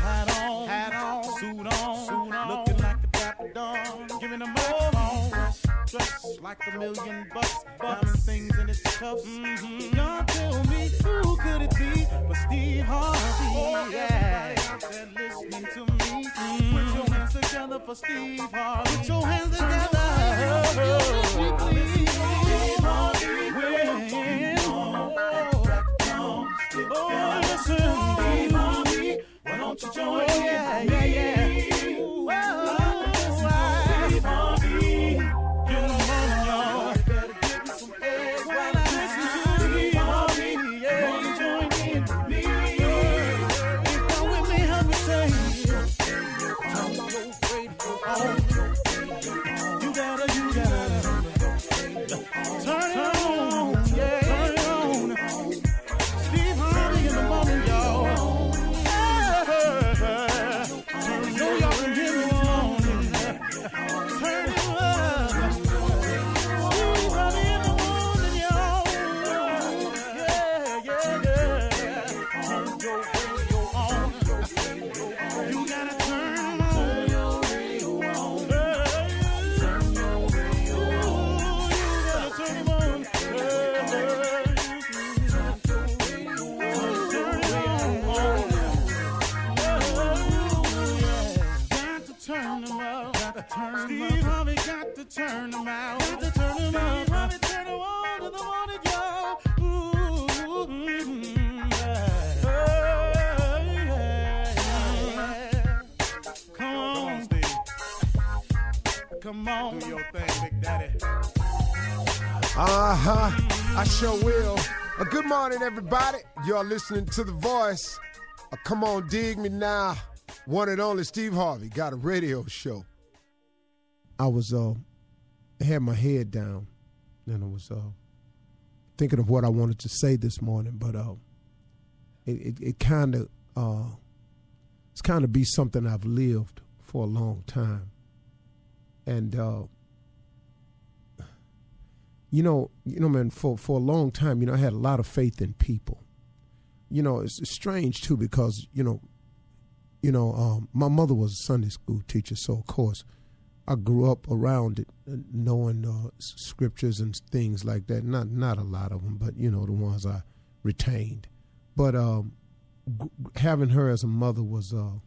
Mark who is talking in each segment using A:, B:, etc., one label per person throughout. A: Hat on, hat on, suit on, suit on. looking like the dapper dawn, giving them all dress like a million bucks, bucks. things in its cups. Mm-hmm. Y'all tell me who could it be but Steve Harvey? Oh, yeah. Everybody out there listening to me, mm-hmm. put your hands together for Steve Harvey. Put your hands together. Oh, please. Steve Harvey win. Oh, listen, Steve Harvey, why don't you join in? Yeah, yeah, yeah. Ooh, oh, oh, Steve Harvey. turn them out. Got to turn them out. Got to turn them on to the wanted, y'all. Ooh, mm-hmm. yeah. yeah. Come on, Steve. Come on.
B: Do your thing, Big Daddy.
C: Uh huh. I sure will. Uh, good morning, everybody. You're listening to The Voice. Uh, come on, dig me now. One and only Steve Harvey got a radio show. I was uh, had my head down, and I was uh, thinking of what I wanted to say this morning. But uh, it it, kind of uh, it's kind of be something I've lived for a long time, and uh, you know, you know, man, for for a long time, you know, I had a lot of faith in people. You know, it's, it's strange too because you know, you know, um, my mother was a Sunday school teacher, so of course. I grew up around it, knowing uh, scriptures and things like that. Not not a lot of them, but you know the ones I retained. But um, g- having her as a mother was uh,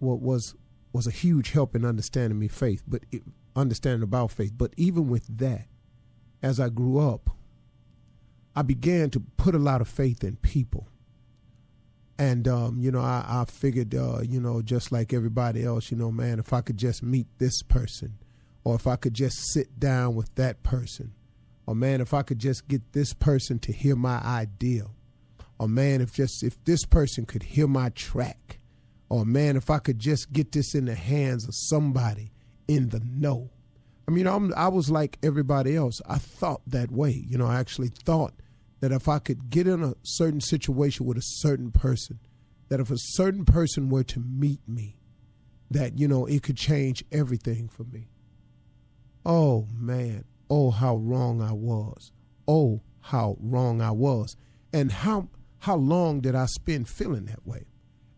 C: what was was a huge help in understanding me faith, but it, understanding about faith. But even with that, as I grew up, I began to put a lot of faith in people and um, you know, I, I figured, uh, you know, just like everybody else, you know, man, if I could just meet this person, or if I could just sit down with that person, or man, if I could just get this person to hear my idea, or man, if just if this person could hear my track, or man, if I could just get this in the hands of somebody in the know. I mean, I'm, I was like everybody else. I thought that way. You know, I actually thought that if I could get in a certain situation with a certain person, that if a certain person were to meet me, that, you know, it could change everything for me. Oh, man. Oh, how wrong I was. oh how wrong I was and how how long did I spend feeling that way?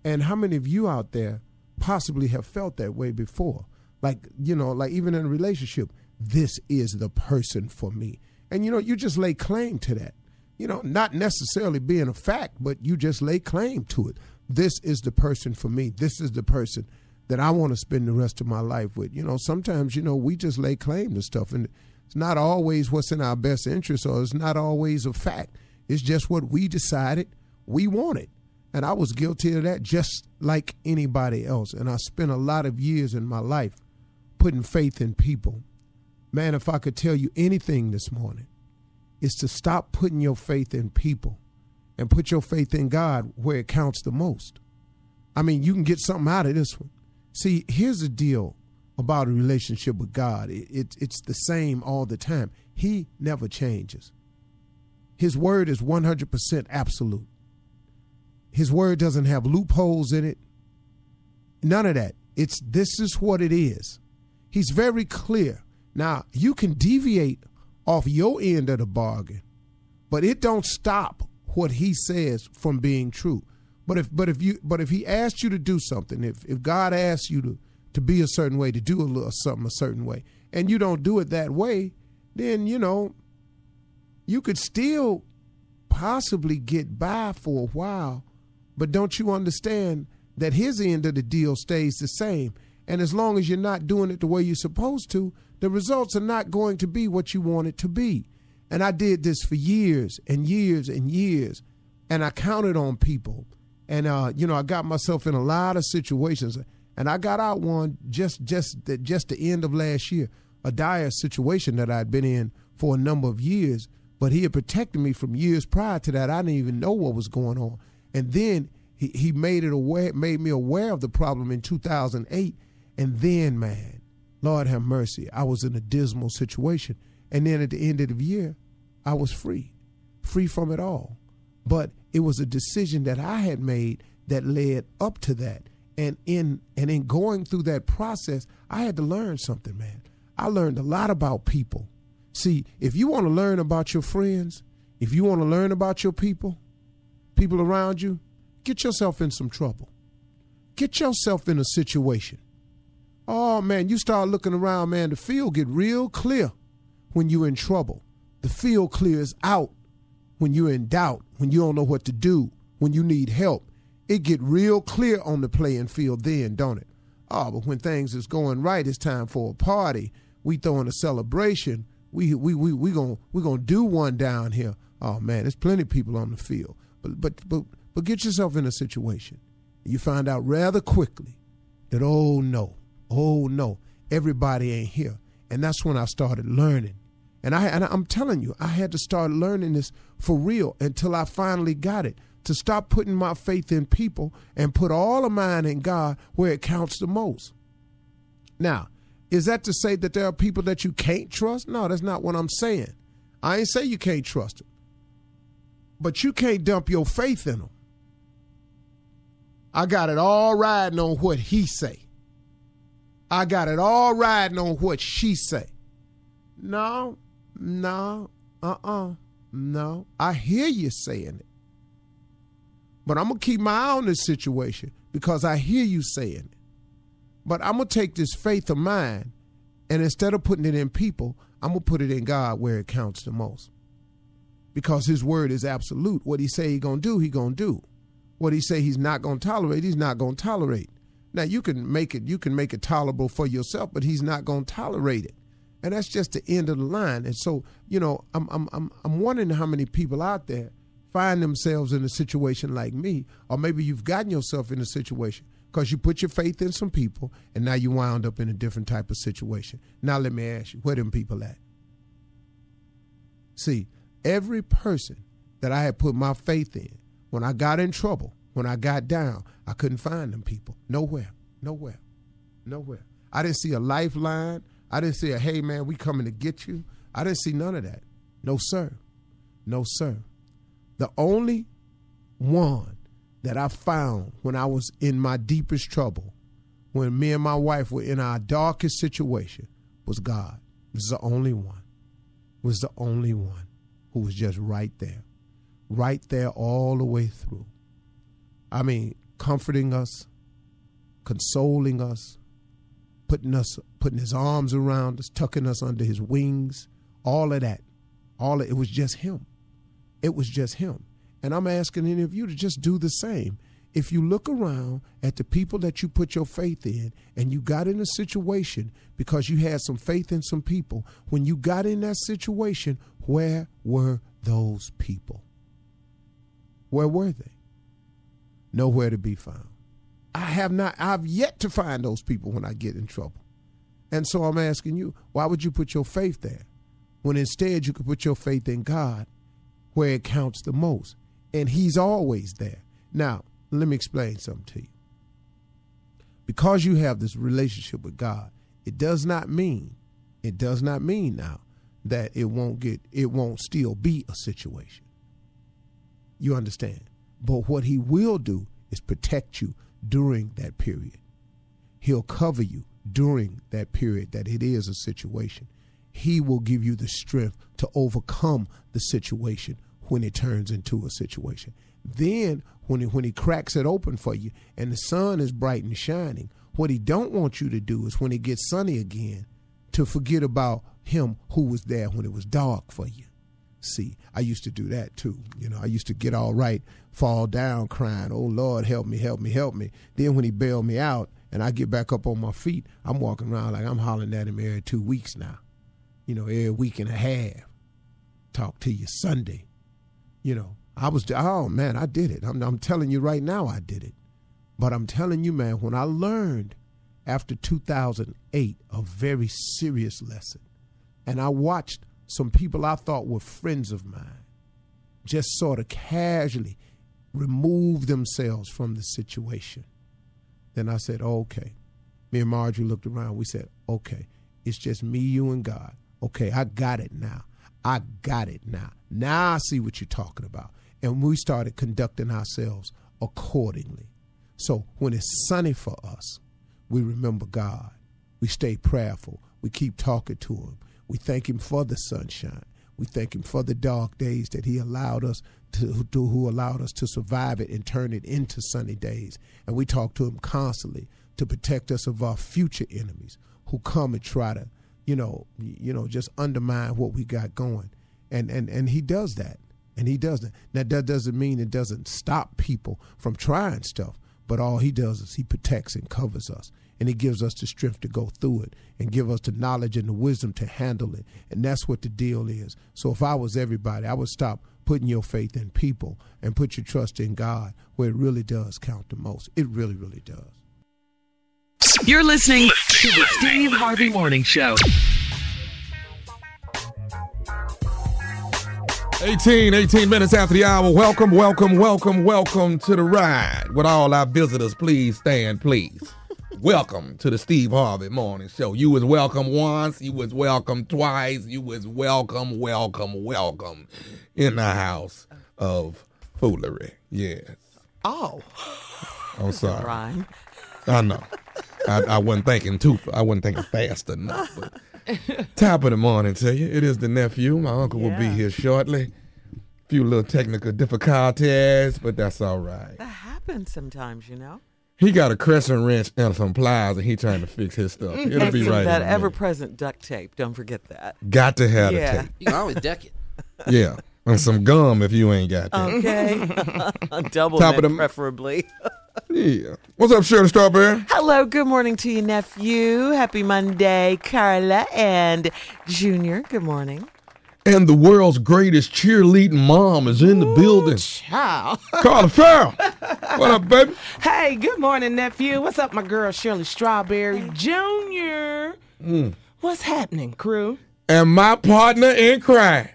C: And how many of you out there possibly have felt that way before? Like, you know, like even in a relationship, this is the person for me. And you know, you just lay claim to that. You know, not necessarily being a fact, but you just lay claim to it. This is the person for me. This is the person that I want to spend the rest of my life with. You know, sometimes, you know, we just lay claim to stuff and it's not always what's in our best interest or it's not always a fact. It's just what we decided we wanted. And I was guilty of that just like anybody else. And I spent a lot of years in my life putting faith in people. Man, if I could tell you anything this morning, is to stop putting your faith in people and put your faith in God where it counts the most. I mean, you can get something out of this one. See, here's the deal about a relationship with God. It, it- it's the same all the time. He never changes. His word is 100% absolute. His word doesn't have loopholes in it. None of that. It's this is what it is. He's very clear. Now, you can deviate off your end of the bargain, but it don't stop what he says from being true. But if but if you but if he asked you to do something, if if God asks you to to be a certain way, to do a little something a certain way, and you don't do it that way, then you know you could still possibly get by for a while, but don't you understand that his end of the deal stays the same? And as long as you're not doing it the way you're supposed to, the results are not going to be what you want it to be. And I did this for years and years and years, and I counted on people. And uh, you know, I got myself in a lot of situations, and I got out one just just the, just the end of last year, a dire situation that I'd been in for a number of years. But he had protected me from years prior to that. I didn't even know what was going on, and then he, he made it aware, made me aware of the problem in 2008, and then man, Lord have mercy, I was in a dismal situation, and then at the end of the year, I was free, free from it all but it was a decision that I had made that led up to that. And in and in going through that process, I had to learn something, man. I learned a lot about people. See, if you want to learn about your friends, if you want to learn about your people, people around you, get yourself in some trouble. Get yourself in a situation. Oh man, you start looking around, man, the field get real clear when you're in trouble. The field clears out when you're in doubt, when you don't know what to do, when you need help. It get real clear on the playing field then, don't it? Oh, but when things is going right, it's time for a party. We throwing a celebration. We we we we going we gonna do one down here. Oh man, there's plenty of people on the field. But but but but get yourself in a situation. You find out rather quickly that oh no, oh no, everybody ain't here. And that's when I started learning. And I and I'm telling you, I had to start learning this for real until I finally got it to stop putting my faith in people and put all of mine in God where it counts the most. Now, is that to say that there are people that you can't trust? No, that's not what I'm saying. I ain't say you can't trust them. But you can't dump your faith in them. I got it all riding on what he say. I got it all riding on what she say. No, no, uh-uh, no. I hear you saying it. But I'm going to keep my eye on this situation because I hear you saying it. But I'm going to take this faith of mine and instead of putting it in people, I'm going to put it in God where it counts the most. Because his word is absolute. What he say he going to do, he going to do. What he say he's not going to tolerate, he's not going to tolerate. Now you can make it you can make it tolerable for yourself, but he's not going to tolerate it and that's just the end of the line. And so, you know, I'm I'm I'm I'm wondering how many people out there find themselves in a situation like me, or maybe you've gotten yourself in a situation because you put your faith in some people, and now you wound up in a different type of situation. Now, let me ask you, where them people at? See, every person that I had put my faith in, when I got in trouble, when I got down, I couldn't find them people. Nowhere, nowhere, nowhere. I didn't see a lifeline. I didn't see a, hey, man, we coming to get you. I didn't see none of that. No, sir. No, sir. The only one that I found when I was in my deepest trouble, when me and my wife were in our darkest situation, was God. This is the only one was the only one who was just right there, right there all the way through. I mean, comforting us, consoling us, putting us putting his arms around us, tucking us under his wings, all of that. All of, it was just him. It was just him. And I'm asking any of you to just do the same. If you look around at the people that you put your faith in and you got in a situation because you had some faith in some people, when you got in that situation, where were those people? Where were they? Nowhere to be found. I have not, I've yet to find those people when I get in trouble. And so I'm asking you, why would you put your faith there when instead you could put your faith in God where it counts the most? And He's always there. Now, let me explain something to you. Because you have this relationship with God, it does not mean, it does not mean now that it won't get, it won't still be a situation. You understand? But what He will do is protect you during that period. He'll cover you during that period that it is a situation. He will give you the strength to overcome the situation when it turns into a situation. Then when he, when he cracks it open for you and the sun is bright and shining, what he don't want you to do is when it gets sunny again to forget about him who was there when it was dark for you. See, I used to do that too. You know, I used to get all right, fall down crying, "Oh Lord, help me, help me, help me." Then when he bailed me out, and I get back up on my feet, I'm walking around like I'm hollering at him every two weeks now. You know, every week and a half. Talk to you Sunday. You know, I was, oh man, I did it. I'm, I'm telling you right now, I did it. But I'm telling you, man, when I learned after 2008 a very serious lesson, and I watched some people I thought were friends of mine just sort of casually remove themselves from the situation. Then I said, oh, okay. Me and Marjorie looked around. We said, okay, it's just me, you, and God. Okay, I got it now. I got it now. Now I see what you're talking about. And we started conducting ourselves accordingly. So when it's sunny for us, we remember God. We stay prayerful. We keep talking to Him. We thank Him for the sunshine. We thank Him for the dark days that He allowed us to, to, who allowed us to survive it and turn it into sunny days. And we talk to him constantly to protect us of our future enemies who come and try to, you know, you know, just undermine what we got going. And and and he does that. And he does that. Now that doesn't mean it doesn't stop people from trying stuff, but all he does is he protects and covers us. And he gives us the strength to go through it and give us the knowledge and the wisdom to handle it. And that's what the deal is. So if I was everybody, I would stop putting your faith in people and put your trust in God where it really does count the most. It really, really does.
D: You're listening to the Steve Harvey Morning Show.
E: 18, 18 minutes after the hour. Welcome, welcome, welcome, welcome to the ride. With all our visitors, please stand, please. welcome to the Steve Harvey Morning Show. You was welcome once, you was welcome twice, you was welcome, welcome, welcome in the house of foolery. Yes.
F: Oh.
E: I'm sorry.
F: Rhyme.
E: I know. I, I wasn't thinking too I wasn't thinking fast enough. But top of the morning to you. It is the nephew. My uncle will be
F: Yeah.
E: here shortly. Few little technical difficulties, but that's all right.
F: That happens sometimes, you know.
E: He got a crescent wrench and some pliers, and he trying to fix his stuff. It'll
F: And
E: be
F: some
E: right.
F: of Mm-hmm. That
E: in a minute.
F: ever present duct tape. Don't forget that.
E: Got to have the
F: Yeah.
E: tape.
G: You can always deck it.
E: Yeah, and some gum if you ain't got that.
F: Uh-huh. Okay. Double
E: Top of
F: that,
E: the-
F: preferably.
E: yeah. What's up, Shirley Strawberry?
F: Hello, good morning to you, nephew. Happy Monday, Carla and Junior. Good morning.
E: And the world's greatest cheerleading mom is in the building.
H: Child.
E: Carla Farrell. What up, baby?
H: Hey, good morning, nephew. What's up, my girl Shirley Strawberry Jr.?
F: Mm.
H: What's happening, crew?
E: and my partner in crime.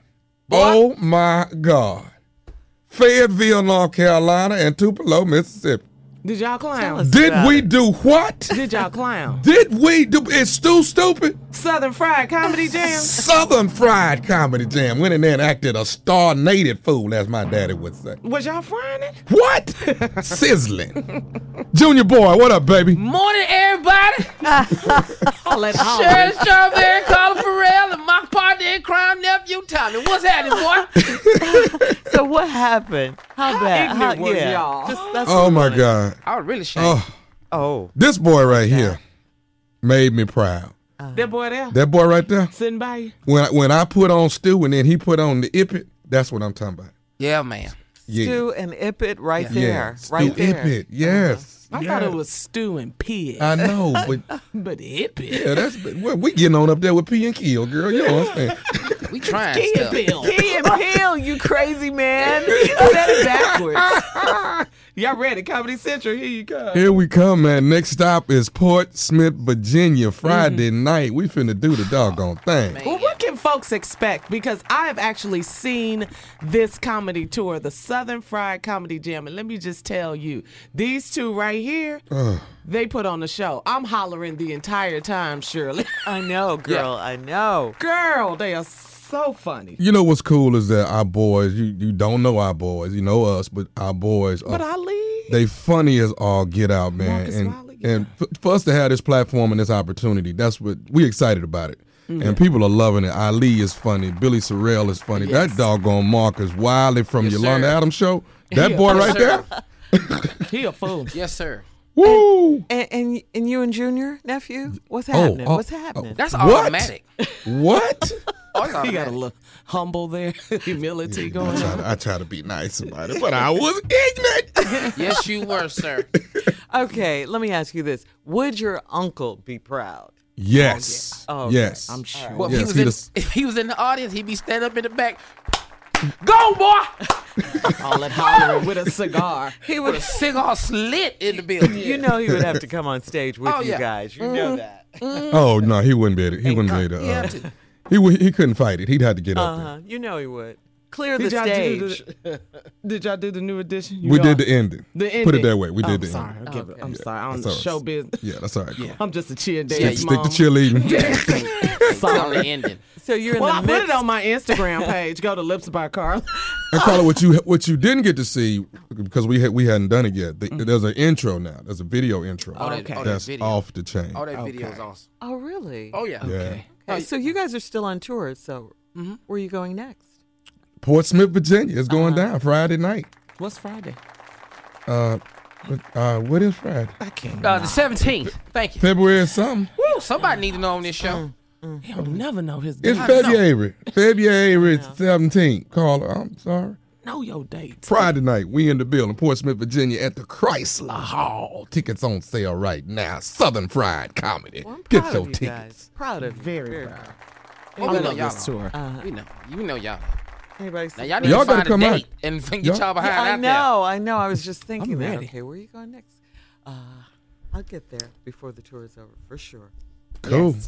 E: Oh my God. Fayetteville, North Carolina, and Tupelo, Mississippi.
H: Did y'all
F: Tell
H: clown?
F: us
E: Did
F: about
E: we
F: it.
E: do what?
H: Did y'all clown?
E: Did we do? It's too stupid.
H: Southern Fried Comedy Jam.
E: Southern Fried Comedy Jam went in there and acted a star-nated fool, as my daddy would say.
H: Was y'all frying it?
E: What? Sizzling. Junior boy, what up, baby?
I: Morning, everybody.
H: All that all.
I: Sharon Strawberry, Carla Farrell, and my partner in crime, nephew Tommy. What's happening, boy?
F: So what happened? How bad?
H: ignorant
F: How-
H: was
F: yeah.
H: y'all?
F: Just, that's
E: Oh
F: what-
E: my God.
I: I was really shaking.
E: Oh,
F: Oh.
E: this boy right here made me proud.
H: That boy there
E: That boy right there.
H: sitting by you.
E: When I, when I put on Stu and then he put on the Ippet, that's what I'm talking about.
I: Yeah, man.
E: Yeah.
F: Stu and Ipit right
E: yeah.
F: there. Right
E: Stu
F: there. Uh-huh.
E: Ippet. Yes.
H: I thought it was stew and pig,
E: I know, but
H: but it pig.
E: yeah, that's well, we getting on up there with P and Kill, girl. You know what I'm saying?
I: We trying
H: Kid
I: stuff.
H: bill.
F: Key and Peele, you crazy man. You said it backwards.
H: Y'all ready? Comedy Central, here you go.
E: Here we come, man. Next stop is Port Smith, Virginia.
H: Mm-hmm.
E: Friday night. We finna do the doggone thing.
H: Well, what can folks expect? Because I have actually seen this comedy tour, the Southern Fried Comedy Jam. And let me just tell you, these two
E: Uh,
H: right here, they put on the show. I'm hollering the entire time, Shirley.
F: I know, girl. I know.
H: Girl, they are so funny.
E: You know what's cool is that our boys, you, you don't know our boys, you know us, but our boys are
H: But Ali,
E: they funny as all get out, man.
H: Marcus
E: and
H: Wiley, yeah.
E: and f- for us to have this platform and this opportunity, that's what we excited about it.
H: Mm-hmm.
E: And people are loving it. Ali is funny. Billy Sorrell is funny. That doggone Marcus Wiley from
I: Yes,
E: Yolanda
I: sir.
E: Adams show. That boy right there.
H: he a fool.
I: Yes, sir.
E: Woo!
F: And, and and you and Junior nephew, what's happening?
E: oh,
F: what's happening?
I: That's
E: What?
I: automatic.
E: What?
I: Oh, it's
H: He got a
I: automatic.
H: little humble there, humility
E: I,
H: going
E: try
H: on.
E: to, I try to be nice about it, but I was ignorant.
I: Yes, you were, sir.
F: okay, let me ask you this: Would your uncle be proud?
E: yes.
F: Oh, yeah.
E: yes.
H: I'm sure.
I: Well,
E: Yes,
I: if,
E: he
I: he was
E: just-
I: in, if he was in the audience, he'd be standing up in the back. Go, boy!
H: All that hollering with a cigar.
F: He
I: With a
F: would.
I: cigar slit in the building.
F: Oh, You know, he would have to come on stage with
I: Oh,
F: you
I: yeah.
F: guys. You know that.
E: Oh no, he wouldn't be. He wouldn't be.
I: He had
E: The, uh,
I: to. Uh.
E: he would- he couldn't fight it. He'd have to get up there.
F: Uh-huh. You know he would. Clear the
H: Did y'all,
F: stage.
H: do the, did y'all do the new edition?
E: We
H: Y'all-
E: did the ending.
H: The
E: Put
H: ending.
E: it that way. We
H: Oh,
E: did
H: I'm
E: the
H: sorry.
E: ending.
H: I'll give it- I'm sorry. I don't
E: That's all
H: know
E: right.
H: show business.
E: Yeah, that's all right. Cool.
H: I'm just a cheer
I: Yeah,
H: dance
I: you-
E: Stick to
H: mom.
E: cheerleading.
I: It's on the ending.
F: so you're in
H: Well, I
F: the midst.
H: put it on my Instagram page. Go to Lips by Carl.
E: and Carla, what you what you didn't get to see because we had we hadn't done it yet. The, There's an intro now. There's a video intro.
I: Mm. Oh, that- oh, that
E: That's
I: video.
E: off the chain.
I: Oh, that video is awesome.
F: oh, really?
I: Oh, yeah. Mm-hmm.
E: yeah.
F: Okay, so you guys are still on tour. So where are you going next?
E: Portsmouth, Virginia. It's going
I: Uh-huh.
E: down Friday night.
H: What's Friday?
E: Uh, but, uh, what is Friday?
H: I can't.
I: Uh, the 17th. Thank you.
E: February something.
I: Woo, somebody need to know on this show.
H: He'll never know his
E: It's
H: date.
E: February. February 17th. Carla, I'm sorry.
H: Know your dates.
E: Friday night, we in the building, Portsmouth, Virginia, at the Chrysler Hall. Tickets on sale right now. Southern Fried Comedy.
F: Well, I'm proud
E: Get
F: of
E: your
F: you
E: tickets.
F: guys. Proud of you.
H: Very proud.
I: Oh,
H: I
I: we know
H: love
I: y'all.
H: this tour.
I: know. We know. You know y'all.
F: Anybody
I: Now
F: see-
I: y'all need
E: Y'all
I: to
E: gotta
I: find
E: come
I: a
E: out.
I: date and and
E: Y'all-
I: get y'all behind
F: Yeah, I
I: out
F: know, I know. I was just thinking that.
H: ready.
F: Okay, where are you going next? Uh, I'll get there before the tour is over for sure.
E: Cool. hey,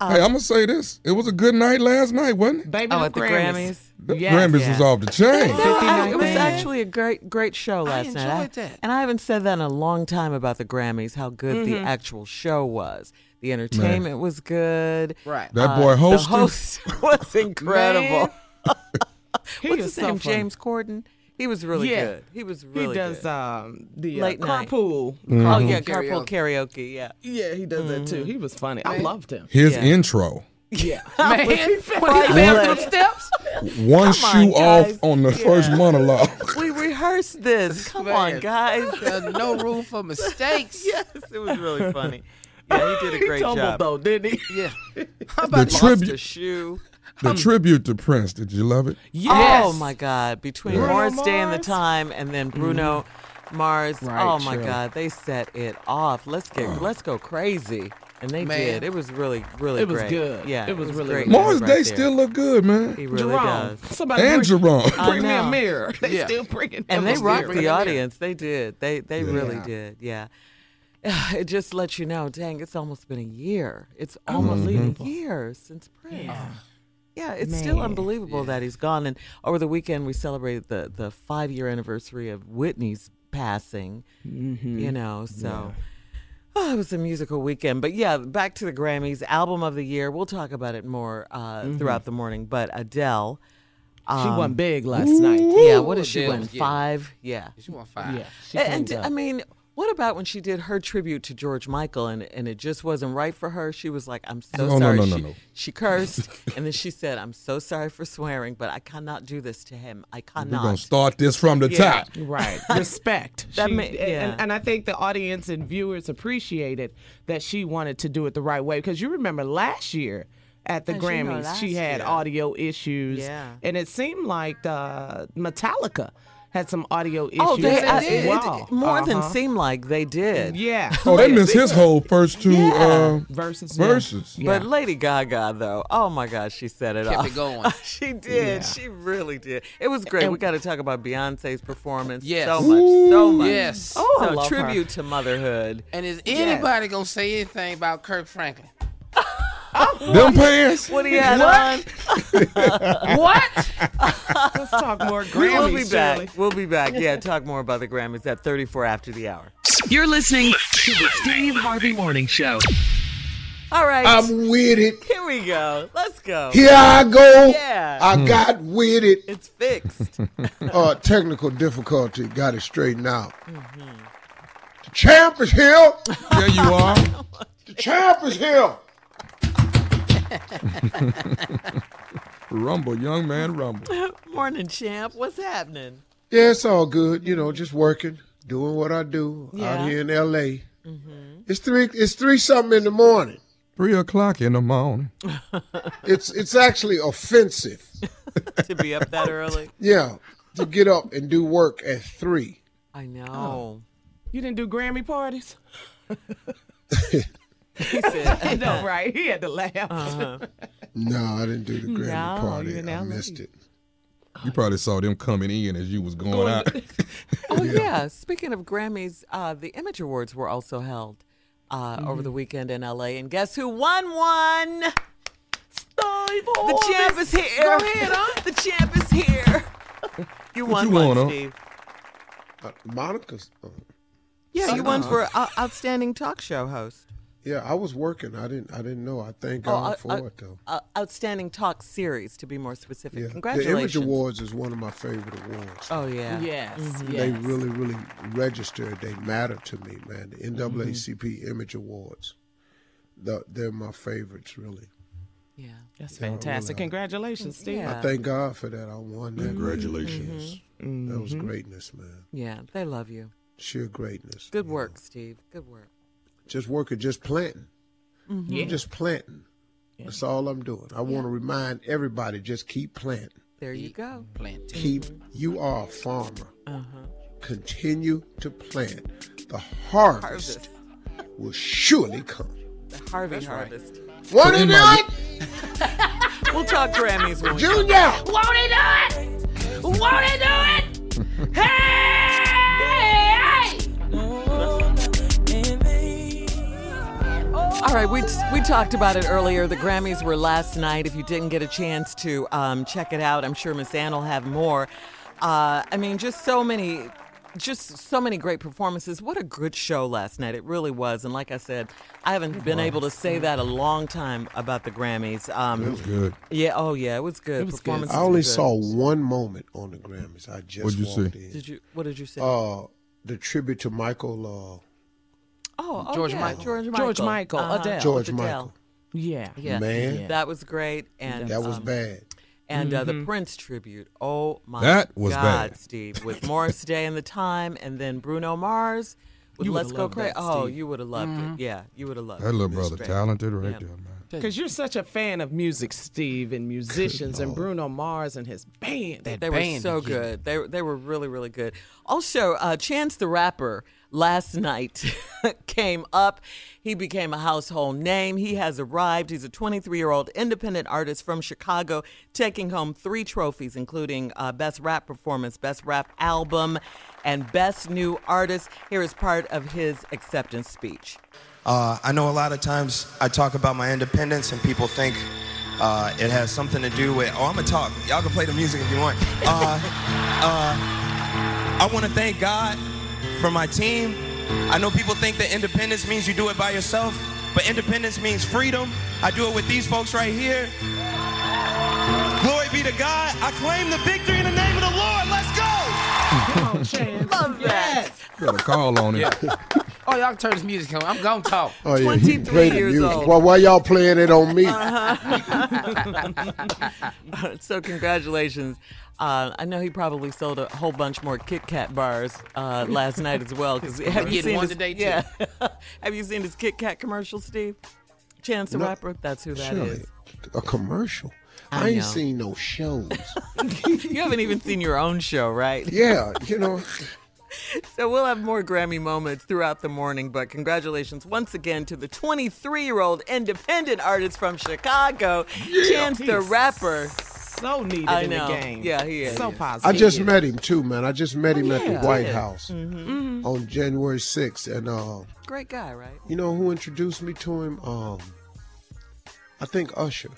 E: I'm going to say this. It was a good night last night, wasn't it?
H: Baby,
F: Uh, Oh,
H: the
F: at the
H: Grammys.
F: Grammys.
E: The
H: Yes.
E: Grammys was off the chain.
F: No, I,
H: 59th
F: it was
H: man.
F: actually a great, great show last night. I-
I: enjoyed that.
F: And I haven't said that in a long time about the Grammys. How good the
I: Mm-hmm.
F: actual show was. The entertainment was good.
I: Right.
E: That boy
F: Uh, the
E: hosted.
F: host was incredible.
H: He
F: What's
H: is
F: his
H: so
F: name?
H: funny.
F: James Corden. He was really
H: Yeah.
F: good. He was
H: He
F: really
H: does
F: good.
H: um, the
F: Late
H: uh,
F: night.
H: carpool.
E: Mm-hmm.
F: oh yeah,
I: Karaoke.
F: carpool karaoke. Yeah. Mm-hmm.
H: Yeah, he does that too. He was funny. I loved him.
E: His
F: Yeah.
E: intro.
H: Yeah.
I: there. Man, when he fell through the steps.
E: One shoe
F: guys.
E: off on the first monologue.
F: We rehearsed this. Come on,
I: Man.
F: guys.
I: There's no room for mistakes. Yeah.
F: yes, it was really funny. Yeah, he did a great
H: Tumbled
F: job.
H: though, didn't he?
I: How
E: the
I: about
F: Lost a
E: tribute
F: shoe.
E: the
F: Um,
E: tribute to Prince. Did you love it?
F: Oh my God! Between
E: Bruno
F: Morris Day and the
H: Mars.
F: Time, and then
E: Mm-hmm.
F: Bruno Mars.
H: Right,
F: oh my
H: true.
F: God! They set it off. Let's get let's go crazy, and they
I: Man.
F: did. It was really really.
H: It was
F: great.
H: good.
F: Yeah,
H: It was really
F: great.
H: good. Yeah,
E: Mars
F: right
E: Day
F: there.
E: still look good, man.
F: He really
H: Jerome.
F: does.
H: Somebody
E: And
H: bring,
E: Jerome.
H: bring me a
F: know.
H: mirror. They
I: Yeah.
H: still bringing him
F: And
H: a
F: they rocked
H: mirror.
F: the
I: Yeah.
F: audience. They did. They they really
E: Yeah.
F: did. Yeah. It just lets you know, dang, it's almost been a year. It's almost
E: Mm-hmm.
F: been a year since Prince. Yeah, it's still unbelievable that he's gone. And over the weekend, we celebrated the, the five year anniversary of Whitney's passing,
H: Mm-hmm.
F: you know, so. Oh, it was a musical weekend, but yeah, back to the Grammys, album of the year. We'll talk about it more uh, throughout the morning. But Adele,
H: Mm-hmm. She
F: um,
H: won big last night.
F: Yeah, what did she
A: Adele
F: win?
A: was- yeah.
F: Five. Yeah.
A: She want five.
H: Yeah, she
F: And, and
H: cleaned
F: I
H: up.
F: mean, what about when she did her tribute to George Michael and, and it just wasn't right for her? She was like, I'm so
E: Oh, No, no,
F: sorry.
E: no, no,
F: she,
E: no.
F: she cursed and then she said, I'm so sorry for swearing, but I cannot do this to him. I
E: We're gonna
F: cannot.
E: start this from the
H: Yeah,
E: top.
H: right. Respect.
F: That
H: She-
F: ma-
H: and-
F: yeah.
H: and, and I think the audience and viewers appreciated that she wanted to do it the right way because you remember last year at the
F: As you know,
H: Grammys she
F: last
H: had
F: year.
H: audio issues.
F: Yeah.
H: And it seemed like uh, Metallica had some audio issues
F: Oh, they, I-
H: as
F: it-
H: well.
F: it- more than
H: Uh-huh.
F: seem like they did.
H: Yeah.
E: Oh, they missed his whole first two
F: Yeah.
E: uh,
H: Versus yeah.
E: verses.
H: Yeah.
F: But Lady Gaga, though, oh my God, she set it
A: Kept
F: off.
A: it going.
F: she did.
H: Yeah.
F: She really did. It was great. we got to talk about Beyonce's performance.
A: Yes.
F: So much. So much.
A: Yes.
F: Oh,
H: I
F: so
H: love her.
F: tribute to motherhood.
A: And is anybody gonna say anything about Kirk Franklin?
E: Them pants.
F: What do you had on?
A: what?
H: Let's talk more Grammys.
F: We'll be back.
H: Shirley.
F: We'll be back. Yeah, talk more about the Grammys at 34 after the hour.
D: You're listening to the Steve Harvey Morning Show.
F: All right.
C: I'm with it.
F: here we go. Let's go.
C: Here I go.
F: Oh, Yeah. Hmm.
C: I got with it.
F: it's fixed.
C: Uh, technical difficulty got it straightened out.
F: Mm-hmm.
C: The champ is here.
E: There you are.
C: The champ is here.
E: Rumble, young man, rumble.
F: Morning, champ. What's happening?
C: Yeah, it's all good. You know, just working, doing what I do
F: Yeah. Mm-hmm.
C: out here in L.A. It's three. It's three something in the morning.
E: Three o'clock in the morning.
C: It's it's actually offensive.
F: To be up that early?
C: Yeah, to get up and do work at three.
F: I
E: Oh.
F: know.
H: Oh. You didn't do Grammy parties?
F: He said, uh-huh.
H: No, right. He had to laugh.
C: No, I didn't do the Grammy
H: No,
C: party.
H: you're
C: I
H: now
C: missed it.
E: You probably saw them coming in as you was going out.
F: Oh yeah. Speaking of Grammys, uh, the Image Awards were also held uh, over
C: Mm-hmm.
F: the weekend in LA, and guess who won one? The champ is here. Go ahead, huh? The champ is here. You won
E: you
F: one,
E: won, huh?
F: Steve.
C: Uh, Monica's. Uh,
F: Yeah, you won for
C: Uh-huh.
F: uh, outstanding talk show host,
C: yeah, I was working. I didn't. I didn't know. I thank
F: Oh,
C: God
F: uh,
C: for
F: uh,
C: it though.
F: uh, outstanding talk series, to be more specific.
C: Yeah, the
F: Congratulations.
C: Image Awards is one of my favorite awards.
F: Oh yeah.
H: Yes.
C: They
H: yes.
C: really, really registered. They matter to me, man.
F: Mm-hmm.
C: The NAACP Image Awards. The, they're my favorites, really.
F: Yeah.
H: That's fantastic. Congratulations, Steve.
F: Yeah.
C: I thank God for that. I won that.
E: Congratulations.
C: That was greatness, man.
F: Mm-hmm. Yeah. They love you.
C: Sheer greatness.
F: Good work, Steve. Good work.
C: Just working, just planting.
F: Mm-hmm.
H: Yeah.
C: I'm just planting. That's all I'm doing. I want to remind everybody just keep planting.
F: There you go.
A: Planting.
C: Keep, you are a farmer.
F: Uh-huh.
C: Continue to plant. The
F: Harvest.
C: harvest, will surely come.
F: The Harvey Harvest.
C: What it
E: Anybody-
C: like,
F: We'll talk Grammys when we come
C: Junior?
A: Won't he do it? Won't he do it? Hey!
F: All right, we, we talked about it earlier. The Grammys were last night. If you didn't get a chance to um, check it out, I'm sure Miss Ann will have more. Uh, I mean, just so many, just so many great performances. What a good show last night. It really was. And like I said, I haven't been able to say that a long time about the Grammys.
E: That
F: Um,
E: was good.
F: yeah, oh yeah, it was good.
H: was good.
F: performances
C: I only
F: were good.
C: saw one moment on the Grammys. I just
E: What'd you
C: walked
E: see?
C: in.
F: Did you? What did you say?
C: uh, the tribute to Michael,
F: oh, oh,
A: George
F: yeah,
A: Michael.
F: George Michael. Uh-huh.
H: George Michael, Adele.
C: George
F: Adele.
C: Michael.
H: Yeah. Mm-hmm.
F: Yeah,
C: Man. Yeah.
F: that was great. And
C: uh, that was
F: um,
C: bad.
F: and uh, the Prince tribute. Oh my
E: That was
F: God,
E: bad.
F: Steve, with Morris Day and the Time, and then Bruno Mars with
H: You would've
F: Let's Go
H: loved
F: Crazy.
H: that,
F: Oh,
H: Steve. Mm-hmm.
F: you would have loved it. Yeah, you would have loved
E: That
F: it.
E: little brother talented right there, man.
H: Because you're such a fan of music, Steve, and musicians, and Bruno Mars and his band.
F: They were
A: band
F: so
A: again.
F: good. They they were really really good. Also, uh, Chance the Rapper last night came up. He became a household name. He has arrived. He's a 23 year old independent artist from Chicago, taking home three trophies, including uh, Best Rap Performance, Best Rap Album, and Best New Artist. Here is part of his acceptance speech.
J: Uh, I know a lot of times I talk about my independence and people think uh, it has something to do with, oh, I'm going to talk. Y'all can play the music if you want. Uh, uh, I want to thank God for my team. I know people think that independence means you do it by yourself, but independence means freedom. I do it with these folks right here. Glory be to God. I claim the victory in the name of the Lord. Let's go.
I: Come on, Chance. Love
F: that.
E: Got a call on it.
I: Oh, y'all can turn this music on. I'm gonna talk.
C: Oh, yeah, he played the music. Why, why y'all playing it on me?
F: Uh-huh. so congratulations. Uh, I know he probably sold a whole bunch more Kit Kat bars uh, last night as well. Because
I: I'm
F: have you
I: getting
F: seen
I: one
F: his,
I: today, too.
F: Yeah. have you seen his Kit Kat commercial, Steve? Chance the
C: No.
F: Rapper. That's who that is.
C: Surely, a commercial.
F: I
C: I, ain't
F: know.
C: seen no shows.
F: you haven't even seen your own show, right?
C: yeah, you know.
F: So we'll have more Grammy moments throughout the morning, but congratulations once again to the 23 year old independent artist from Chicago, Chance the
H: He's
F: Rapper.
H: So needed
F: I
H: in the
F: know.
H: game.
F: Yeah, he is.
H: So positive.
C: I just met him too, man. I just met him at
F: Oh, yeah.
C: the White
F: Yeah.
C: House
F: Mhm.
C: on January 6th, and uh,
F: Great guy, right?
C: you know who introduced me to him? Um, I think Usher.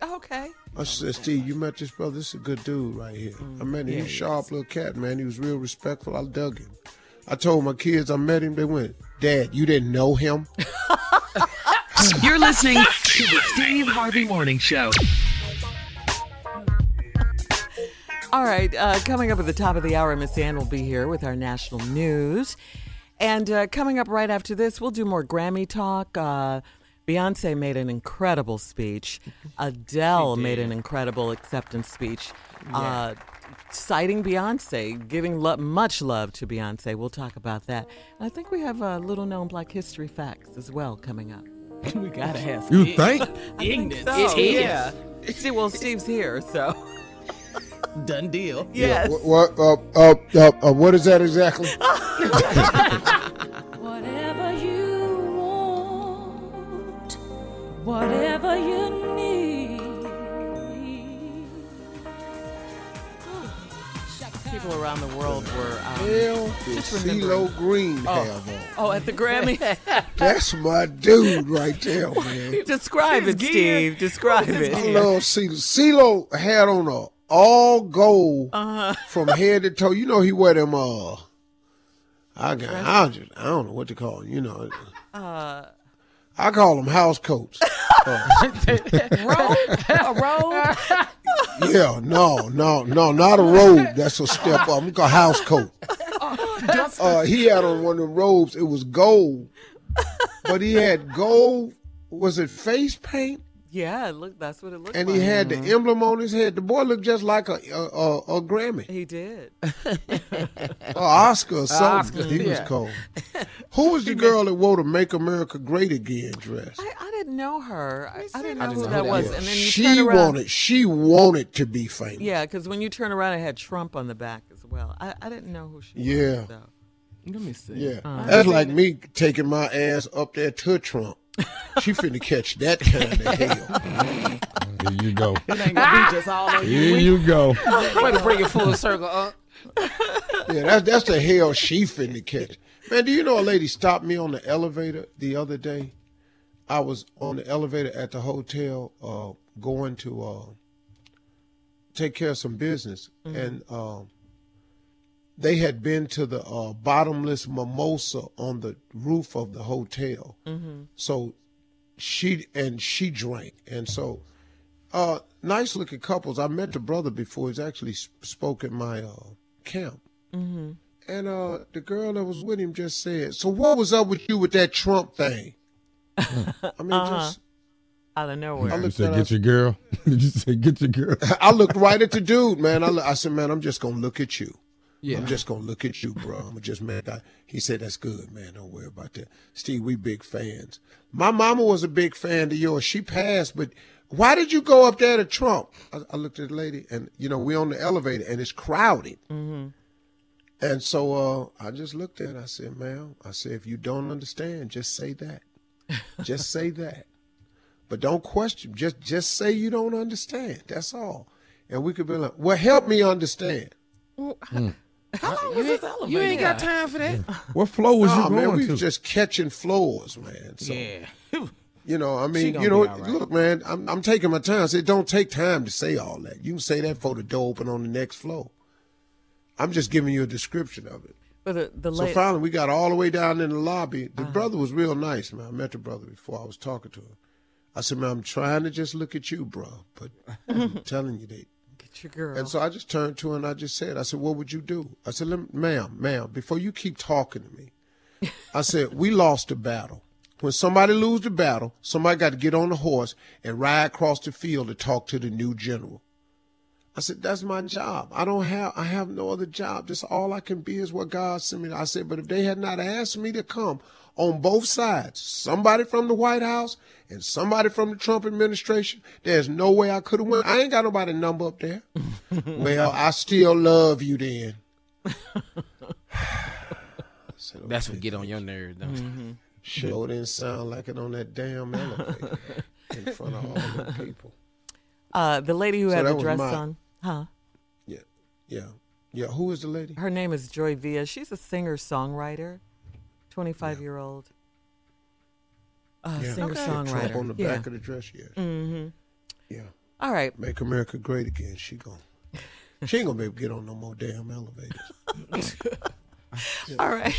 F: Okay.
C: I said, Steve, you met this brother. This is a good dude right here. I met
F: Mm-hmm.
C: him.
F: Yeah,
C: he was
F: he
C: sharp little cat, man. He was real respectful. I dug him. I told my kids I met him. They went, Dad, you didn't know him?
D: You're listening to the Steve Harvey Morning Show.
F: All right, uh, coming up at the top of the hour, Miss Ann will be here with our national news. And uh, coming up right after this, we'll do more Grammy talk. Uh, Beyonce made an incredible speech. Adele made an incredible acceptance speech, uh, citing Beyonce, giving lo- much love to Beyonce. We'll talk about that. And I think we have uh, little known Black history facts as well coming up. we gotta have.
E: You think?
F: Ignorance.
H: It is.
F: yeah. See, well, Steve's here, so.
H: Done deal.
F: Yes.
C: What, what, uh, uh, uh, uh, what is that exactly?
K: Whatever you want, whatever you need.
F: People around the world were. Um,
C: Hell did
F: just remembering.
C: CeeLo Green
F: Oh.
C: have on?
F: Oh, at the Grammy.
C: That's my dude right there, man.
F: Describe it, Steve. Describe it.
C: I love CeeLo. CeeLo had on a all gold
F: Uh-huh.
C: from head to toe. You know he wear them uh I got I just I don't know what to call them, you know.
F: Uh,
C: I call them house coats. Uh,
F: a robe?
C: yeah, no, no, no, not a robe. That's a step up. I'm gonna house coat.
F: Oh,
C: Uh, he had on one of the robes. It was gold, but he had gold. Was it face paint?
F: Yeah, look, that's what it looked
C: And
F: like.
C: he had the emblem on his head. The boy looked just like a a, a, a Grammy,
F: He did.
C: an Oscar, or something.
F: Oscar,
C: he was
F: yeah.
C: cold. Who was the girl that wore the "Make America Great Again" dress?
F: I, I didn't know her. I, I didn't know
C: I
F: who
C: didn't
F: that
C: know
F: was.
C: that.
F: And then you
C: she
F: turn around.
C: wanted. She wanted to be famous.
F: Yeah, because when you turn around, it had Trump on the back as well. I, I didn't know who she
C: Yeah.
F: was. though.
H: Let me see.
C: Yeah,
F: Uh,
C: that's like me taking my ass up there to Trump. She finna catch that kind of hell.
E: Here you go.
H: It ain't gonna be just all on you.
E: Here you go.
I: Way to bring it full circle. Uh,
C: Yeah, that's that's the hell she finna catch. Man, do you know a lady stopped me on the elevator the other day? I was on the elevator at the hotel, uh, going to uh, take care of some business, and um, they had been to the uh, bottomless mimosa on the roof of the hotel.
I: Mm-hmm.
A: Mhm.
C: So she and she drank, and so uh, nice looking couples. I met the brother before. He's actually s- spoke at my uh, camp.
A: Mm-hmm.
C: And uh, the girl that was with him just said, "So what was up with you with that Trump thing?" I mean,
F: Uh-huh.
C: just
F: Out of nowhere.
E: You said get your girl. Did you say get your girl?
C: I looked right at the dude, man. I, lo- I said, "Man, I'm just gonna look at you.
E: Yeah.
C: I'm just gonna look at you, bro. I'm just man." I, he said, "That's good, man. Don't worry about that." Steve, we big fans. My mama was a big fan of yours. She passed, but why did you go up there to Trump? I, I looked at the lady, and you know, we on the elevator, and it's crowded.
A: Mm-hmm.
C: And so uh, I just looked at her. I said, ma'am, I said, if you don't understand, just say that. Just say that. But don't question. Just just say you don't understand. That's all. And we could be like, well, help me understand. Mm.
I: How long was this elevator? You ain't got time for that.
E: What flow was
C: Nah,
E: you
C: man,
E: going
C: we
E: to?
C: was just catching floors, man. So,
I: Yeah.
C: You know, I
I: She
C: mean,
I: gonna
C: you know,
I: be all right.
C: look, man, I'm, I'm taking my time. I said, don't take time to say all that. You can say that for the door open on the next floor. I'm just giving you a description of it.
F: But the, the
C: So
F: lady-
C: finally, we got all the way down in the lobby. The brother was real nice, man. I met the brother before I was talking to him. I said, man, I'm trying to just look at you, bro, but I'm telling you, they.
F: Get your girl.
C: And so I just turned to her and I just said, I said, what would you do? I said, Lem- ma'am, ma'am, before you keep talking to me, I said, we lost the battle. When somebody lose the battle, somebody got to get on the horse and ride across the field to talk to the new general. I said, that's my job. I don't have, I have no other job. That's all I can be is what God sent me. to." I said, but if they had not asked me to come on both sides, somebody from the White House and somebody from the Trump administration, there's no way I could have went. I ain't got nobody number up there. well, I still love you then.
I: That's what get on your nerves, don't
C: Mhm. Slow didn't sound like it on that damn elevator in front of all the people.
F: Uh, the lady who
C: So
F: had
C: that
F: the
C: was
F: dress
C: my-
F: on, huh?
C: Yeah, yeah, yeah. Who is the lady?
F: Her name is Joy Villa. She's a singer songwriter, twenty five year old. Uh,
C: Yeah.
F: Singer songwriter.
C: Trump on the
F: yeah.
C: back of the dress, yeah.
F: Mm-hmm.
C: Yeah.
F: All right.
C: Make America great again. She gon' she ain't gonna be able to get on no more damn elevators.
F: All right.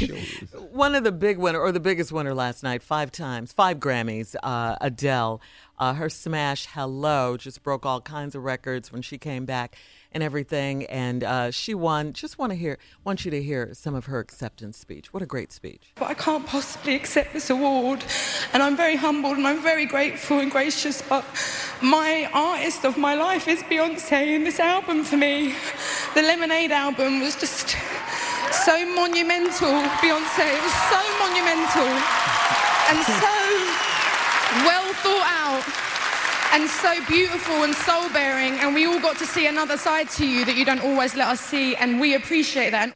F: One of the big winner or the biggest winner last night, five times, five Grammys, uh, Adele. Uh, her smash Hello just broke all kinds of records when she came back and everything. And uh, she won. Just want to hear want you to hear some of her acceptance speech. What a great speech.
L: But I can't possibly accept this award. And I'm very humbled and I'm very grateful and gracious. But my artist of my life is Beyonce, and this album for me, the Lemonade album, was just so monumental. Beyonce, it was so monumental and so well thought out and so beautiful and soul bearing. And we all got to see another side to you that you don't always let us see, and we appreciate that.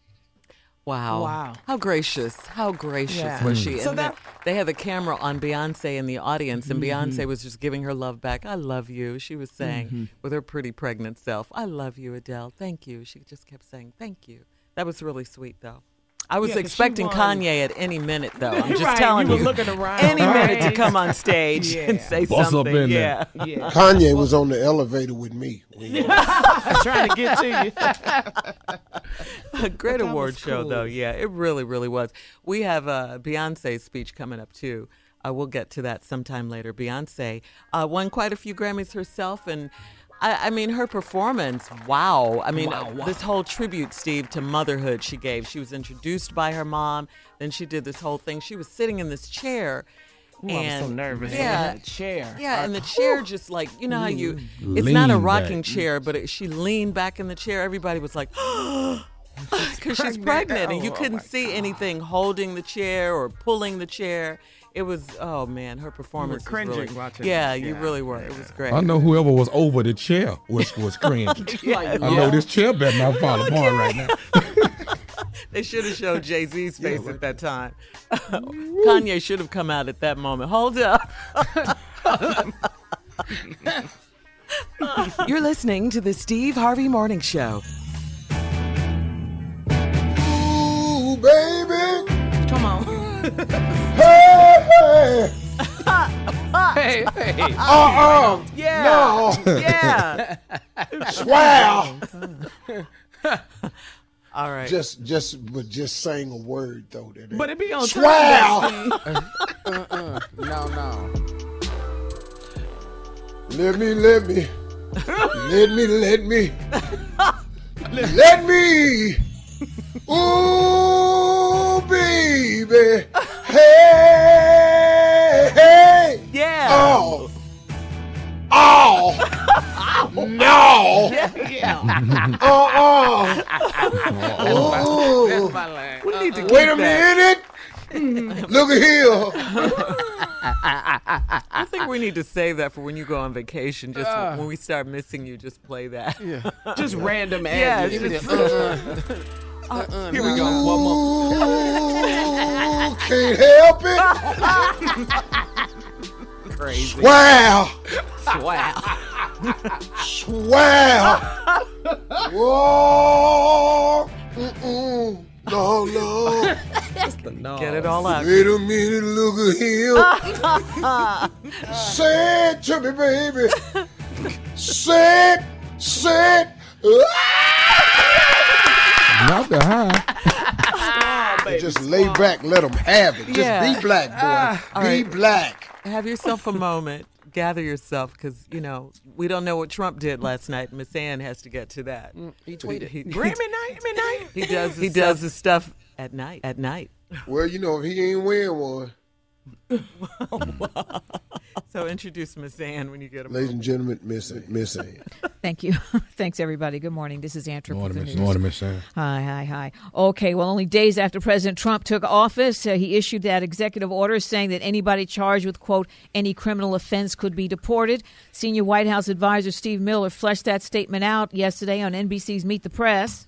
F: Wow.
L: Wow.
F: How gracious. How gracious
L: Yeah.
F: was
L: Mm.
F: she?
L: So
F: and then
L: that-
F: they had the camera on Beyonce in the audience, and Beyonce was just giving her love back. I love you. She was saying
H: Mhm.
F: with her pretty pregnant self, I love you, Adele. Thank you. She just kept saying, Thank you. That was really sweet, though. I was
H: Yeah, 'cause she
F: expecting
H: won.
F: Kanye at any minute, though. I'm just
H: Right,
F: telling
H: you
F: you.
H: were looking around,
F: Any
H: right?
F: minute to come on stage and say
C: Bust
F: something. yeah.
C: Kanye was on the elevator with me.
H: trying to get to
F: a great award show though yeah it really really was we have uh, beyonce's speech coming up too uh, we'll get to that sometime later beyonce uh, won quite a few grammys herself and I, I mean her performance wow i mean
H: Wow,
F: uh,
H: wow.
F: this whole tribute steve to motherhood she gave she was introduced by her mom then she did this whole thing she was sitting in this chair
H: Ooh, I was
F: and
H: so nervous.
F: Yeah,
H: In that chair.
F: Yeah, and the chair just like you know how you.
H: Mm.
F: It's not a
H: Lean back.
F: rocking chair, but it, she leaned back in the chair. Everybody was like, because she's pregnant, and you
H: Oh,
F: couldn't see anything holding the chair or pulling the chair. It was oh man, her performance. was
H: cringing
F: really,
H: watching
F: Yeah,
H: it.
F: you really were. It was great.
E: I know whoever was over the chair was was cringing.
F: Yes.
E: I know this chair better not fall apart right now.
F: They should have showed Jay Z's face at that time. Kanye should have come out at that moment. Hold up.
D: You're listening to the Steve Harvey Morning Show.
C: Ooh, baby.
L: Come on.
C: Hey, hey.
I: hey, hey.
C: Uh-uh.
I: Yeah.
C: No.
I: Yeah.
C: Swell.
F: All right.
C: Just, just, but just saying a word though. That
H: But it be on time,
C: swell.
I: uh-uh.
C: Mm-hmm.
I: No, no.
C: Let me, let me, let me, let me, let me. Ooh, baby. Hey, hey.
F: Yeah.
C: Oh. Oh. no. Uh-uh. Ooh.
I: We need to
C: Wait
I: keep
C: a
I: that.
C: minute. Look at here.
F: I think we need to save that for when you go on vacation. Just
C: Ah.
I: Uh.
F: when we start missing you, just play that. Yeah.
H: Just random
F: Yeah.
H: ad-libs.
F: just-
H: Uh-uh.
C: Uh-huh.
F: Uh,
I: Here we go. One more.
C: Ooh, can't help it.
I: Crazy.
C: Wow.
I: Wow.
C: Wow. Whoa. Mm-mm. No, no.
F: Get it all out.
C: Wait a minute. Look at here. Say it to me, baby. Say it.
A: Oh,
C: Say it. Ah!
E: Not the high.
F: Ah,
C: Just lay back, let them have it. Just
F: Yeah.
C: be black, boy.
F: Ah. All
C: be
F: right.
C: black.
F: Have yourself a moment. Gather yourself because, you know, we don't know what Trump did last night. Miss Ann has to get to that.
H: Mm, He tweeted.
F: He,
H: Grammy night, midnight.
F: he does
C: He
F: his
C: does
F: stuff his stuff at night. At night.
C: Well, you know, if he ain't win one,
F: So introduce Miss Ann when you get a
C: ladies and
F: moment.
C: gentlemen, Miss Miss Ann.
M: Thank you. Thanks, everybody. Good morning. This is Antra
C: Morning,
M: with the
C: Miss-
M: news.
C: morning, Miss Ann.
M: Hi, hi, hi. Okay, well, only days after President Trump took office, uh, he issued that executive order saying that anybody charged with, quote, any criminal offense could be deported. Senior White House advisor Steve Miller fleshed that statement out yesterday on NBC's Meet the Press.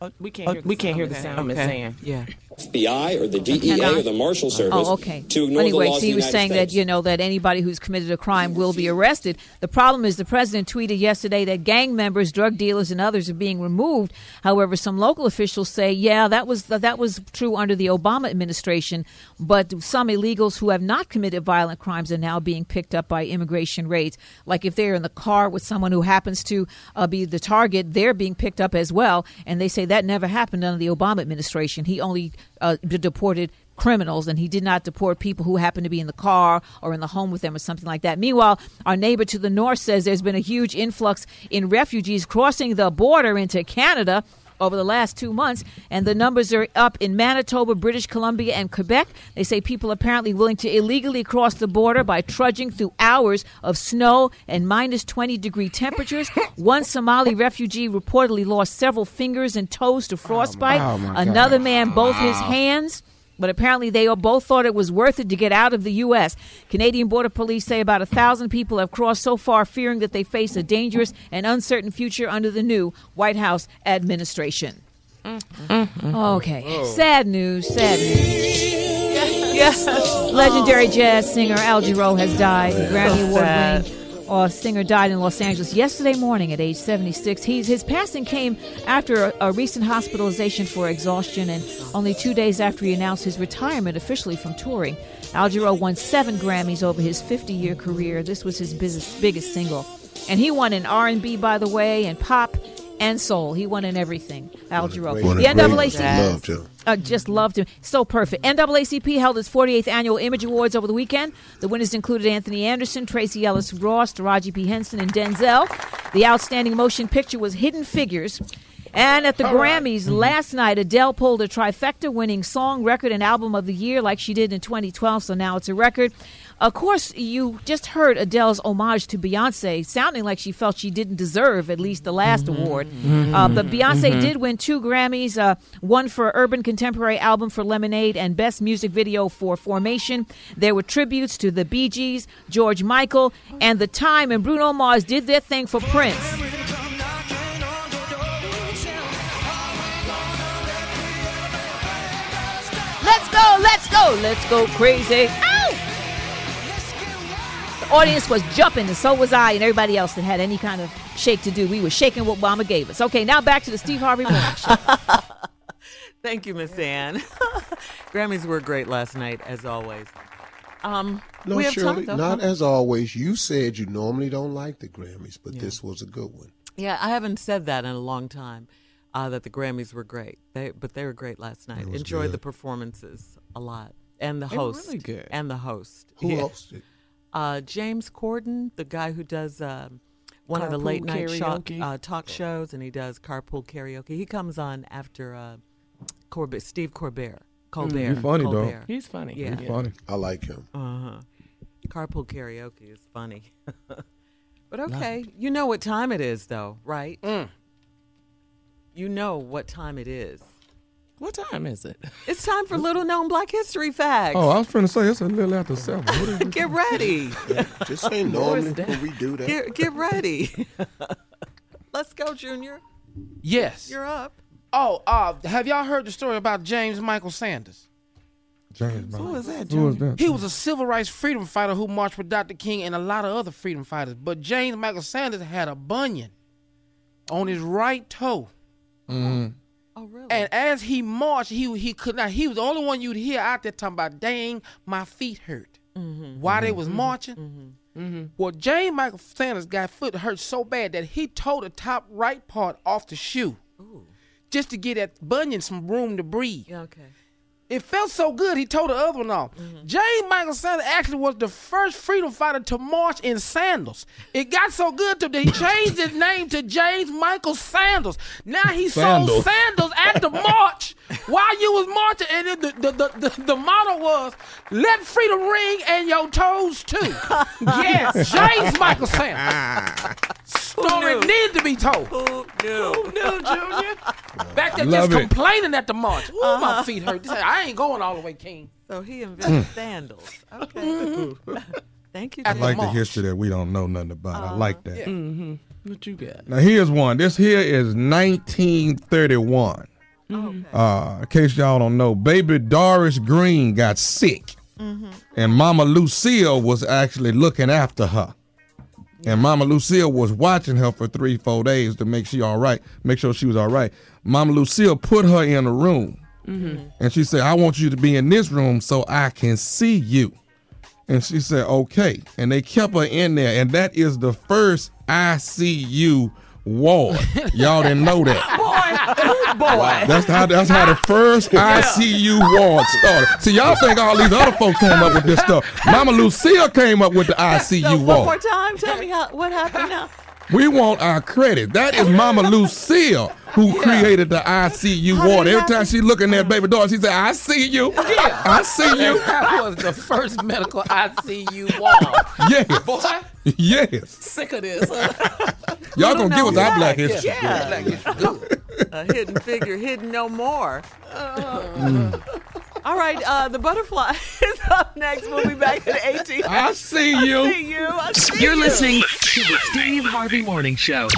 H: Uh, We can't hear. We can't hear the sound. Miss Ann.
F: Yeah.
N: FBI or the DEA
M: Cannot.
N: or the Marshal Service
M: Oh, okay.
N: to ignore
M: anyway,
N: the laws
M: so
N: of
M: he
N: the
M: was
N: United
M: saying
N: States.
M: that you know that anybody who's committed a crime will be arrested. The problem is the president tweeted yesterday that gang members, drug dealers, and others are being removed. However, some local officials say, yeah, that was that was true under the Obama administration, but some illegals who have not committed violent crimes are now being picked up by immigration raids. Like if they're in the car with someone who happens to uh, be the target, they're being picked up as well, and they say that never happened under the Obama administration. He only uh, d- deported criminals and he did not deport people who happened to be in the car or in the home with them or something like that. Meanwhile, our neighbor to the north says there's been a huge influx in refugees crossing the border into Canada over the last 2 months and the numbers are up in Manitoba, British Columbia and Quebec. They say people apparently willing to illegally cross the border by trudging through hours of snow and minus 20 degree temperatures. One Somali refugee reportedly lost several fingers and toes to frostbite.
O: oh my God.
M: Another man both his
O: Wow.
M: hands hands. But apparently, they all both thought it was worth it to get out of the U.S. Canadian Border Police say about a thousand people have crossed so far, fearing that they face a dangerous and uncertain future under the new White House administration. Okay,
O: Whoa.
M: sad news. Sad news. Legendary jazz singer Al Jarreau has died. The Grammy Award
O: sad.
M: winning uh, singer died in Los Angeles yesterday morning at age 76. He's, his passing came after a, a recent hospitalization for exhaustion and only two days after he announced his retirement officially from touring. Al Jarreau won seven Grammys over his 50-year career. This was his business, biggest single. And he won in R&B, by the way, and pop and soul. He won in everything, Al Jarreau.
C: One of
M: The
C: the greatest.
M: NAACP
C: Loved him.
M: uh, just loved him. So perfect. NAACP held its 48th annual Image Awards over the weekend. The winners included Anthony Anderson, Tracy Ellis Ross, Taraji P. Henson, and Denzel. The outstanding motion picture was Hidden Figures. And at the
O: All right. Mm-hmm.
M: Grammys last night, Adele pulled a trifecta, winning Song, Record, and Album of the Year like she did in 2012. So now it's a record. Of course, you just heard Adele's homage to Beyonce, sounding like she felt she didn't deserve at least the last
O: Mm-hmm.
M: award. Uh, but Beyonce
O: Mhm.
M: did win two Grammys, uh, one for Urban Contemporary Album for Lemonade and Best Music Video for Formation. There were tributes to the Bee Gees, George Michael, and The Time, and Bruno Mars did their thing for Prince. Let's go, let's go, let's go crazy. Ow! The audience was jumping, and so was I, and everybody else that had any kind of shake to do. We were shaking what Obama gave us. Okay, now back to the Steve Harvey Morning Show.
F: Thank you, Miss Ann. Grammys were great last night, as always. Um,
C: No,
F: we have
C: Shirley,
F: time, though.
C: not as always. You said you normally don't like the Grammys, but this was a good one.
F: Yeah, I haven't said that in a long time. Uh, that the Grammys were great, they but they were great last night.
C: It was
F: Enjoyed
C: good.
F: the performances a lot, and the
C: They were
F: host,
C: really good.
F: and the host.
C: Who
F: Yeah.
C: hosted?
F: Uh, James Corden, the guy who does um, one of the
H: Carpool
F: late night shock,
H: karaoke.
F: uh, talk shows, and he does carpool karaoke. He comes on after uh, Corbett, Steve Colbert.
C: Hmm.
F: Colbert.
E: he funny, dog.
F: Colbert.
H: He's funny.
F: Yeah.
E: He's funny.
C: I like him.
F: Uh huh. Carpool karaoke is funny. but okay, you know what time it is, though, right?
C: Mm.
F: You know what time it is.
H: What time is it?
F: It's time for little known Black History facts.
E: Oh, I was trying to say it's a little after seven. What is
F: Get ready.
C: Just ain't
F: No, it's
C: normally
F: that-
C: when we do that.
F: Get, get ready. Let's go, Junior.
I: Yes.
F: You're up.
I: Oh, uh, have y'all heard the story about James Michael Sanders?
E: James
I: Who
E: Brown.
I: was that,
E: Who was
I: Junior?
E: that?
I: He was a civil rights freedom fighter who marched with Dr. King and a lot of other freedom fighters. But James Michael Sanders had a bunion on his right toe.
C: Mm-hmm.
E: Mm.
I: And as he marched, he he could not. He was the only one you'd hear out there talking about, "Dang, my feet hurt." while they was marching. Well, Jane Michael Sanders got foot hurt so bad that he tore the top right part off the shoe just to get that bunion some room to breathe.
F: Okay.
I: It felt so good, he tore the other one off. James Michael Sanders actually was the first freedom fighter to march in sandals. It got so good to him that he changed his name to James Michael Sanders. Now he
A: Sandals.
I: sold sandals at the march while you was marching, and then the, the, the, the, the motto was, let freedom ring and your toes too. yes, James Michael
E: Ah.
I: Sanders. Story needed to be told. Who
F: knew?
I: Who knew, Junior? Back there
A: Love
I: just
A: it.
I: complaining at the march. Ooh,
F: Uh-huh.
I: my feet hurt. This- I ain't going all the way, King.
F: So he invented
E: Mm.
F: sandals. Okay. Thank you. Uh-huh.
E: I
F: Jay.
E: like the history that we don't know nothing about. I like that.
H: Mm-hmm. What you got?
E: Now here's one. This here is 1931. Uh, in case y'all don't know, baby Doris Green got sick, and Mama Lucille was actually looking after her. And Mama Lucille was watching her for three, four days to make she all right, make sure she was all right. Mama Lucille put her in a room, and she said, "I want you to be in this room so I can see you." And she said, okay. And they kept her in there. And that is the first ICU ward. Y'all didn't know that.
I: Oh,
A: Boy, boy.
E: That's how that's how the first ICU ward started. So y'all think all these other folks came up with this stuff. Mama Lucille came up with the
F: So
E: ICU
F: one more
E: ward.
F: time, tell me how, what happened now.
E: We want our credit. That is Mama Lucille who created the ICU ward. Every time she look in that baby door, she said, I see you. I see you.
I: That was the first medical ICU wall.
E: Yes.
I: Boy,
E: Yes.
I: sick of this.
E: Y'all gonna give us our black
F: Yeah,
E: history.
F: yeah. A hidden figure, hidden no more.
D: Mm.
F: All right, uh, the butterfly is up next. We'll be back at 18.
D: I see you.
F: I see you. I see
D: You're
F: you.
D: listening to the Steve Harvey Morning Show.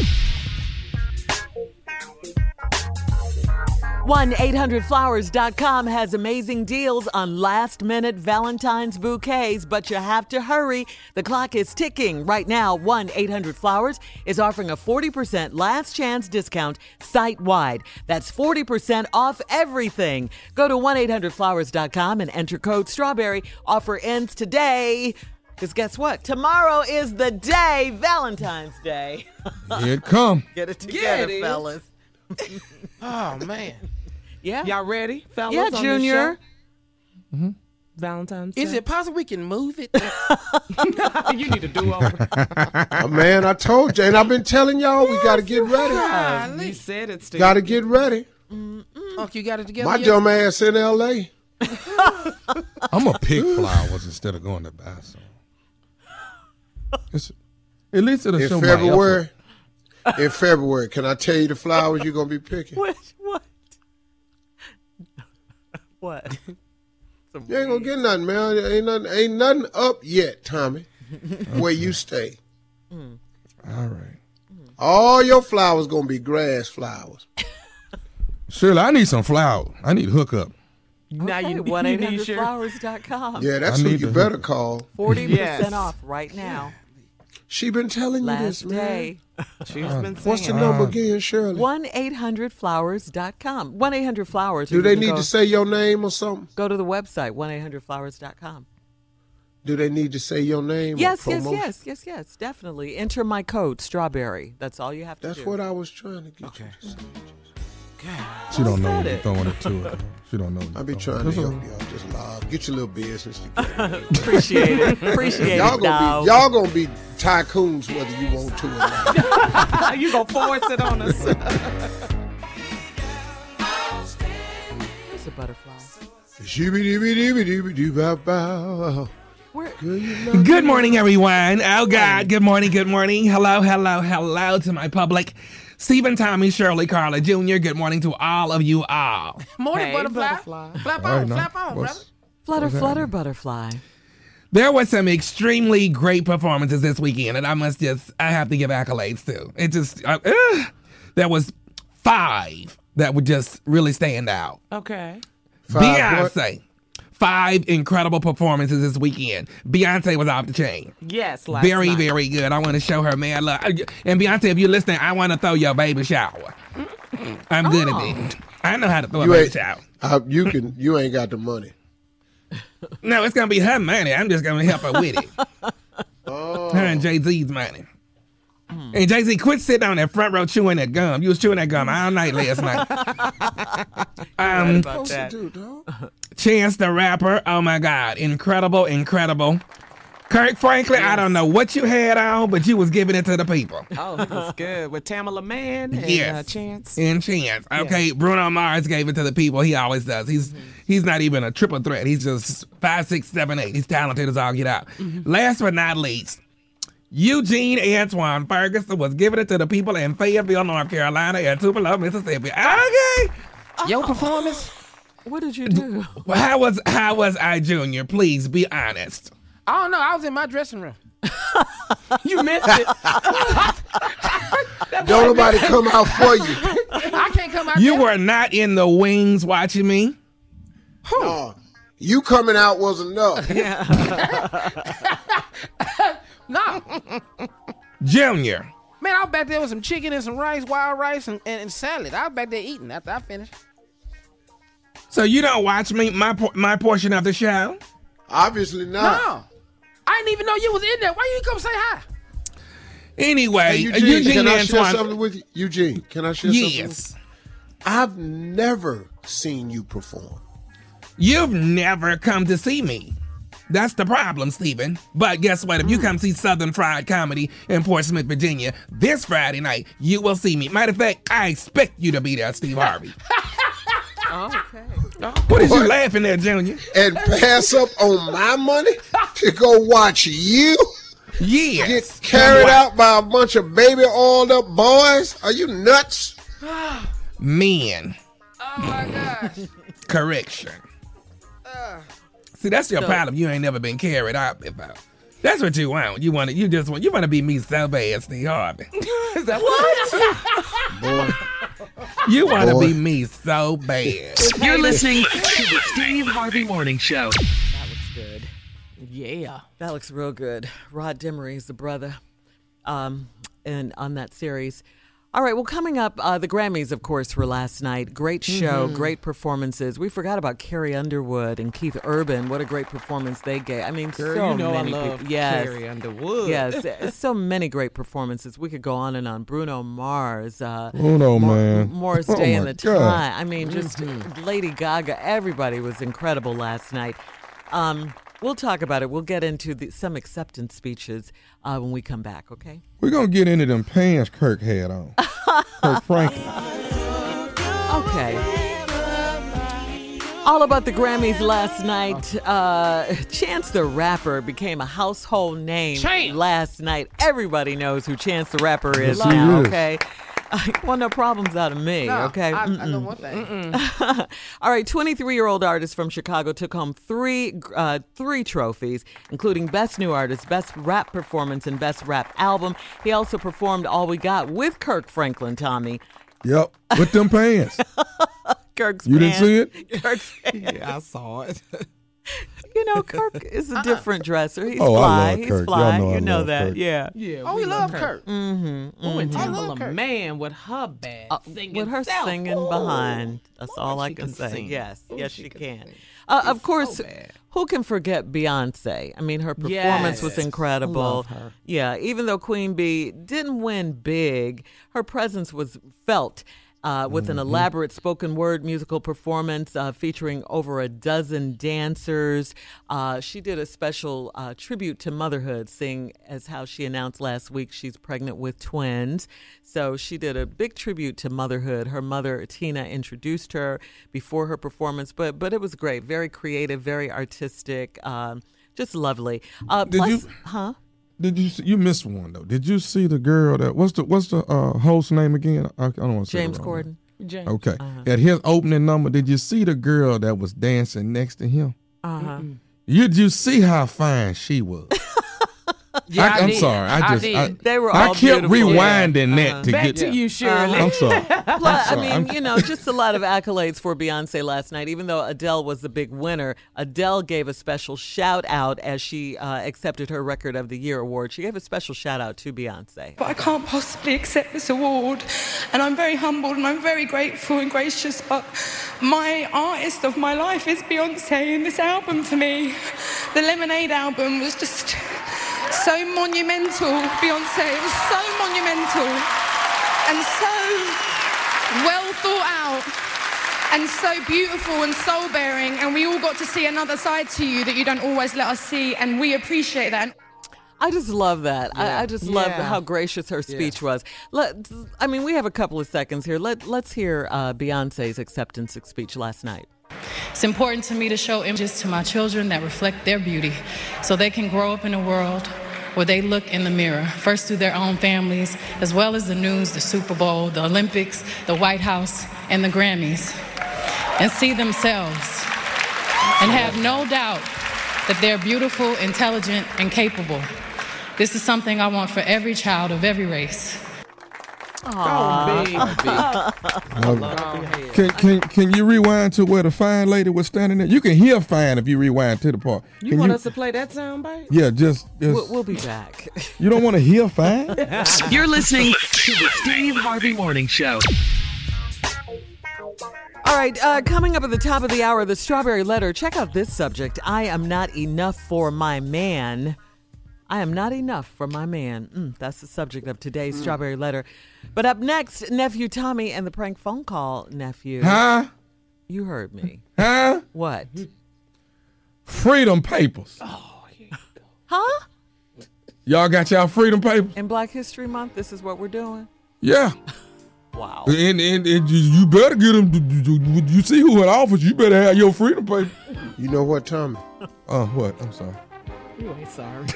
F: 1-800-Flowers.com has amazing deals on last-minute Valentine's bouquets, but you have to hurry. The clock is ticking. Right now, 1-800-Flowers is offering a 40% last chance discount site-wide. That's 40% off everything. Go to 1-800-Flowers.com and enter code STRAWBERRY. Offer ends today. Because guess what? Tomorrow is the day, Valentine's Day.
E: Here it come.
F: Get it together,
H: it is.
F: fellas.
I: oh man.
F: Yeah.
H: Y'all ready, fellas?
I: Yeah,
H: on this
I: Junior.
H: show? Mm-hmm. Valentine's.
I: Is
H: Day?
I: it possible we can move it?
H: you need to do over.
C: Uh, Man, I told you, and I've been telling y'all we got to get ready.
H: you said it, Steve.
C: Got to get ready.
I: Unc, you got it together.
C: My
I: yet?
C: dumb ass in L.A.
E: I'm gonna pick flowers instead of going to buy some. It's, at least it'll
C: in
E: show
C: February. In February, can I tell you the flowers you're gonna be picking?
F: What? What? What?
C: You ain't gonna get nothing, man. Ain't nothing, ain't nothing up yet, Tommy. Where you stay?
F: Mm.
E: my effort. All right,
C: All your flowers gonna be grass flowers.
E: Shirley, I need some flowers. I need hookup.
H: Now you,
F: one
H: you need your.
F: 800flowers.com.
C: Yeah, that's
E: I
C: who
E: need
C: you
E: the
C: better
E: hook.
C: call.
F: 40%
H: Yes.
F: off right now.
C: She been telling you
F: Last
C: this, man.
F: day.
H: She's been saying.
C: What's the number
E: Uh,
C: again, Shirley?
F: 1-800-Flowers.com. 1-800-Flowers.
C: Do
F: or
C: they
F: you can
C: need
F: go,
C: to say your name or something?
F: Go to the website, 1-800-Flowers.com.
C: Do they need to say your name? or
F: Yes, yes,
C: promotion?
F: yes, yes, yes, definitely. Enter my code, strawberry. That's all you have to
C: That's
F: do.
C: what I was trying to get
I: Okay.
C: you to say.
E: She don't know
F: said
E: when you're
F: it.
E: throwing it to her. She don't know. when
C: I
E: you're
P: Oh,
C: be
E: throwing
C: trying
E: it.
C: to help
E: That's
C: y'all. Just log. Get your little business together.
F: Appreciate it. Appreciate
C: y'all
F: it,
C: gonna
F: dog.
C: be y'all gonna be tycoons whether you want to or not.
H: you gonna force it on us?
F: There's a butterfly.
C: Shibidi-bidi-bidi-bow-bow.
F: Where-
C: Girl, you
E: all.
C: love
E: Good morning, everyone. Oh God. Good morning. Good morning. Hello. Hello. Hello to my public. Stephen, Tommy, Shirley, Carla Jr. Good morning to all of you all.
I: Morning,
H: Hey,
I: butterfly.
H: butterfly.
I: Flap
E: All right,
I: on,
E: now,
I: flap on,
E: what's-
I: brother.
F: Flutter,
E: What's
F: flutter, butterfly.
E: There were some extremely great performances this weekend, and I must just, I have to give accolades to. It just, uh, ugh. there was five that would just really stand out.
H: Okay.
C: Five what?
E: Beyonce, five incredible performances this weekend. Beyonce was off the chain.
H: Yes. Last
E: Very,
H: night.
E: very good. I want to show her man love. And Beyonce, if you're listening, I want to throw your baby shower. I'm
F: Oh.
H: Oh.
E: good at it. I know how to throw
C: You
E: a baby
C: ain't,
E: shower.
C: uh, you can you ain't got the money.
P: No, it's gonna be her money. I'm just gonna help her with it.
E: Oh.
C: Oh.
P: Her and Jay Z's money. And Jay Z, quit sitting on that front row chewing that gum. You was chewing that gum all night last night. um,
C: Supposed to do, dog.
P: Chance the Rapper. Oh my God, incredible, incredible. Kirk Franklin, I don't know what you had on, but you was giving it to the people.
H: Oh, he was good with Tamala Mann and uh,
P: Yes.
H: Chance.
P: In chance. Okay, Bruno Mars gave it to the people. He always does. He's
H: Mm-hmm.
P: he's not even a triple threat. He's just five, six, seven, eight. He's talented as all get out.
H: Mm-hmm.
P: Last but not least, Eugene Antoine Ferguson was giving it to the people in Fayetteville, North Carolina, and Tupelo, Mississippi. Ah! Okay.
H: Your performance. What did you do?
P: Well, how was how was I Junior? Please be honest.
I: I don't know. I was in my dressing room. you missed it.
C: Don't nobody come out for you.
I: I can't come out.
P: You were not in the wings watching me.
C: No, you coming out was enough.
I: No.
P: Junior.
I: Man, I was back there with some chicken and some rice, wild rice, and, and, and salad. I was back there eating after I finished.
P: So you don't watch me my por- my portion of the show?
C: Obviously
I: No. I didn't even know you was in there. Why you come say hi?
C: Hey,
P: Anyway,
C: Eugene,
P: Eugene
C: can I share
P: Antoine-
C: something with you? Eugene, can I share something?
P: Yes.
C: I've never seen you perform.
P: You've never come to see me. That's the problem, Stephen. But guess what?
C: Hmm.
P: If you come see Southern Fried Comedy in Portsmouth, Virginia, this Friday night, you will see me. Matter of fact, I expect you to be there, Steve Harvey.
I: Oh.
P: okay. What is you laughing at, Junior?
C: And pass up on my money to go watch you
P: yes.
C: get carried
P: Come watch-
C: out by a bunch of baby oiled up boys? Are you nuts?
A: Oh
P: Men. Correction. See, that's your
C: So-
P: problem. You ain't never been carried out before. That's what you want. You want to. You just want. You want to be me so bad, Steve Harvey.
I: Is that what?
P: Boy. You want to
D: Boy.
P: be me so bad.
D: You're listening to the Steve Harvey Morning Show.
F: good. Yeah. That looks real good. Rod Demery is the brother um, and on that series. All right, well, coming up, uh, the Grammys, of course, were last night. Great show,
H: Mhm.
F: great performances. We forgot about Carrie Underwood and Keith Urban. What a great performance they gave. I mean,
H: Girl,
F: so
H: you know I
F: many
H: love
F: people. Yes.
H: Carrie Underwood.
F: Yes, uh, so many great performances. We could go on and on. Bruno Mars. Uh,
P: Bruno,
F: Mor-
P: man.
F: Morris
P: Oh,
F: Day and
P: my
F: the
P: God. Mm-hmm.
F: Time. I mean, just Lady Gaga. Everybody was incredible last night. Um, we'll talk about it. We'll get into the, some acceptance speeches uh, when we come back. Okay.
P: We're gonna get into them pants Kirk had on. Kirk Franklin.
F: Okay. All about the Grammys last night.
H: Oh.
F: Uh, Chance the Rapper became a household name last night. Everybody knows who Chance the Rapper is
H: Yes, he
F: now.
H: is.
F: Okay. I want no problems out of me.
H: No,
F: okay.
H: I- I know
F: Mm-mm.
H: one thing.
F: All right, 23-year-old artist from Chicago took home three uh, three trophies, including Best New Artist, Best Rap Performance, and Best Rap Album. He also performed All We Got with Kirk Franklin, Tommy.
P: Yep, with them pants.
F: Kirk's
P: You didn't see
F: it? Kirk's pants.
H: Yeah, I saw it. Uh-uh.
F: You know, Kirk is a different dresser. He's
P: Oh, I
F: fly.
P: love
F: He's
P: Kirk. Y'all
F: fly.
P: know I
F: you know
P: love
F: that.
P: Kirk.
F: Yeah.
H: Yeah.
I: Oh, we love Kirk.
F: Mm-hmm.
H: Oh, and
F: mhm.
H: Tamala Man with her bad singing.
F: With her
H: self.
F: singing
H: Ooh.
F: behind. That's all I
H: she
F: can,
H: can
F: say.
H: sing.
F: Yes.
H: Ooh,
F: yes,
H: she
F: she,
H: can
F: can. Uh, of course, who can forget Beyonce? I mean, her performance was
H: Yes.
F: incredible.
H: Love her.
F: Yeah, even though Queen Bee didn't win big, her presence was felt uh, with
P: Mm-hmm.
F: an elaborate spoken word musical performance uh, featuring over a dozen dancers. Uh, she did a special uh, tribute to motherhood, seeing as how she announced last week she's pregnant with twins. So she did a big tribute to motherhood. Her mother Tina introduced her before her performance, but but it was great, very creative, very artistic, um, just lovely. Uh,
P: Did
F: plus,
P: you-
F: huh?
P: Did you see, you missed one though? Did you see the girl that what's the what's the uh, host name again? I, I don't want to say the
F: James
P: wrong
F: Corden.
P: name.
F: James.
P: Okay.
F: Uh-huh.
P: At his opening number, did you see the girl that was dancing next to him?
F: Uh-huh.
P: Did you see how fine she was?
I: Yeah, I
E: am
I: did.
E: sorry. I
I: I
E: just I,
I: did. They were
E: I
I: all
E: kept
I: beautiful.
E: rewinding
I: Yeah.
E: that
I: Uh-huh.
E: to
I: Back
E: get
I: to you, Shirley.
E: I'm sorry.
F: Plus,
E: I'm sorry.
F: I mean,
E: I'm-
F: you know, just a lot of accolades for Beyonce last night. Even though Adele was the big winner, Adele gave a special shout out as she uh, accepted her Record of the Year award. She gave a special shout out to Beyonce.
L: But I can't possibly accept this award. And I'm very humbled and I'm very grateful and gracious. But my artist of my life is Beyonce, and this album for me, the Lemonade album, was just so monumental. Beyonce, it was so monumental and so well thought out and so beautiful and soul bearing. And we all got to see another side to you that you don't always let us see, and we appreciate that.
F: I just love that. I, I just love
L: Yeah.
F: how gracious her
L: Yeah.
F: speech was. Let, I mean, we have a couple of seconds here. Let, let's hear uh, Beyonce's acceptance speech last night.
O: It's important to me to show images to my children that reflect their beauty so they can grow up in a world where they look in the mirror, first through their own families, as well as the news, the Super Bowl, the Olympics, the White House, and the Grammys, and see themselves and have no doubt that they're beautiful, intelligent, and capable. This is something I want for every child of every race.
E: Can, can can you rewind to where the fine lady was standing there? You can hear fine if you rewind to the part.
H: You
E: Can
H: want us to play that soundbite?
E: Yeah, just, just
H: We'll-
F: we'll be back.
E: You don't want to hear fine?
D: You're listening to the Steve Harvey Morning Show.
F: All right, uh, coming up at the top of the hour, the strawberry letter. Check out this subject I am not enough for my man. I am not enough for my man. Mm, that's the subject of
E: Mm.
F: today's strawberry letter. But up next, nephew Tommy and the prank phone call, nephew.
E: Huh?
F: You heard me.
E: Huh?
F: What?
E: Mm-hmm. Freedom papers.
F: Huh?
E: Y'all got y'all freedom papers?
F: In Black History Month, this is what we're doing.
E: Yeah.
F: Wow.
E: And, and, and you- you better get them. You, you- you see who in office, you better have your freedom paper.
C: You know what, Tommy?
E: Oh, what? I'm sorry.
H: You ain't sorry.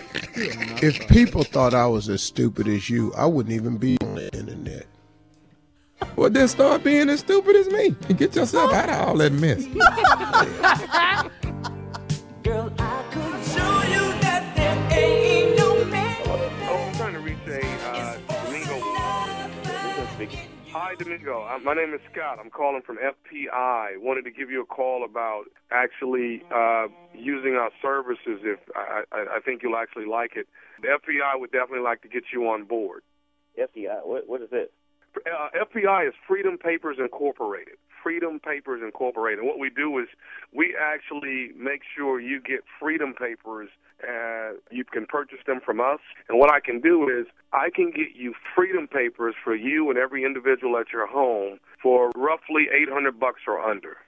C: If people thought I was as stupid as you, I wouldn't even be on the internet.
E: Well, then start being as stupid as me and get yourself out of all that mess.
K: Girl, I could show you that there ain't no man.
Q: trying to reach a uh, Domingo. Hi, Domingo. Uh, my name is Scott. I'm calling from FPI. Wanted to give you a call about actually uh, using our services. If I, I, I think you'll actually like it, the FPI would definitely like to get you on board.
R: FBI, what, what is it?
Q: Uh, FPI is Freedom Papers Incorporated. Freedom Papers Incorporated. What we do is we actually make sure you get freedom papers. Uh, you can purchase them from us. And what I can do is I can get you freedom papers for you and every individual at your home for roughly 800 bucks or under.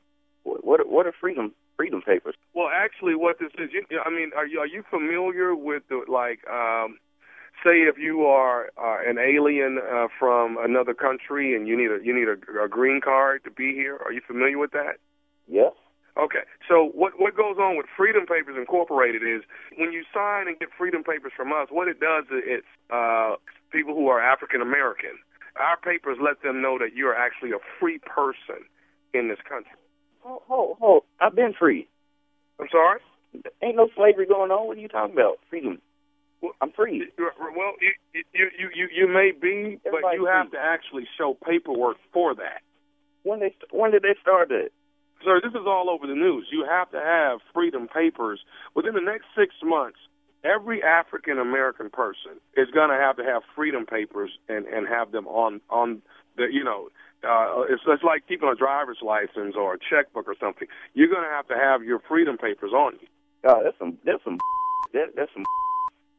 R: What, what, what are freedom freedom papers?
Q: Well, actually, what this is, you, I mean, are you are you familiar with the like, um, say, if you are uh, an alien uh, from another country and you need a you need a, a green card to be here? Are you familiar with that?
R: Yes.
Q: Okay. So what what goes on with Freedom Papers Incorporated is when you sign and get Freedom Papers from us, what it does is it's uh, people who are African American. Our papers let them know that you're actually a free person in this country.
R: Ho, ho, ho. I've been free.
Q: I'm sorry.
R: Ain't no slavery going on. What are you talking about? Freedom. I'm free.
Q: Well, you you you you, you may be, but you have to actually show paperwork for that.
R: When they when did they start that?
Q: Sir, this is all over the news. You have to have freedom papers within the next six months. Every African American person is going to have to have freedom papers and and have them on on the you know. Uh, it's, it's like keeping a driver's license or a checkbook or something. You're going to have to have your freedom papers on you.
R: Oh, that's some that's some that, that's some.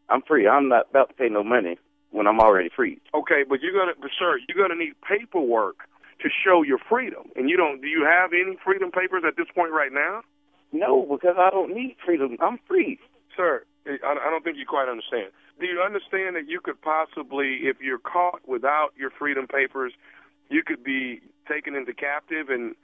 R: I'm free. I'm not about to pay no money when I'm already free.
Q: Okay, but you're gonna, but sir, you're gonna need paperwork to show your freedom, and you don't. Do you have any freedom papers at this point right now?
R: No, because I don't need freedom. I'm free.
Q: Sir, I I don't think you quite understand. Do you understand that you could possibly, if you're caught without your freedom papers, you could be taken into captive and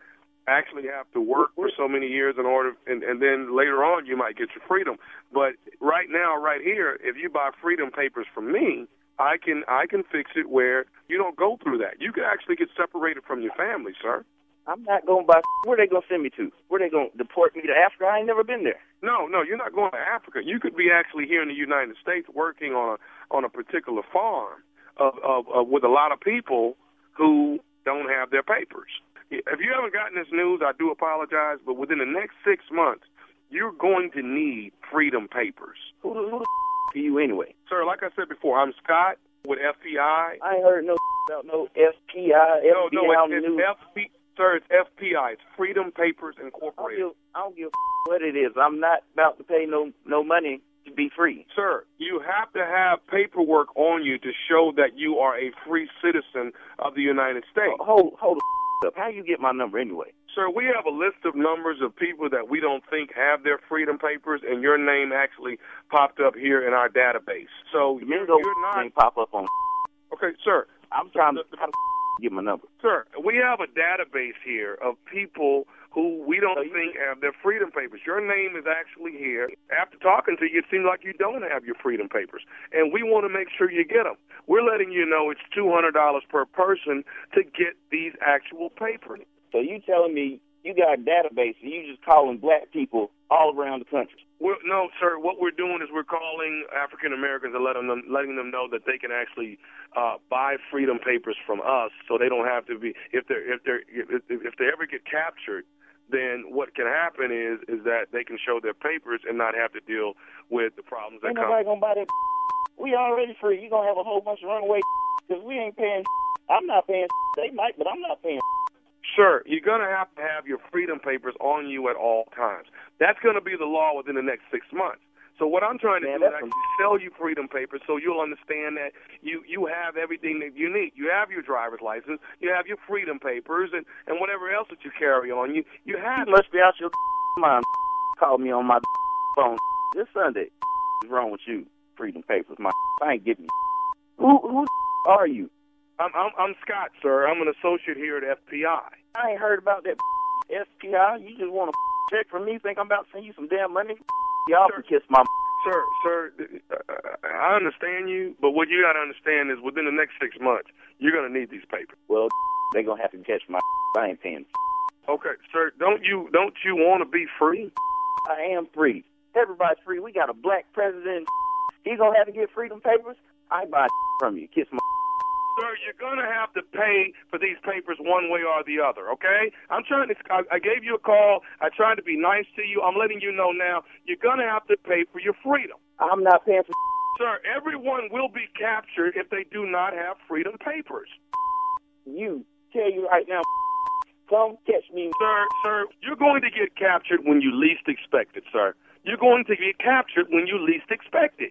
Q: actually have to work for so many years in order, and, and then later on you might get your freedom. But right now, right here, if you buy freedom papers from me, I can I can fix it where you don't go through that. You can actually get separated from your family, sir.
R: I'm not going by. Where they gonna send me to? Where they gonna deport me to Africa? I ain't never been there.
Q: No, no, you're not going to Africa. You could be actually here in the United States working on a on a particular farm of, of, of with a lot of people who don't have their papers. If you haven't gotten this news, I do apologize, but within the next six months, you're going to need freedom papers.
R: Who the, who the are you anyway?
Q: Sir, like I said before, I'm Scott with FPI.
R: I ain't heard no about no FPI,
Q: No, no,
R: FBI
Q: it's,
R: news.
Q: it's FP, sir, it's FPI. It's Freedom Papers
R: I don't
Q: Incorporated.
R: give, I don't give a what it is. I'm not about to pay no no money to be free.
Q: Sir, you have to have paperwork on you to show that you are a free citizen of the United States.
R: Hold hold the up. How you get my number anyway?
Q: Sir, we have a list of numbers of people that we don't think have their freedom papers, and your name actually popped up here in our database. So you're,
R: Domingo
Q: you're not.
R: ain't pop up on.
Q: Okay, sir.
R: I'm trying to how the get my number.
Q: Sir, we have a database here of people who we don't think have their freedom papers. Your name is actually here. After talking to you, it seems like you don't have your freedom papers, and we want to make sure you get them. We're letting you know it's two hundred dollars per person to get these actual papers.
R: So you telling me you got a database and you just calling black people all around the country?
Q: We're, no, sir. What we're doing is we're calling African Americans and letting them letting them know that they can actually uh, buy freedom papers from us, so they don't have to be if they are if they are if, if they ever get captured. Then what can happen is is that they can show their papers and not have to deal with the problems that
R: Ain't
Q: come.
R: nobody gonna buy that. We already free. You gonna have a whole bunch of runaway because we ain't paying. I'm not paying. They might, but I'm not paying.
Q: Sure, you're going to have to have your freedom papers on you at all times. That's going to be the law within the next six months. So what I'm trying to do is actually sell you freedom papers so you'll understand that you, you have everything that you need. You have your driver's license, you have your freedom papers, and, and whatever else that you carry on you. You have
R: You must be out your mind. Called me on my phone this Sunday. What's wrong with you? Freedom papers. My I ain't getting. Who who are you?
Q: I'm, I'm, I'm Scott, sir. I'm an associate here at FPI.
R: I ain't heard about that SPI. You just want a check from me? Think I'm about to send you some damn money? Y'all can kiss my.
Q: Sir, sir, uh, I understand you, but what you got to understand is within the next six months, you're going to need these papers.
R: Well, they gonna have to catch my. I ain't paying.
Q: Okay, sir, don't you don't you want to be free?
R: I am free. Everybody's free. We got a black president. He gonna have to get freedom papers. I buy from you. Kiss my.
Q: Sir, you're going to have to pay for these papers one way or the other, okay? I'm trying to, I, I gave you a call. I tried to be nice to you. I'm letting you know now, you're going to have to pay for your freedom.
R: I'm not paying for.
Q: Sir, everyone will be captured if they do not have freedom papers.
R: You tell you right now. Come catch me.
Q: Sir, sir, you're going to get captured when you least expect it, sir. You're going to get captured when you least expect it.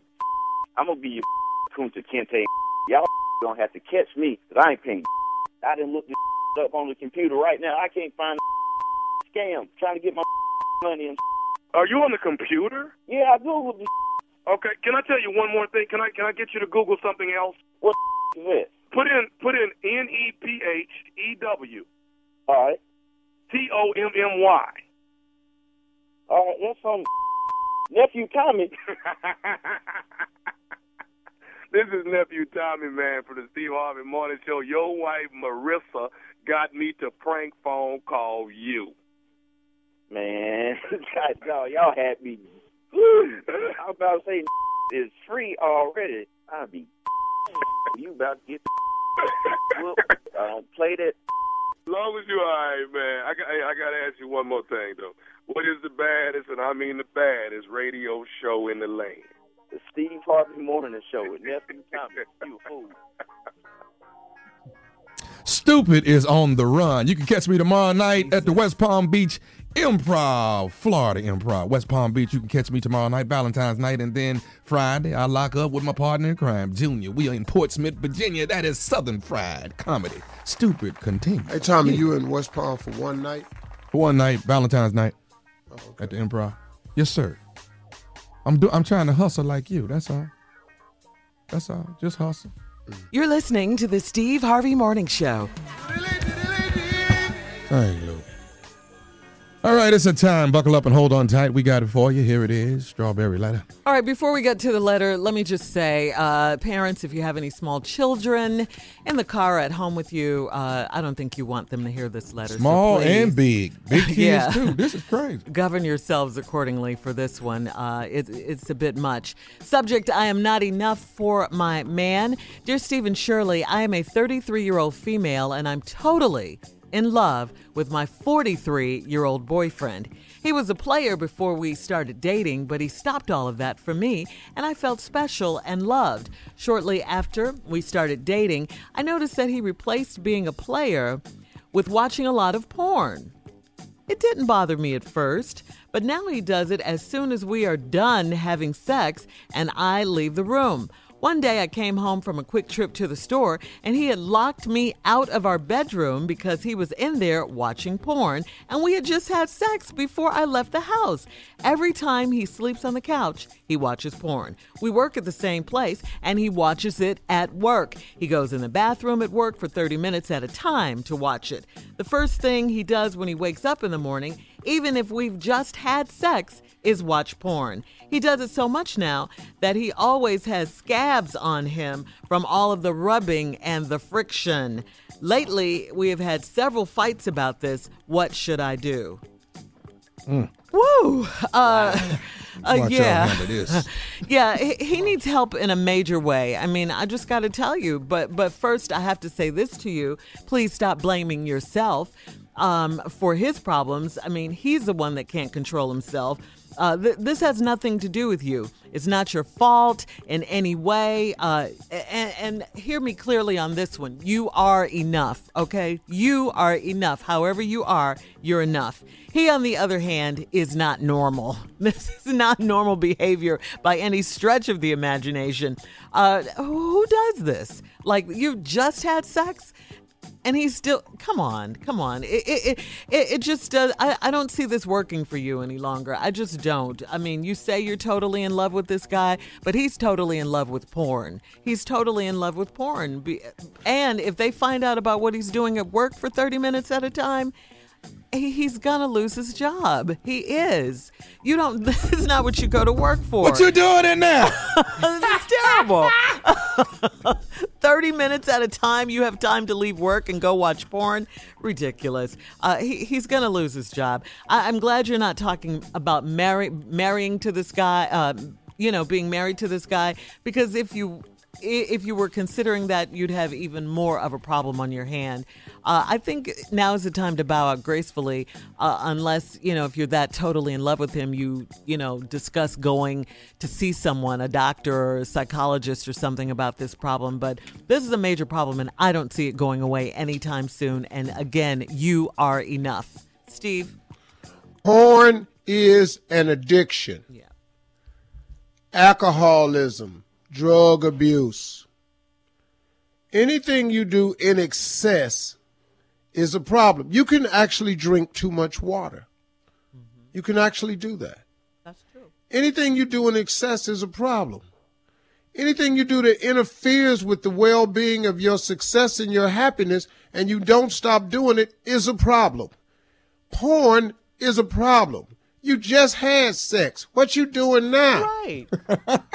R: I'm gonna be your Kunta Kinte. Y'all gonna have to catch me, 'cause I ain't paying. I didn't look this up on the computer right now. I can't find the scam. Trying to get my money and.
Q: Are you on the computer?
R: Yeah, I googled this.
Q: Okay, can I tell you one more thing? Can I can I get you to Google something else?
R: What is this?
Q: Put in put in N E P H E W
R: All right,
Q: T O M M Y.
R: all right. That's some nephew Tommy.
Q: This is nephew Tommy man for the Steve Harvey Morning Show. Your wife Marissa got me to prank phone call you.
R: Man, God, no, y'all had me. Woo. I'm about to say is free already. I be you about to get. Whoop. I don't play that.
Q: As long as you all right, man. I got hey, I gotta ask you one more thing though. What is the baddest, and I mean the baddest radio show in the land?
R: The Steve Harvey Morning Show with nephew Tommy. You a fool.
E: Stupid is on the run. You can catch me tomorrow night at the West Palm Beach Improv, Florida Improv. West Palm Beach, you can catch me tomorrow night, Valentine's night, and then Friday, I lock up with my partner in crime, Junior. We are in Portsmouth, Virginia. That is Southern Fried Comedy. Stupid continues.
C: Hey, Tommy, you in West Palm for one night?
E: One night, Valentine's night,
C: Oh,
E: at the Improv. Yes, sir. I'm do. I'm trying to hustle like you. That's all. That's all. Just hustle.
F: You're listening to the Steve Harvey Morning Show.
E: Dang, Luke. All right, it's a time. Buckle up and hold on tight. We got it for you. Here it is. Strawberry letter.
F: All right, before we get to the letter, let me just say, uh, parents, if you have any small children in the car at home with you, uh, I don't think you want them to hear this letter. so
E: Small
F: please-
E: and big. Big kids,
F: Yeah.
E: too. This is crazy.
F: Govern yourselves accordingly for this one. Uh, it, it's a bit much. Subject I am not enough for my man. Dear Stephen Shirley, I am a 33 year old female and I'm totally in love with my 43 year old boyfriend. He was a player before we started dating, but he stopped all of that for me, and I felt special and loved. Shortly after we started dating, I noticed that he replaced being a player with watching a lot of porn. It didn't bother me at first, but now he does it as soon as we are done having sex and I leave the room. One day I came home from a quick trip to the store and he had locked me out of our bedroom because he was in there watching porn and we had just had sex before I left the house. Every time he sleeps on the couch, he watches porn. We work at the same place and he watches it at work. He goes in the bathroom at work for 30 minutes at a time to watch it. The first thing he does when he wakes up in the morning, even if we've just had sex, is watch porn. He does it so much now that he always has scabs on him from all of the rubbing and the friction. Lately, we have had several fights about this. What should I do? Woo! Uh, uh,
E: Watch
F: yeah.
E: y'all handle this.
F: yeah, he, he needs help in a major way. I mean, I just got to tell you, but but first I have to say this to you. Please stop blaming yourself um, for his problems. I mean, he's the one that can't control himself. Uh, th- this has nothing to do with you. It's not your fault in any way. Uh, and, and hear me clearly on this one. You are enough, okay? You are enough. However you are, you're enough. He, on the other hand, is not normal. This is not normal behavior by any stretch of the imagination. Uh, who does this? Like, you've just had sex? and he's still come on come on it, it, it, it it just does I, I don't see this working for you any longer i just don't i mean you say you're totally in love with this guy but he's totally in love with porn he's totally in love with porn Be- and if they find out about what he's doing at work for 30 minutes at a time he- he's gonna lose his job he is you don't this is not what you go to work for
E: What you doing in there?
F: this is terrible 30 minutes at a time. You have time to leave work and go watch porn. Ridiculous. Uh, he, he's going to lose his job. I, I'm glad you're not talking about marry, marrying to this guy, uh, you know, being married to this guy, because if you. i- If you were considering that, you'd have even more of a problem on your hand. Uh, I think now is the time to bow out gracefully, uh, unless you know if you're that totally in love with him, you you know discuss going to see someone, a doctor or a psychologist or something about this problem. But this is a major problem, and I don't see it going away anytime soon. And again, you are enough, Steve.
C: Porn is an addiction. Yeah. Alcoholism, drug abuse. Anything you do in excess is a problem. You can actually drink too much water. You can actually do that.
F: Mm-hmm. That's true.
C: Anything you do in excess is a problem. Anything you do that interferes with the well being of your success and your happiness, and you don't stop doing it, is a problem. Porn is a problem. You just had sex. What you doing now?
F: Right.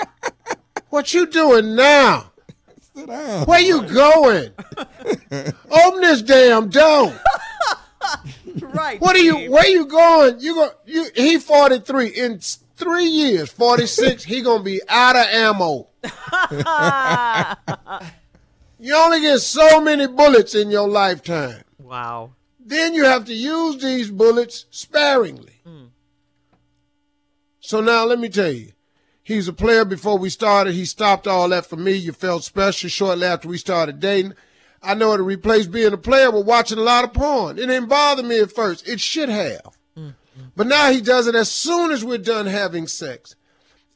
C: what you doing now? Sit down. Where you going? Open this damn door.
F: right.
C: What are you? Where you going? You go. You he forty three in s- three years. Forty six. he gonna be out of ammo. you only get so many bullets in your lifetime.
F: Wow.
C: Then you have to use these bullets sparingly. So now let me tell you. He's a player before we started. He stopped all that for me. You felt special shortly after we started dating. I know it'll replace being a player with watching a lot of porn. It didn't bother me at first. It should have. But now he does it as soon as we're done having sex.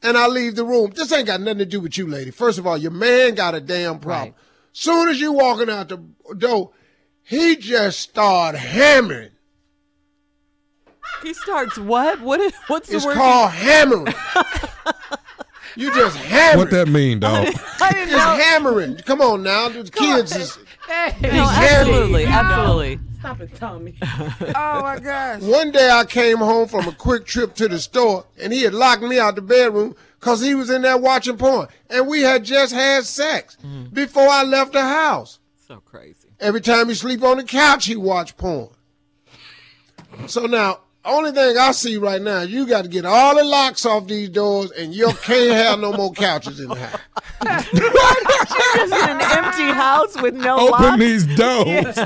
C: And I leave the room. This ain't got nothing to do with you, lady. First of all, your man got a damn problem. Soon as you walking out the door, he just start hammering.
F: He starts what? What is what's
C: It's
F: the word?
C: called hammering. you just hammering.
E: What that mean, dog?
C: Just hammering. Come on now, the kids is
I: Hey.
F: No, absolutely,
C: No.
F: absolutely.
H: Stop it, Tommy.
I: oh my gosh.
C: One day I came home from a quick trip to the store and he had locked me out the bedroom because he was in there watching porn. And we had just had sex before I left the house.
F: Mm. So crazy.
C: Every time he sleep on the couch, he watch porn. So now, only thing I see right now, you got to get all the locks off these doors and you can't have no more couches in the house.
F: She's in an empty house with no
C: Open
F: locks.
C: these doors.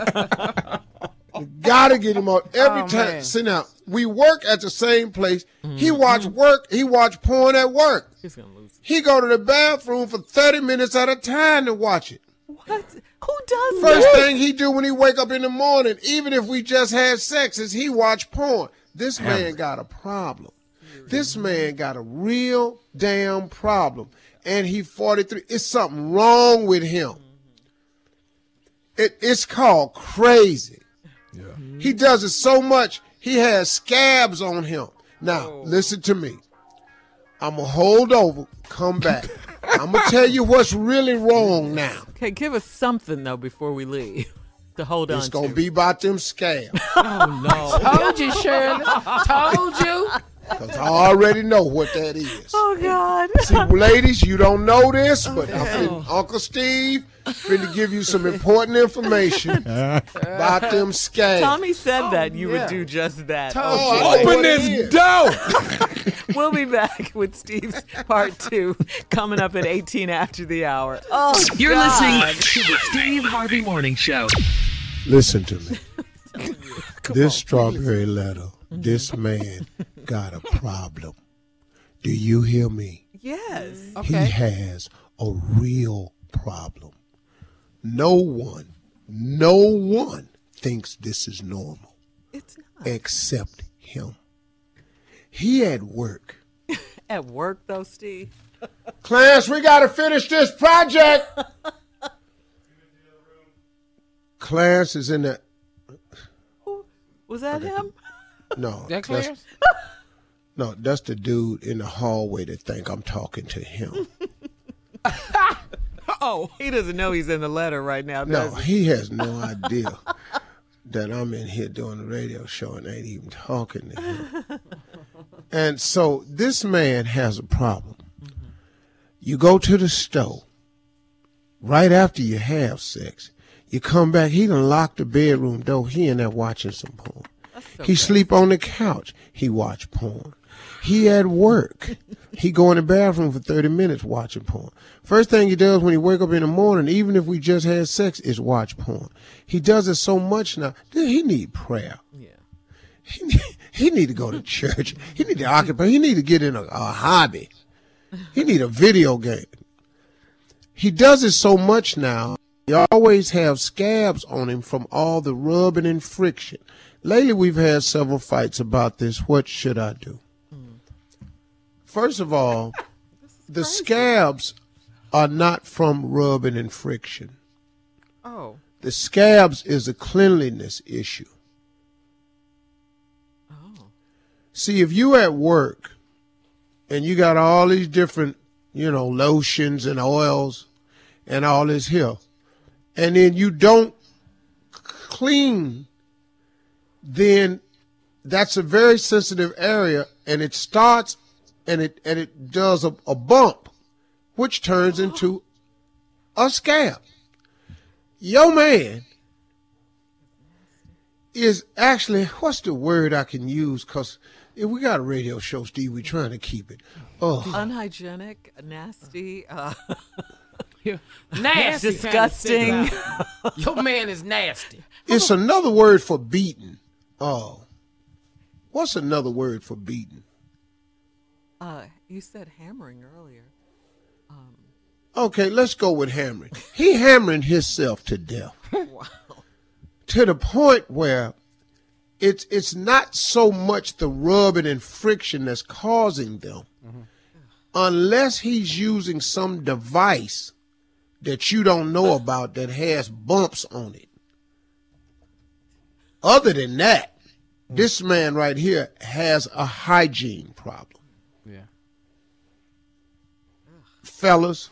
C: gotta get him on every
F: Oh,
C: time.
F: man. Mm-hmm.
C: See now, we work at the same place. He watch work. He watch porn at work.
F: He's gonna lose.
C: He go to the bathroom for thirty minutes at a time to watch it.
F: What? Who does
C: First
F: that?
C: thing he do when he wake up in the morning, even if we just had sex, is he watch porn. This man got a problem. This man got a real damn problem, and he forty three. It's something wrong with him. It, it's called crazy. He does it so much, he has scabs on him. Now, listen to me. I'm going to hold over, come back. I'm going to tell you what's really wrong now.
F: Okay, give us something though before we leave to hold on.
C: It's going
F: to
C: to be about them scabs.
F: Oh no!
I: Told you, Shirley. Told you.
C: Because I already know what that is.
I: Oh God.
C: See, ladies, you don't know this, but I'm finna- Uncle Steve finna give you some important information about them scabs.
F: Tommy said that you
C: yeah.
F: would do just that.
C: Told you. Open
F: boy.
C: this Yeah.
F: we'll be back with Steve's part two coming up at 18 after the hour. Oh,
D: You're
F: God.
D: listening to the Steve Harvey Morning Show.
C: Listen to me. this strawberry letter, this man got a problem. Do you hear me?
F: Yes.
C: He has a real problem. No one, no one thinks this is normal
F: It's
C: except him. He at work.
F: at work though, Steve.
C: Clarence, we got to finish this project. Clarence is in the
F: Was that him?
C: No.
F: That
C: that's-
F: Clarence?
C: No, that's the dude in the hallway that think I'm talking to him.
F: Oh, he doesn't know he's in the letter right now.
C: no,
F: Does
C: he has no idea that I'm in here doing the radio show and ain't even talking to him. and so this man has a problem. You go to the store right after you have sex. You come back, he done locked the bedroom door. He in there watching some porn. he sleep on the couch. He watch porn. He at work. he go in the bathroom for 30 minutes watching porn. First thing he does when he wake up in the morning, even if we just had sex, is watch porn. He does it so much now. dude, He need prayer. Yeah. He need, he need to go to church. He need to occupy. He need to get in a, a hobby. He need a video game. He does it so much now. He always have scabs on him from all the rubbing and friction. Lately, we've had several fights about this. What should I do? First of all, the scabs are not from rubbing and friction.
F: Oh.
C: The scabs is a cleanliness issue. See, if you at work and you got all these different, you know, lotions and oils and all this here, and then you don't c- clean, then that's a very sensitive area and it starts and it and it does a, a bump, which turns into a scab. Your man is actually what's the word I can use? Cause if we got a radio show, Steve, we trying to keep it. Oh,
F: Unhygienic, nasty. Uh,
I: Nasty.
F: disgusting.
I: Your man is nasty.
C: it's another word for beaten. Oh, what's another word for beaten?
F: Uh, you said hammering earlier.
C: Okay, let's go with hammering. He hammering himself to death.
F: Wow.
C: to the point where it's it's not so much the rubbing and friction that's causing them unless he's using some device that you don't know about that has bumps on it other than that this man right here has a hygiene problem
I: Yeah.
C: fellas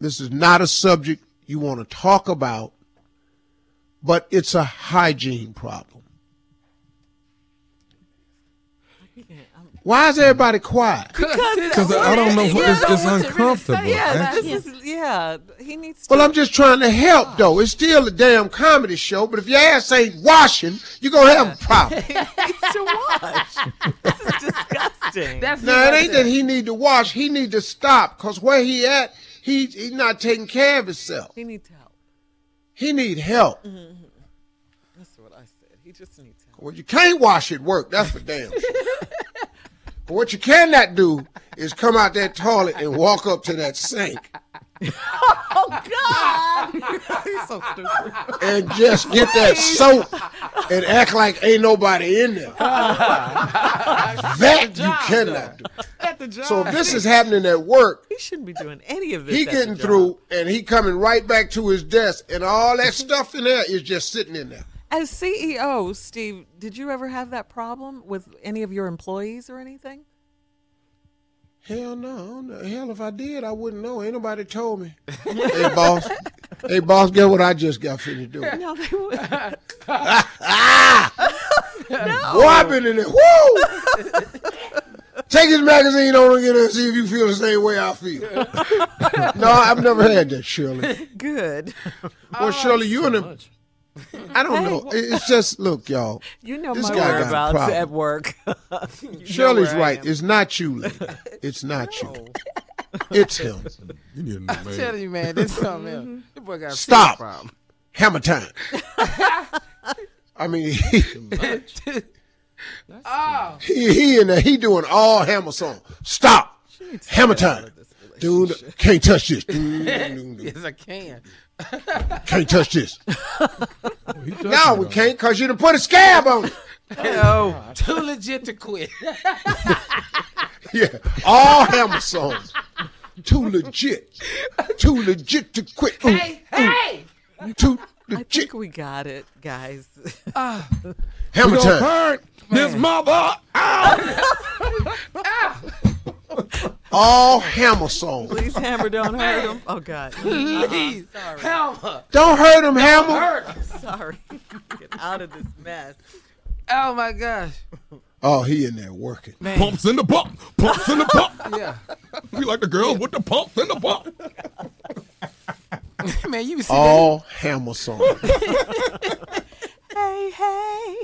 C: this is not a subject you want to talk about but it's a hygiene problem. Why is everybody quiet?
F: Because
C: I don't know.
F: it's- it's
C: uncomfortable.
F: Yeah, this is, yeah. He needs
C: Well, I'm just trying to help, though. It's still a damn comedy show, but if your ass ain't washing, you're going to have a problem.
F: to wash. this is disgusting.
I: That's
C: now, it ain't that he need to wash. He need to stop, because where he at, he he not taking care of himself.
F: He needs help.
C: He need help.
F: Mm-hmm, That's what I said. He just needs help.
C: Well, you can't wash at work. That's for damn sure. but what you cannot do is come out that toilet and walk up to that sink
K: Oh
F: Oh,
K: God! He's so stupid.
C: and just get that soap and act like ain't nobody in there. that you cannot do.
F: At the job.
C: So if this is happening at work,
F: He shouldn't be doing any of this.
C: he
F: at the
C: getting
F: job.
C: through and he coming right back to his desk and all that stuff in there is just sitting in there.
F: As CEO, Steve, did you ever have that problem with any of your employees or anything?
C: Hell no, I don't know. hell if I did, I wouldn't know. Ain't nobody told me. hey boss, hey boss, get what I just got finished doing.
F: No, they would.
C: Boy, I've been in there. Woo! Take his magazine on and get it and see if you feel the same way I feel. no, I've never had that, Shirley.
F: Good.
C: Well, Shirley, you and him. I don't
F: Hey,
C: know.
F: well-
C: It- It's just look, y'all.
F: You know
C: This
F: my
C: guy got a
F: whereabouts
C: problem.
F: at work. You know
C: Shirley's
F: where I
C: right.
F: am.
C: It's not you, lady. It's not you. It's him.
I: I'm telling you, man, this something else. This boy got a serious
C: Stop.
I: problem.
C: Hammer time. I mean, he,
I: Oh,
C: he, he in there, he doing all hammer songs. Stop. Hammer time. Dude, can't touch this. Dude,
I: yes, I can.
C: can't touch this. no, we can't because you done put a scab on it.
I: Oh, too legit to quit.
C: Yeah, all hammer songs. Too legit. Too legit to quit. Ooh,
I: hey!
C: ooh, Too
F: I think we got it, guys.
C: Ah. hammer
E: We gonna
C: time.
E: burn This mother.
C: All hammer songs.
F: Please, Hammer, don't hurt him. Oh, God.
I: Please,
F: Uh-huh. sorry.
I: Hammer.
C: Don't hurt him,
I: Don't
C: Hammer.
I: hurt him.
F: Sorry. Get out of this mess.
I: Oh my gosh.
C: Oh, he in there working.
E: Pumps in the pump. Pumps in the pump.
I: Yeah.
E: We like the girls with the pumps in the pump.
I: man, you see
C: All hammer songs.
F: Hey, hey.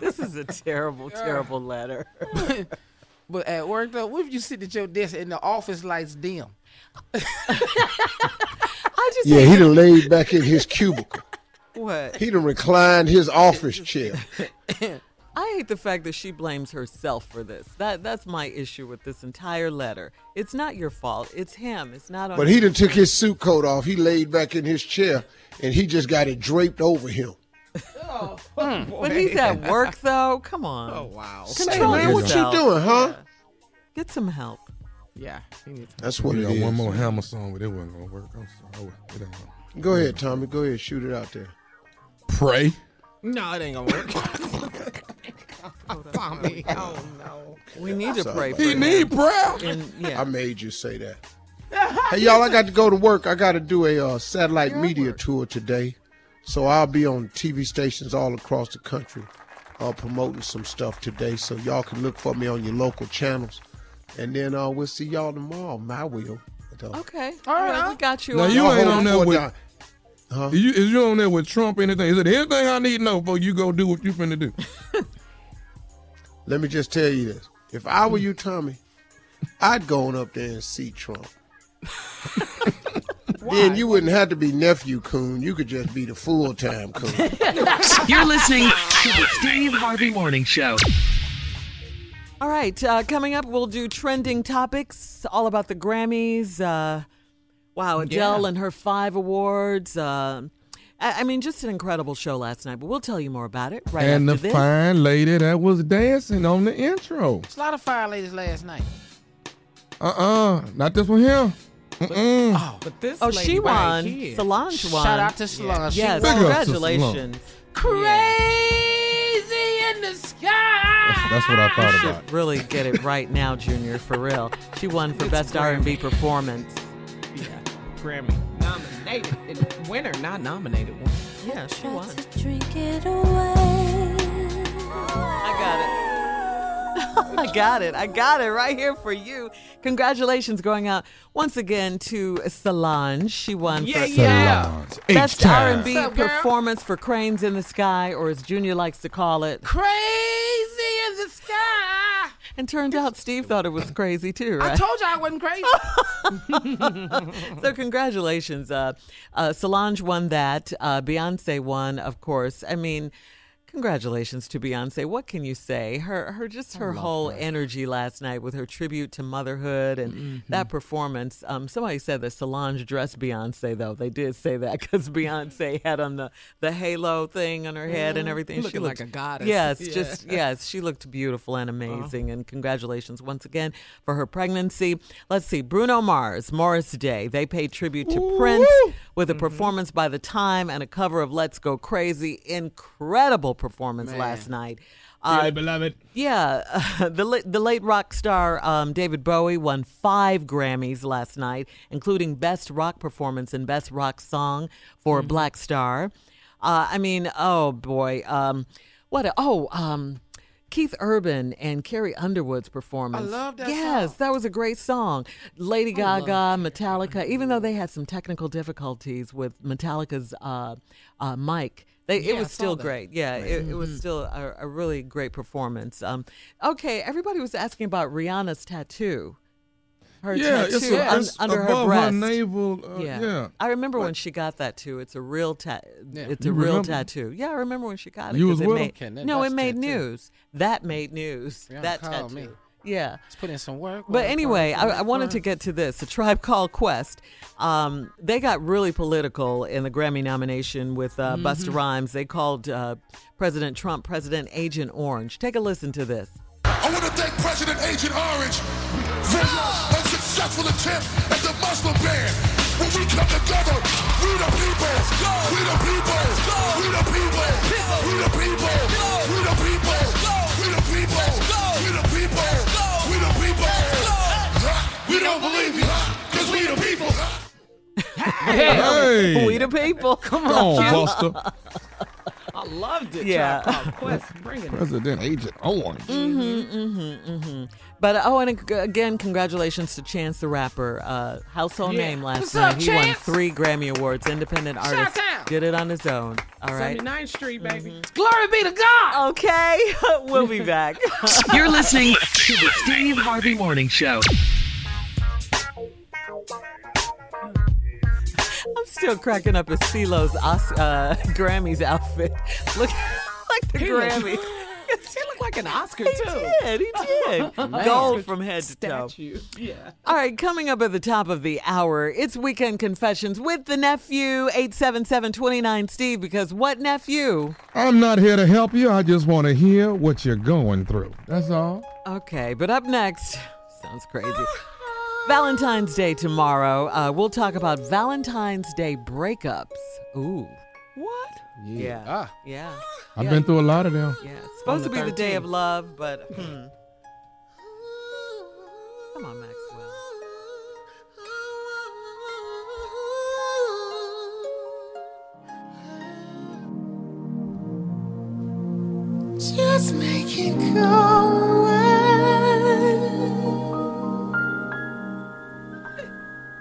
F: this is a terrible, terrible letter.
I: that? but at work though, what if you sit at your desk and the office lights dim?
F: I just
C: Yeah, he done laid back in his cubicle.
F: what?
C: He done reclined his office chair.
F: I hate the fact that she blames herself for this. That that's my issue with this entire letter. It's not your fault. It's him. It's not on.
C: But he done took his suit coat off. He laid back in his chair and he just got it draped over him.
F: But he's at work though. Come on. Oh
I: Hmm. wow.
F: Control
C: Hey, man, what you
F: yourself.
C: doing, huh?
F: Get some help.
I: Yeah.
C: That's what
E: We
C: it
E: got
C: is.
E: one more hammer song, but it wasn't gonna work. I'm sorry. It ain't gonna-
C: Go ahead, Tommy. Go ahead. Shoot it out there.
E: Pray.
I: No, it ain't gonna work. Tommy, oh no.
F: We need to
C: Sorry
F: pray
C: about
F: for
C: that.
F: him. And, yeah.
C: I made you say that. hey, y'all, I got to go to work. I got to do a uh, satellite media tour today. So I'll be on TV stations all across the country uh, promoting some stuff today. So y'all can look for me on your local channels. And then uh, we'll see y'all tomorrow. I will. But,
P: Oh.
C: uh,
F: Okay. All right. We got you.
E: Now
F: on
E: you
F: that.
E: ain't on
C: Hold
E: there
C: on.
E: with. You, is you on there with Trump? Anything? Is it anything I need to know before you go do what you finna do?
C: Let me just tell you this. If I were you, Tommy, I'd go on up there and see Trump. Then you wouldn't have to be nephew coon. You could just be the full time coon.
D: You're listening to the Steve Harvey Morning Show.
F: All right. Uh, coming up, we'll do trending topics all about the Grammys. Uh, wow, Adele
H: Yeah.
F: and her five awards. Uh, I, I mean, just an incredible show last night. But we'll tell you more about it right
E: and the
F: after this.
E: fine lady that was dancing on the intro.
I: It's a lot of fire ladies last night.
E: Uh uh not this one here. Mm-mm.
I: But this
F: Oh, she won. Solange won.
I: Shout out to Solange.
F: Yes,
I: She won.
E: Big ups to
F: congratulations.
I: Crazy in the sky.
E: That's what I thought about.
F: Should really get it right now, Junior. For real, she won for best R and B performance.
I: Grammy nominated.
H: nominated. Winner, not nominated. One.
F: Yeah, she won.
K: Drink it away.
F: I got it. I got it right here for you. Congratulations going out once again to Solange. She won
K: Yeah,
F: for
K: yeah. Solange.
E: H
F: Best
E: time.
F: R&B
E: What's up, girl?
F: performance for Cranes in the Sky, or as Junior likes to call it.
I: Crazy in the sky.
F: And turns out Steve thought it was crazy too, right?
I: I told you I wasn't crazy.
F: so congratulations. Uh, uh, Solange won that. Uh, Beyonce won, of course. I mean, congratulations to Beyonce. What can you say? Her, her, just
H: I
F: her
H: love
F: whole energy last night with her tribute to motherhood and
H: Mm-hmm.
F: that performance. Um, somebody said that Solange dressed Beyonce though. They did say that because Beyonce had on the the halo thing on her head and
H: Mhm.
F: everything.
H: Looking like a goddess.
F: Yes,
H: Yeah.
F: just yes, she looked beautiful and amazing. And congratulations once again for her pregnancy. Let's see, Bruno Mars, Morris Day. They paid tribute to Prince with a performance by The Time and a cover of Let's Go Crazy. Incredible performance
H: Man.
F: last night.
H: Dearly
F: beloved. Yeah, the la- the late rock star um, David Bowie won five Grammys last night, including Best Rock Performance and Best Rock Song for
I: Mm-hmm.
F: Black Star. Uh, I mean, oh boy, um, what? A, oh, um, Keith Urban and Carrie Underwood's performance.
I: love that
F: Yes, that was a great song. Lady Gaga, Metallica. Even though they had some technical difficulties with Metallica's uh, uh, mic, they,
H: Yeah,
F: it
H: I
F: was
H: saw
F: still
H: that.
F: great. Yeah, it, it was still a, a really great performance. Um, okay, everybody was asking about Rihanna's tattoo. Her
E: Yeah,
F: tattoo
E: it's a-
F: un-
E: it's
F: under her
E: above her
F: breast.
E: navel, uh, yeah.
F: I remember when she got that too. It's a real tattoo.
E: Yeah.
F: It's
E: You
F: a real
E: remember?
F: tattoo. Yeah, I remember when she got it.
E: You
F: 'cause
E: was
F: it
E: with her?
F: made,
E: Can that-
F: No, it
E: that's
F: made
E: tattoo.
F: news. That made news.
I: Rihanna
F: that tattoo.
I: called me.
F: Yeah.
I: Let's put in some work.
F: But anyway, I, I wanted to get to this. A Tribe Called Quest. Um, they got really political in the Grammy nomination with uh, Busta
H: Mhm.
F: Rhymes. They called uh, President Trump President Agent Orange. Take a listen to this.
P: I want to thank President Agent Orange for your unsuccessful attempt at the Muslim ban. When we come together, we the people. We the people. We the people. We the people. We the people. We the people. We the people. We the people. We don't believe you, because we the people.
E: Hey.
F: We the people. Come
E: Come on, Buster.
H: I loved it.
F: Yeah.
H: Tribe Called Quest, bring it.
E: President Agent Orange.
F: hmm hmm hmm But oh, and ag- again, congratulations to Chance the Rapper, uh, household
H: Yeah.
F: name last
H: What's
F: night.
H: up,
F: he won
H: Chance?
F: three Grammy awards. Independent artist
H: out.
F: did it on his own. All right.
H: 79th Street, baby.
F: Glory be to God. Okay, we'll be back.
D: You're listening to the Steve Harvey Morning Show.
F: I'm still cracking up at CeeLo's Os- uh, Grammys outfit. Look like the
H: He looked-
F: Grammys.
H: He looked like an Oscar,
F: He
H: too.
F: did. He did.
H: Man.
F: Gold from head to toe.
H: Statue. Yeah.
F: All right, coming up at the top of the hour, it's Weekend Confessions with the nephew, 877-29-STEVE, because what nephew?
E: I'm not here to help you. I just want to hear what you're going through. That's all.
F: Okay, but up next, sounds crazy. Valentine's Day tomorrow. Uh, we'll talk about Valentine's Day breakups. Ooh. What? Yeah. Yeah.
E: I've
F: Yeah.
E: been through a lot of them.
F: Yeah, it's supposed to be the day of love, but hmm. Come on, Maxwell.
K: Just make it go away.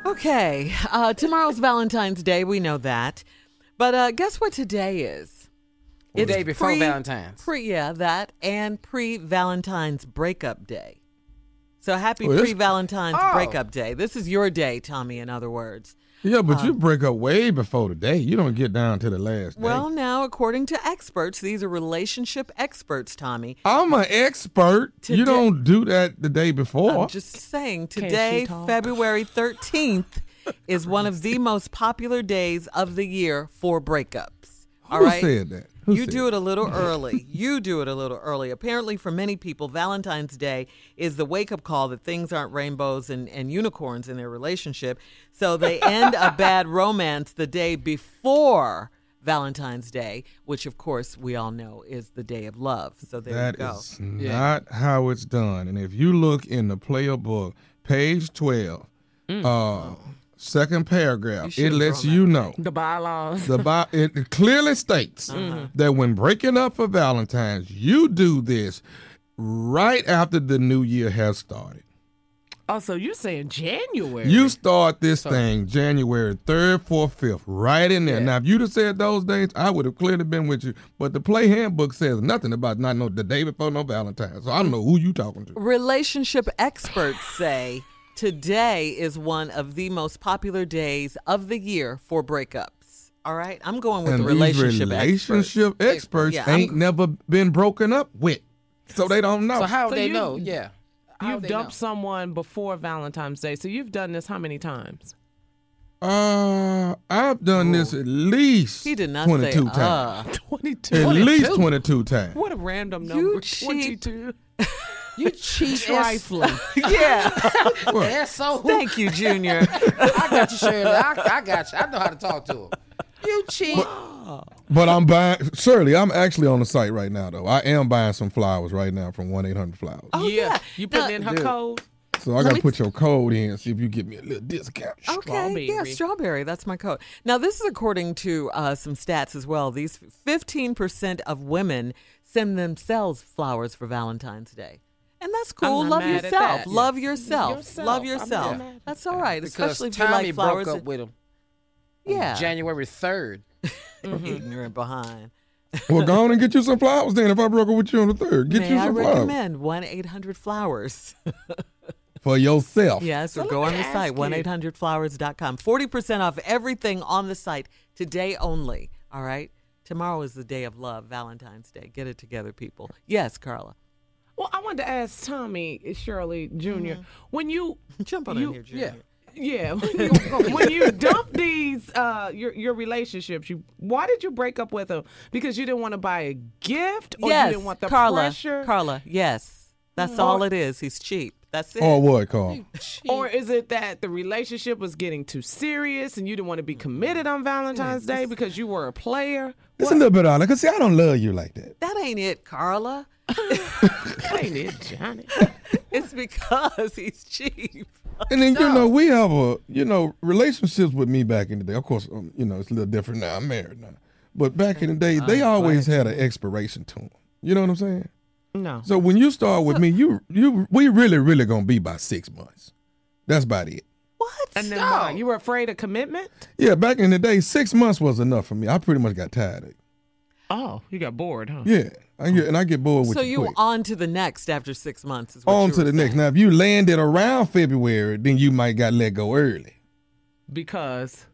F: Okay, uh, tomorrow's Valentine's Day. We know that, but uh, guess what today is?
I: The day before Valentine's.
F: Pre, yeah, that and pre-Valentine's breakup day. So happy
E: Oh, that's-
F: pre-Valentine's
E: Oh.
F: breakup day. This is your day, Tommy. In other words.
E: Yeah, but you break up way before the day. You don't get down to the last
F: Um,
E: day.
F: Well, now, according to experts, these are relationship experts, Tommy.
E: I'm an expert.
F: Today-
E: you don't do that the day before.
F: I'm just saying,
H: Can she
F: today,
H: talk?
F: February 13th, is one of the most popular days of the year for breakups. All
E: Who
F: right.
E: said that? Who
F: you
E: said
F: do it a little early. You do it a little early. Apparently, for many people, Valentine's Day is the wake up call that things aren't rainbows and, and unicorns in their relationship. So they end a bad romance the day before Valentine's Day, which, of course, we all know is the day of love. So there
E: That
F: you go.
E: is not how it's
F: Mm. Oh.
E: done. And if you look in the player book, page 12, uh, Second paragraph. It
H: You should've
E: lets
H: thrown
E: you know
F: Mm-hmm.
H: The bylaws.
E: the Bi- it clearly states
F: Mm-hmm.
H: Mhm.
E: that when breaking up for Valentine's, you do this right after the new year has started.
H: Oh, so you're saying January?
E: You start this
H: So-
E: thing January 3rd, 4th, 5th, right in there. Now, if you'd have said those dates, I would have clearly been with you. But the play handbook says nothing about not know the day before no Valentine's. So I don't know who you talking to.
F: Relationship experts say today is one of the most popular days of the year for breakups. All right, I'm going with
E: and
F: the relationship
E: these
F: experts.
E: relationship experts,
F: Yeah, I'm-
E: ain't never been broken up with. So Oh, they don't know.
H: you- You've dumped someone before Valentine's Day, so you've done this how many times?
E: Uh, I've done this at least
H: He did not say,
E: 22
H: uh.
E: times.
H: 22.
E: At
H: 22?
E: least 22 times.
H: What a random number. Twenty-two. You cheat
A: Trifling.
H: yeah.
A: so
F: Thank you, Junior.
A: I
H: got you, Shirley. I- I
A: got you. I know how to talk to him.
H: You cheat.
E: But I'm buying, Shirley, I'm actually on the site right now, though. I am buying some flowers right now from 1 800 Flowers.
H: Oh, yeah. You put in her
E: Dude.
H: code.
E: So I
F: Let
E: got
F: me
E: to put your code in, see if you give me a little discount.
F: Okay, yeah, strawberry. That's my code. Now, this is according to uh, some stats as well. These 15% of women send themselves flowers for Valentine's Day. And that's cool.
A: not
F: Love
A: mad at
F: yourself.
A: that.
F: Love
A: Yeah.
F: yourself.
A: Yourself.
F: Love
A: I'm
F: yourself.
A: not mad at
F: That's all right, especially if you
I: Tommy
F: like flowers.
I: broke up
F: and-
I: with him. on
F: yeah.
I: January third.
F: Ignorant behind.
E: well, go on and get you some flowers then if I broke up with you on the 3rd. Get
F: May
E: you
F: I
E: some flowers.
F: recommend 1 800 Flowers?
E: For yourself.
F: Yes,
E: So
F: or go
E: let
F: on
E: me
F: the
E: ask
F: site,
E: you.
F: 1 800 flowers.com. 40% off everything on the site today only. All right? Tomorrow is the day of love, Valentine's Day. Get it together, people. Yes, Carla.
H: Well, I wanted to ask Tommy Shirley junior when you jump
F: Mm-hmm. on in here, Junior.
H: Yeah. Yeah, when you, when you dump these uh, your your relationships, you why did you break up with them? Because you didn't want to buy a gift,
E: Oh,
H: or
F: yes,
H: you didn't want the
F: Carla.
H: pressure,
F: Carla, yes. That's
H: Mm.
F: all
H: Or-
F: it is. He's cheap. That's it.
E: Or what, Carl?
H: or is it that the relationship was getting too serious and you didn't want to be committed on Valentine's Day because you were a player?
E: Listen to bit on because see, I don't love you like that.
F: That ain't it, Carla.
H: that ain't it, Johnny.
F: It's because he's cheap.
E: And then you know we have a you know relationships with me back in the day. Of course, um, you know it's a little different now. I'm married now, but back in the day, they always had an expiration to them. You know what I'm saying?
H: No.
E: So when you start with me, you you we really really gonna be by six months. That's about it.
H: And then why? You were afraid of commitment?
E: Yeah, back in the day, six months was enough for me. I pretty much got tired of it.
H: Oh, you got bored, huh?
E: Yeah, I get, and I get bored with
F: So
E: Mm. you.
F: you
E: quick.
F: were on to the next after six months. Is what
E: on
F: you
E: to
F: were
E: the next. Now, if you landed around February, then you might got let go early.
H: Because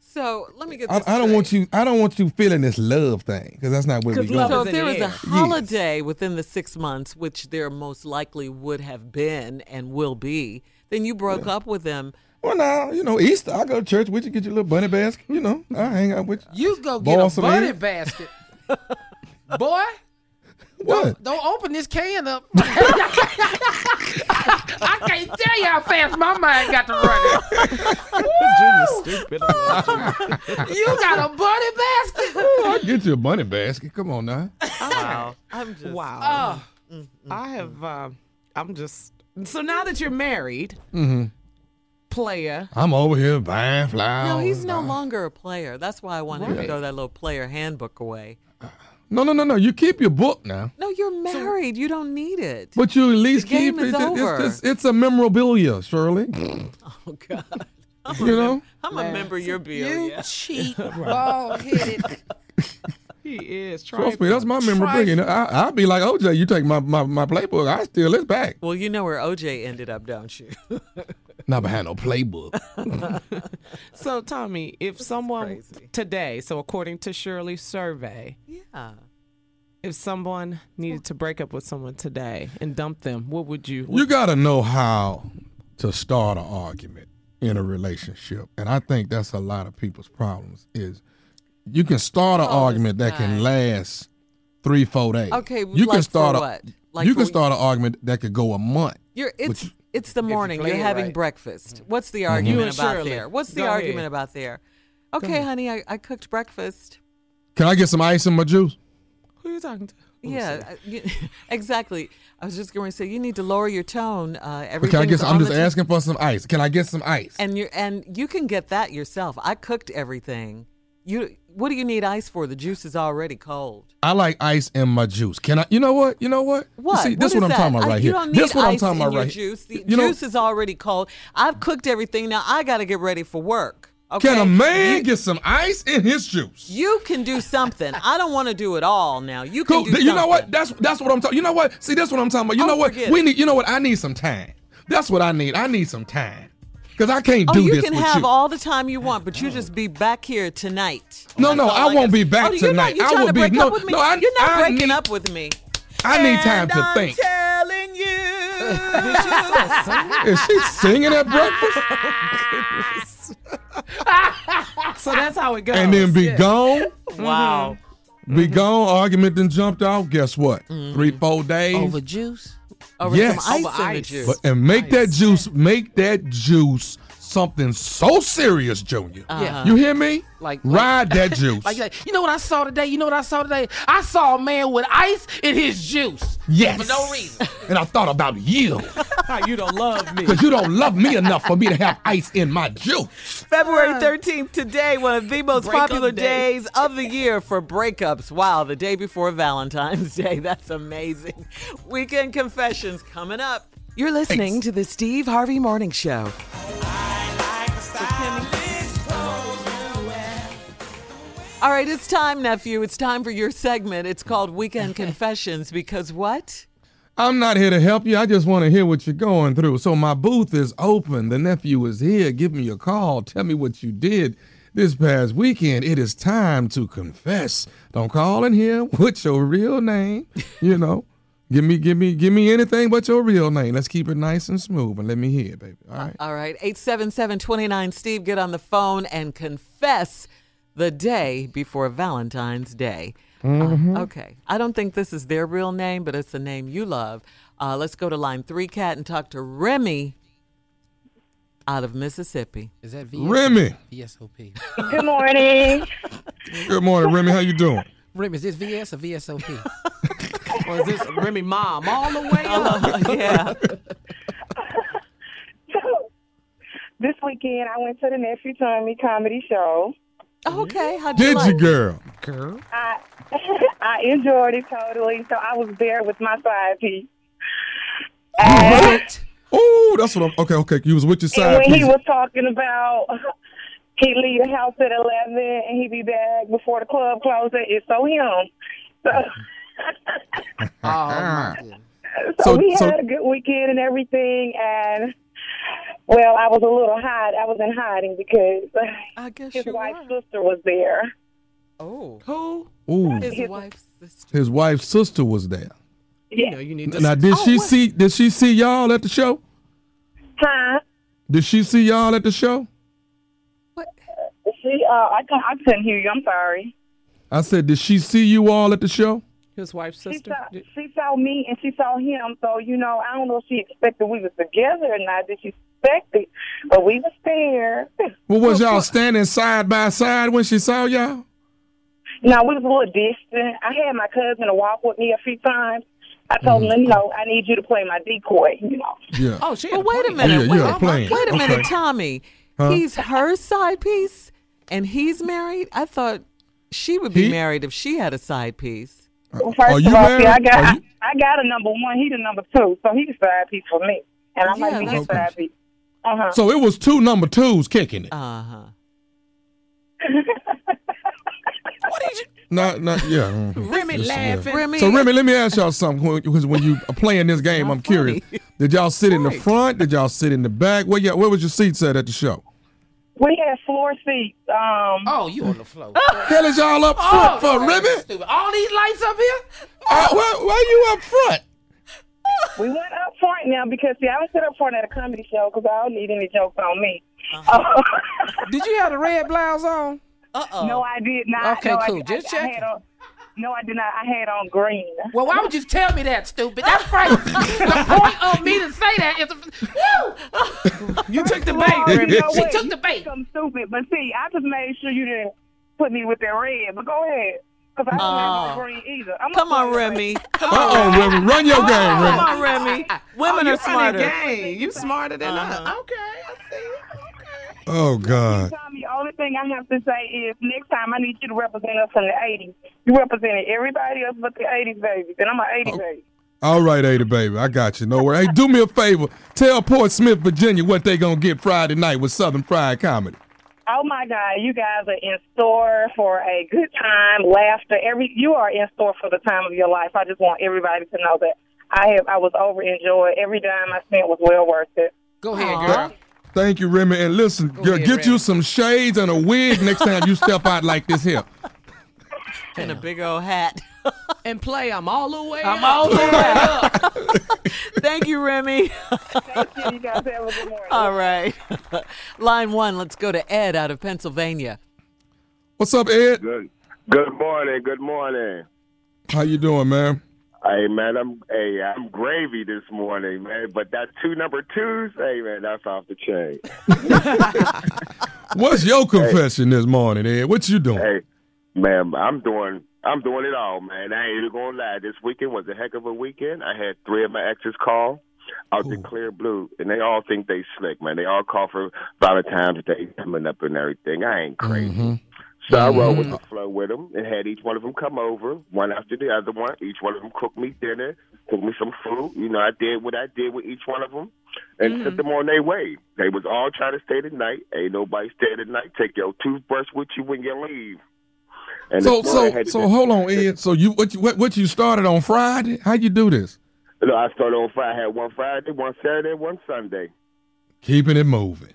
F: So let me get
E: I,
F: this
E: I don't want you. I don't want you feeling this love thing because that's not where we go.
F: So if there was a holiday within the six months, which there most likely would have been and will be, then you broke up with them.
E: Well, now you know Easter. I go to church with you, get your little bunny basket. You know, I hang out with you.
I: You go get a
E: some
I: bunny
E: eggs.
I: basket, boy.
E: What?
I: Don't open this can up.
H: I can't tell you how fast my mind got to running.
E: stupid.
I: you got a bunny basket.
E: I get you a bunny basket. Come on now.
H: wow. I'm just wow.
F: Oh.
H: Mm, I have. Uh, I'm just. So now that you're married,
E: Mm-hmm.
H: player.
E: I'm over here buying flowers.
F: No, he's no longer a player. That's why I wanted to
E: Right.
F: throw that little player handbook away.
E: no, no, no, no. You keep your book now,
F: No, you're married. you don't need it.
E: but you at least
F: the game
E: keep
F: is
E: it. It's-
F: over.
E: It's, it's, a memorabilia, Shirley.
F: oh God.
E: you know.
F: I'm a member of your bill.
I: You
F: yeah.
I: cheap bald headed.
H: He is.
E: Trust me, that's my memorabilia. And I, I'll be like OJ. You take my my, my playbook. I steal it back.
F: Well, you know where OJ ended up, don't you?
E: Not behind no playbook.
H: So Tommy, if someone today, so according to Shirley's survey,
F: yeah.
H: if someone needed to break up with someone today and dump them, what would you?
E: You got to know how to start an argument in a relationship, and I think that's a lot of people's problems. Is you can start an argument that can last three, four days.
F: Okay,
E: you
F: like for
E: can start a
F: what? Like
E: you
F: for
E: can
F: wh-
E: start an argument that could go a month.
F: You're
E: But
F: it's
E: you-
F: it's the morning. You
I: play
F: are
I: it
F: having
I: right.
F: breakfast. What's the
E: Mhm.
F: argument
E: You and
F: about
I: Shirley,
F: there? What's the
I: go
F: argument
I: ahead.
F: about there? Okay, honey, I, I cooked breakfast.
E: Can I get some ice in my juice?
H: Who are you talking to?
F: Yeah, I- exactly. I was just going to say you need to lower your tone. Uh,
E: Okay, I
F: everything's
E: guess
F: on
E: I'm just
F: the ta-
E: asking for some ice. Can I get some ice?
F: And you and you can get that yourself. I cooked everything. You what do you need ice for? The juice is already cold.
E: I like ice in my juice. Can I? You know what? You know what? You
F: What?
E: See, this is
F: is
E: what, I'm
F: that?
E: talking about
F: I-
E: right
F: you
E: here.
F: don't need
E: This is what I'm
F: ice
E: talking
F: in
E: about
F: your
E: right here.
F: juice. The
E: You know,
F: juice is already cold. I've cooked everything. Now I got to get ready for work. Okay.
E: can a man get some ice in his juice?
F: You can do something. I don't want to do it all now. You can
E: Cool.
F: do
E: Th-
F: something.
E: You know what? That's that's what I'm talking. You know what? See, that's what I'm talking about. You
F: Oh,
E: know what?
F: forget
E: We
F: it.
E: need. You know what? I need some time. That's what I need. I need some time because I can't
F: Oh,
E: do
F: you
E: this
F: can
E: with
F: have
E: you.
F: all the time you want, but you just be back here tonight.
E: no, no, I won't be back
F: oh, you're
E: tonight.
F: not. You're
E: I
F: trying
E: will
F: to
E: be
F: break
E: no,
F: up with me.
E: no. I,
F: you're not
E: I
F: breaking
E: need,
F: up with me.
E: I need time to
F: I'm
E: think.
F: telling you.
E: Is she singing at breakfast?
H: so that's how it goes.
E: and then be
H: Yeah.
E: gone.
H: Wow.
E: Be gone. Argument then jumped off. Guess what? Three, four days
H: Over juice?
F: Mm-hmm. Over
E: yes.
F: some ice in the juice.
E: But, and make that juice, make that juice something so serious, Junior.
F: Uh-huh.
I: Yeah.
E: You hear me?
I: Like-
E: ride that juice.
I: Like, like, you know what I saw today? You know what I saw today? I saw a man with ice in his juice.
E: Yes.
I: For no reason.
E: and I thought about you
I: you don't love me.
E: because you don't love me enough for me to have ice in my juice.
F: February 13th, today, one of the most
I: Breakup
F: popular
I: day.
F: days of the year for breakups. Wow, the day before Valentine's Day. That's amazing. Weekend confessions coming up. You're listening to the Steve Harvey Morning Show. All right, it's time, nephew. It's time for your segment. It's called Weekend Confessions because what?
E: I'm not here to help you. I just want to hear what you're going through. So my booth is open. The nephew is here. Give me a call. Tell me what you did this past weekend. It is time to confess. Don't call in here. What's your real name? You know, give me, give me, give me anything but your real name. Let's keep it nice and smooth and let me hear, it, baby. All right.
F: All right, 877 29 Steve, get on the phone and confess the day before Valentine's Day. Uh,
A: Mm-hmm.
E: Mhm.
F: okay, I don't think this is their real name, but it's the name you love. Uh, let's go to line three, Cat, and talk to Remy out of Mississippi.
I: Is that
E: Remy.
I: VSOP.
S: Good morning.
E: Good morning, Remy. How you doing?
I: Remy, is this VS or VSOP?
H: Or is this Remy mom all the way
E: Oh,
H: up?
F: yeah.
S: This weekend, I went to the Nephew Tommy comedy show.
F: Okay, how
E: Did you, girl? Girl.
S: I I enjoyed it totally. So I was there with my side piece.
E: Oh, that's what I'm. Okay, okay. You was with your
S: And
E: side
S: when he
E: piece.
S: was talking about he leave the house at eleven and he be back before the club closes, it's so him. So, so,
E: Uh-huh.
A: Oh,
E: So-
S: we had
E: so-
S: a good weekend and everything, and well, I was a little hide. I was in hiding because
F: I guess
S: his wife's sister was there.
F: Oh,
S: who?
E: Ooh.
S: His
F: wife's
E: His wife's sister was there.
S: Yeah.
H: you need
E: Now, did
A: Oh,
E: she see? Did she see y'all at the show?
S: Huh?
E: Did she see y'all at the show?
S: She, uh, I, can't, I couldn't hear you. I'm sorry.
E: I said, did she see you all at the show?
H: His wife's
S: She saw, she saw me and she saw him, so you know, I don't know if she expected we was together or not. Did she expect it? But we was there.
E: Well, was y'all standing side by side when she saw y'all?
S: now we was a little distant. I had my cousin to walk with me a few times. I told
F: Mm-hmm.
S: him, you know, I need you to play my decoy. You know.
E: Yeah.
F: Oh, she Well, wait a
E: Oh, yeah,
F: minute.
E: you
F: wait,
E: had a plan.
F: wait a minute,
E: Okay.
F: Tommy.
E: Huh?
F: He's her side piece and he's married? I thought she would be married if she had a side piece.
S: Well, first
F: are you
S: of all, see, I
F: married?
S: got
F: Are
S: I,
F: you-
S: I got a number one. He the number two, so he the side piece for me, and I might
F: Yeah,
S: be his
E: that's-
S: side piece. Uh huh.
E: So it was two number twos kicking it.
F: Uh huh.
E: Not, not, yeah. mhm.
H: Remy
E: Yes, yeah.
H: laughing. Remy-
E: So Remy, let me ask y'all something because when you are playing this game, I'm curious. Did y'all sit in the front? Did y'all sit in the back? Where y'all, where was your seats at at the show?
S: We had floor seats. Um,
I: oh, you on the floor?
E: Hell is y'all up
H: Oh,
E: front for Remy?
I: Stupid. All these lights up here?
E: Uh, why, why you up front?
S: We went up front now because see, I don't sit up front at a comedy show because I don't need any jokes on me.
I: Uh-huh.
S: Uh-huh.
I: Did you have the red blouse on?
F: Uh oh.
S: No, I did not.
I: Okay,
S: No, I
I: cool.
S: did-
I: Just
S: I- I had
I: checking.
S: on- no, I did not. I had on green.
I: Well, why would you tell me that, stupid? That's crazy. the point of me to say that is, woo! You took the bait, Remy. She took the bait.
S: I'm stupid, but see, I just made sure you didn't put me with that red. But go ahead. Cause I don't have
F: Oh.
S: no green either. I'm a
F: Come on,
S: player.
F: Remy. Come
E: Uh-oh,
F: on.
E: Remy. Run your game,
F: Come
E: Remy.
F: on, Remy. Women
H: Oh, you
F: are
H: running
F: smarter. Uh,
H: game. You smarter than us. Okay.
E: Oh God.
S: Tommy, only thing I have to say is next time I need you to represent us in the 80s. You represented everybody else but the 80s babies, and I'm an 80s baby.
E: All right, Ada baby, I got you. No worry. Hey, do me a favor. Tell Port Smith, Virginia, what they gonna get Friday night with Southern Fried Comedy.
S: Oh my God, you guys are in store for a good time, laughter. Every you are in store for the time of your life. I just want everybody to know that I have I was over enjoyed. Every dime I spent was well worth it.
I: Go ahead, girl.
E: Thank you, Remy. And listen, girl,
I: ahead,
E: get you some shades and a wig next time you step out like this here.
F: And a big old hat.
H: And play. I'm all the way.
F: I'm
H: up.
F: all the way up. Thank you, Remy.
S: You guys have a good morning.
F: All right. Line one, let's go to Ed out of Pennsylvania.
E: What's up, Ed?
T: Good. Good morning. Good morning.
E: How you doing, man?
T: Hey man, I'm hey I'm gravy this morning, man. But that two number twos, hey man, that's off the chain.
E: What's your confession this morning, Ed? What you doing?
T: Hey, man, I'm doing I'm doing it all, man. I ain't even gonna lie. This weekend was a heck of a weekend. I had three of my exes call out the clear blue, and they all think they slick, man. They all call for Valentine's Day coming up and everything. I ain't crazy. So I rolled with the flow with them and had each one of them come over, one after the other one. Each one of them cooked me dinner, cooked me some food. You know, I did what I did with each one of them and sent them on their way. They was all trying to stay the night. Ain't nobody stay the night. Take your toothbrush with you when you leave. And
E: so,
T: this morning I
E: so,
T: had to-
E: so, hold on, Ed. So, you what, you what, what you started on Friday? How you do this?
T: Look, I started on Friday. I had one Friday, one Saturday, one Sunday.
E: Keeping it moving.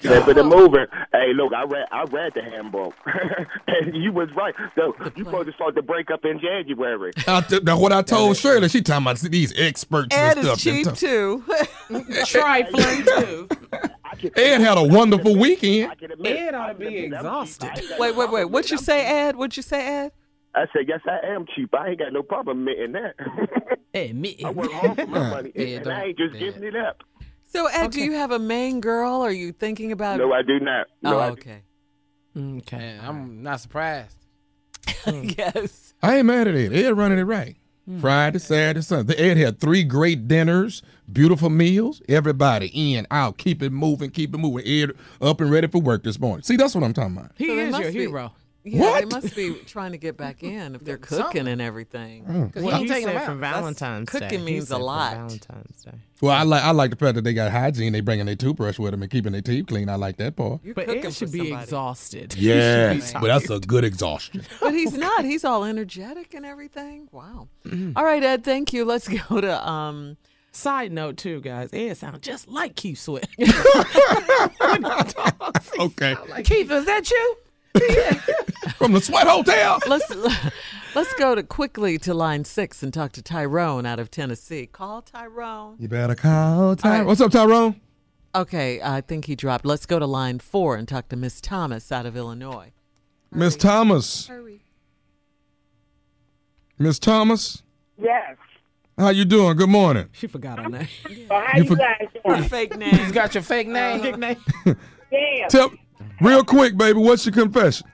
T: Keeping it moving. Hey, look, I read I read the handbook. and you was right. So you supposed to start the breakup in January.
E: I t- now, what I told Shirley, she talking about these experts
T: Ed
E: and
T: is
E: stuff.
T: cheap,
E: and stuff.
F: Two.
H: Trifling too.
E: Ed had a wonderful weekend.
H: Ed ought to be exhausted.
F: Wait, wait, wait. What'd you say, Ed? What'd you say, Ed?
T: I said, yes, I am cheap. I ain't got no problem admitting that.
F: Admitting.
T: I work hard for my money, and,
F: Yeah,
T: and I ain't just giving it up.
F: So, Ed, do you have a main girl? Are you thinking about
T: No, I do not. No,
F: oh,
T: I do
F: okay.
I: Okay. I'm not surprised.
F: yes.
E: I ain't mad at Ed. Ed running it right. Friday, Saturday, Sunday. Ed had three great dinners, beautiful meals. Everybody in, out, keep it moving, keep it moving. Ed up and ready for work this morning. See, that's what I'm talking about.
F: He
I: is your hero.
F: Yeah,
E: What?
F: they must be trying to get back in if they're cooking
H: Something.
F: and everything.
E: Mm.
H: 'Cause he said for
F: That's-
H: Valentine's Day.
F: Cooking
H: He
F: means
H: said
F: a
H: for
F: lot.
H: Valentine's Day.
E: Well, I like I like the fact that they got hygiene. They bringing their toothbrush with them and keeping their teeth clean. I like that part.
H: but Ed should be exhausted. He should be
E: Yes, but that's
H: tired.
E: a good exhaustion.
F: But he's not. He's all energetic and everything. Wow. All right, Ed. Thank you. Let's go to um.
H: Side note too, guys. Ed sounds just like Keith Sweat.
E: okay.
H: Keith, is that you?
E: From the Sweat Hotel.
F: Let's let's go to quickly to line six and talk to Tyrone out of Tennessee. Call Tyrone.
E: You better call Tyrone. What's up, Tyrone?
F: Okay, I think he dropped. Let's go to line four and talk to Miss Thomas out of Illinois.
E: Miss Thomas. Miss Thomas,
S: Yes.
E: how you doing? Good morning.
H: She forgot her name.
S: Well, Oh, how
E: You
S: you,
E: for-
S: guys doing?
F: fake name. He's
I: got your fake name.
S: Yeah.
E: Tell real quick, baby, what's your confession?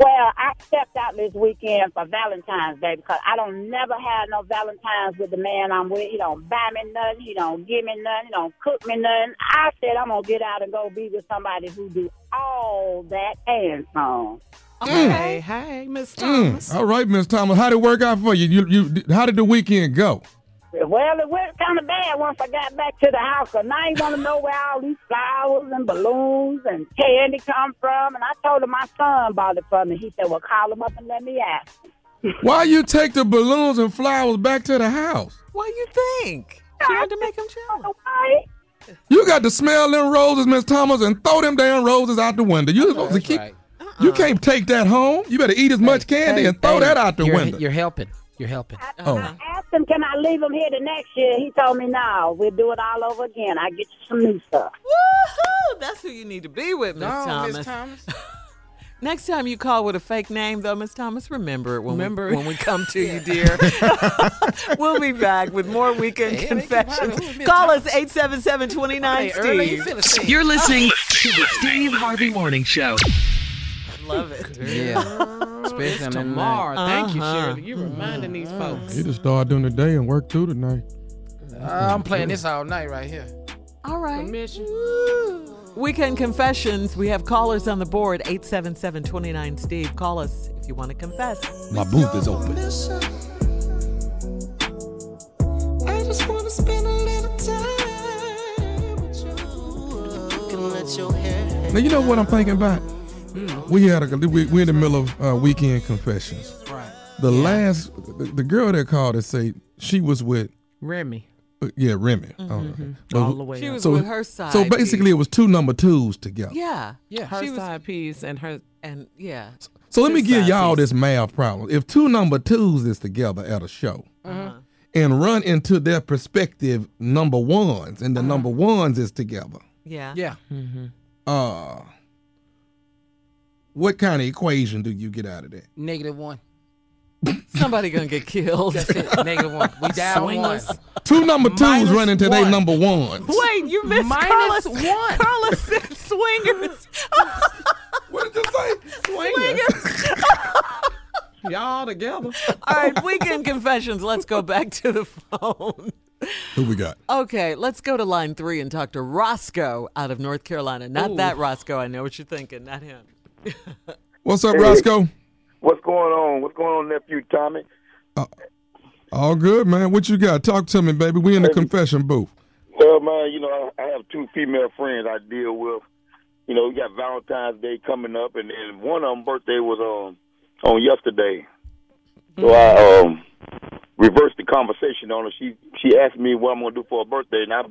U: Well, I stepped out this weekend for Valentine's Day because I don't never have no Valentine's with the man I'm with. He don't buy me nothing. He don't give me nothing. He don't cook me nothing. I said I'm gonna get out and go be with somebody who do all that and some.
H: Hey, hey,
E: Mm.
H: Miss Thomas.
E: All right, Miss Thomas, how did it work out for you? You, you, how did the weekend go?
U: Well, it went kind of bad once I got back to the house. So now you want to know where all these flowers and balloons and candy come from. And I told him my son bought it for me. He said, "Well, call him up and let me ask."
E: Why you take the balloons and flowers back to the house?
F: Why you think? She had to make him jealous.
E: You got to smell them roses, Miss Thomas, and throw them damn roses out the window. You supposed to keep. You can't take that home. You better eat as much candy
I: Uh-uh. Hey,
E: and throw
I: hey,
E: that out the
I: you're,
E: window.
I: You're helping. You're helping.
E: Oh,
U: asked him, "Can I leave him here the next year?" He told me, "No, we'll do it all over again. I get you some new stuff."
F: Woohoo! That's who you need to be with, Miss
U: No,
F: Thomas.
U: Miss
F: Next time you call with a fake name, though, Miss Thomas, remember it when,
H: Remember
F: we,
H: it.
F: when we come to you, dear. we'll be back with more Weekend Confessions. Call us 877 29
D: You're listening to the Steve Harvey Morning Show.
F: love it.
I: Yeah. Especially
H: It's
I: on that night.
H: tomorrow. Thank you,
I: Uh-huh.
H: Shirley. You're reminding these folks.
E: You just start doing the day and work through the night.
I: Uh, I'm playing this all night right here.
F: All right. Weekend confessions. We have callers on the board 877 29 Steve. Call us if you want to confess.
V: My booth is open.
K: I just wanna spend a little time with you. Can let your hair
E: Now you know what I'm thinking about.
H: Hmm.
E: We had a we, we're in the middle of uh, weekend confessions.
I: Right.
E: The last the, the girl that called and say she was with
H: Remy.
E: uh, yeah Remy. I don't know.
H: Mhm.
E: But-
H: All the way She up. was with her
E: So
H: side
E: basically, it was two number twos together.
F: Yeah.
H: Yeah. Her
F: She was-
H: side piece and her
F: and yeah.
E: So let me give y'all this math problem. If two number twos is together at a show
I: Mm-hmm.
F: Uh-huh.
E: and run into their perspective number ones, and the
H: Uh-huh.
E: number ones is together,
F: Yeah.
I: Yeah.
F: Mm-hmm.
E: uh, what kind of equation do you get out of that?
I: Negative one.
F: Somebody gonna get killed.
I: That's it. Negative one. We down one.
E: Two number twos
I: Minus
E: running to their
I: one.
E: number ones.
I: Wait,
F: you missed
I: Minus
F: Carlos-
I: one.
F: Carlos said swingers.
E: what did you say?
F: Swingers.
H: Y'all together.
F: All right, weekend confessions. Let's go back to the phone.
E: Who we got?
F: Okay, let's go to line three and talk to Roscoe out of North Carolina. Not
W: Ooh.
F: that Roscoe. I know what you're thinking. Not him.
E: What's up,
W: Hey.
E: Roscoe?
W: What's going on? What's going on, nephew Tommy?
E: Uh, All good, man. What you got? Talk to me, baby. We in the confession booth.
W: Well, man, you know, I I have two female friends I deal with. You know, we got Valentine's Day coming up, and, and one of them birthday was on on yesterday. So I um reversed the conversation on her. She she asked me what I'm gonna do for her birthday, and I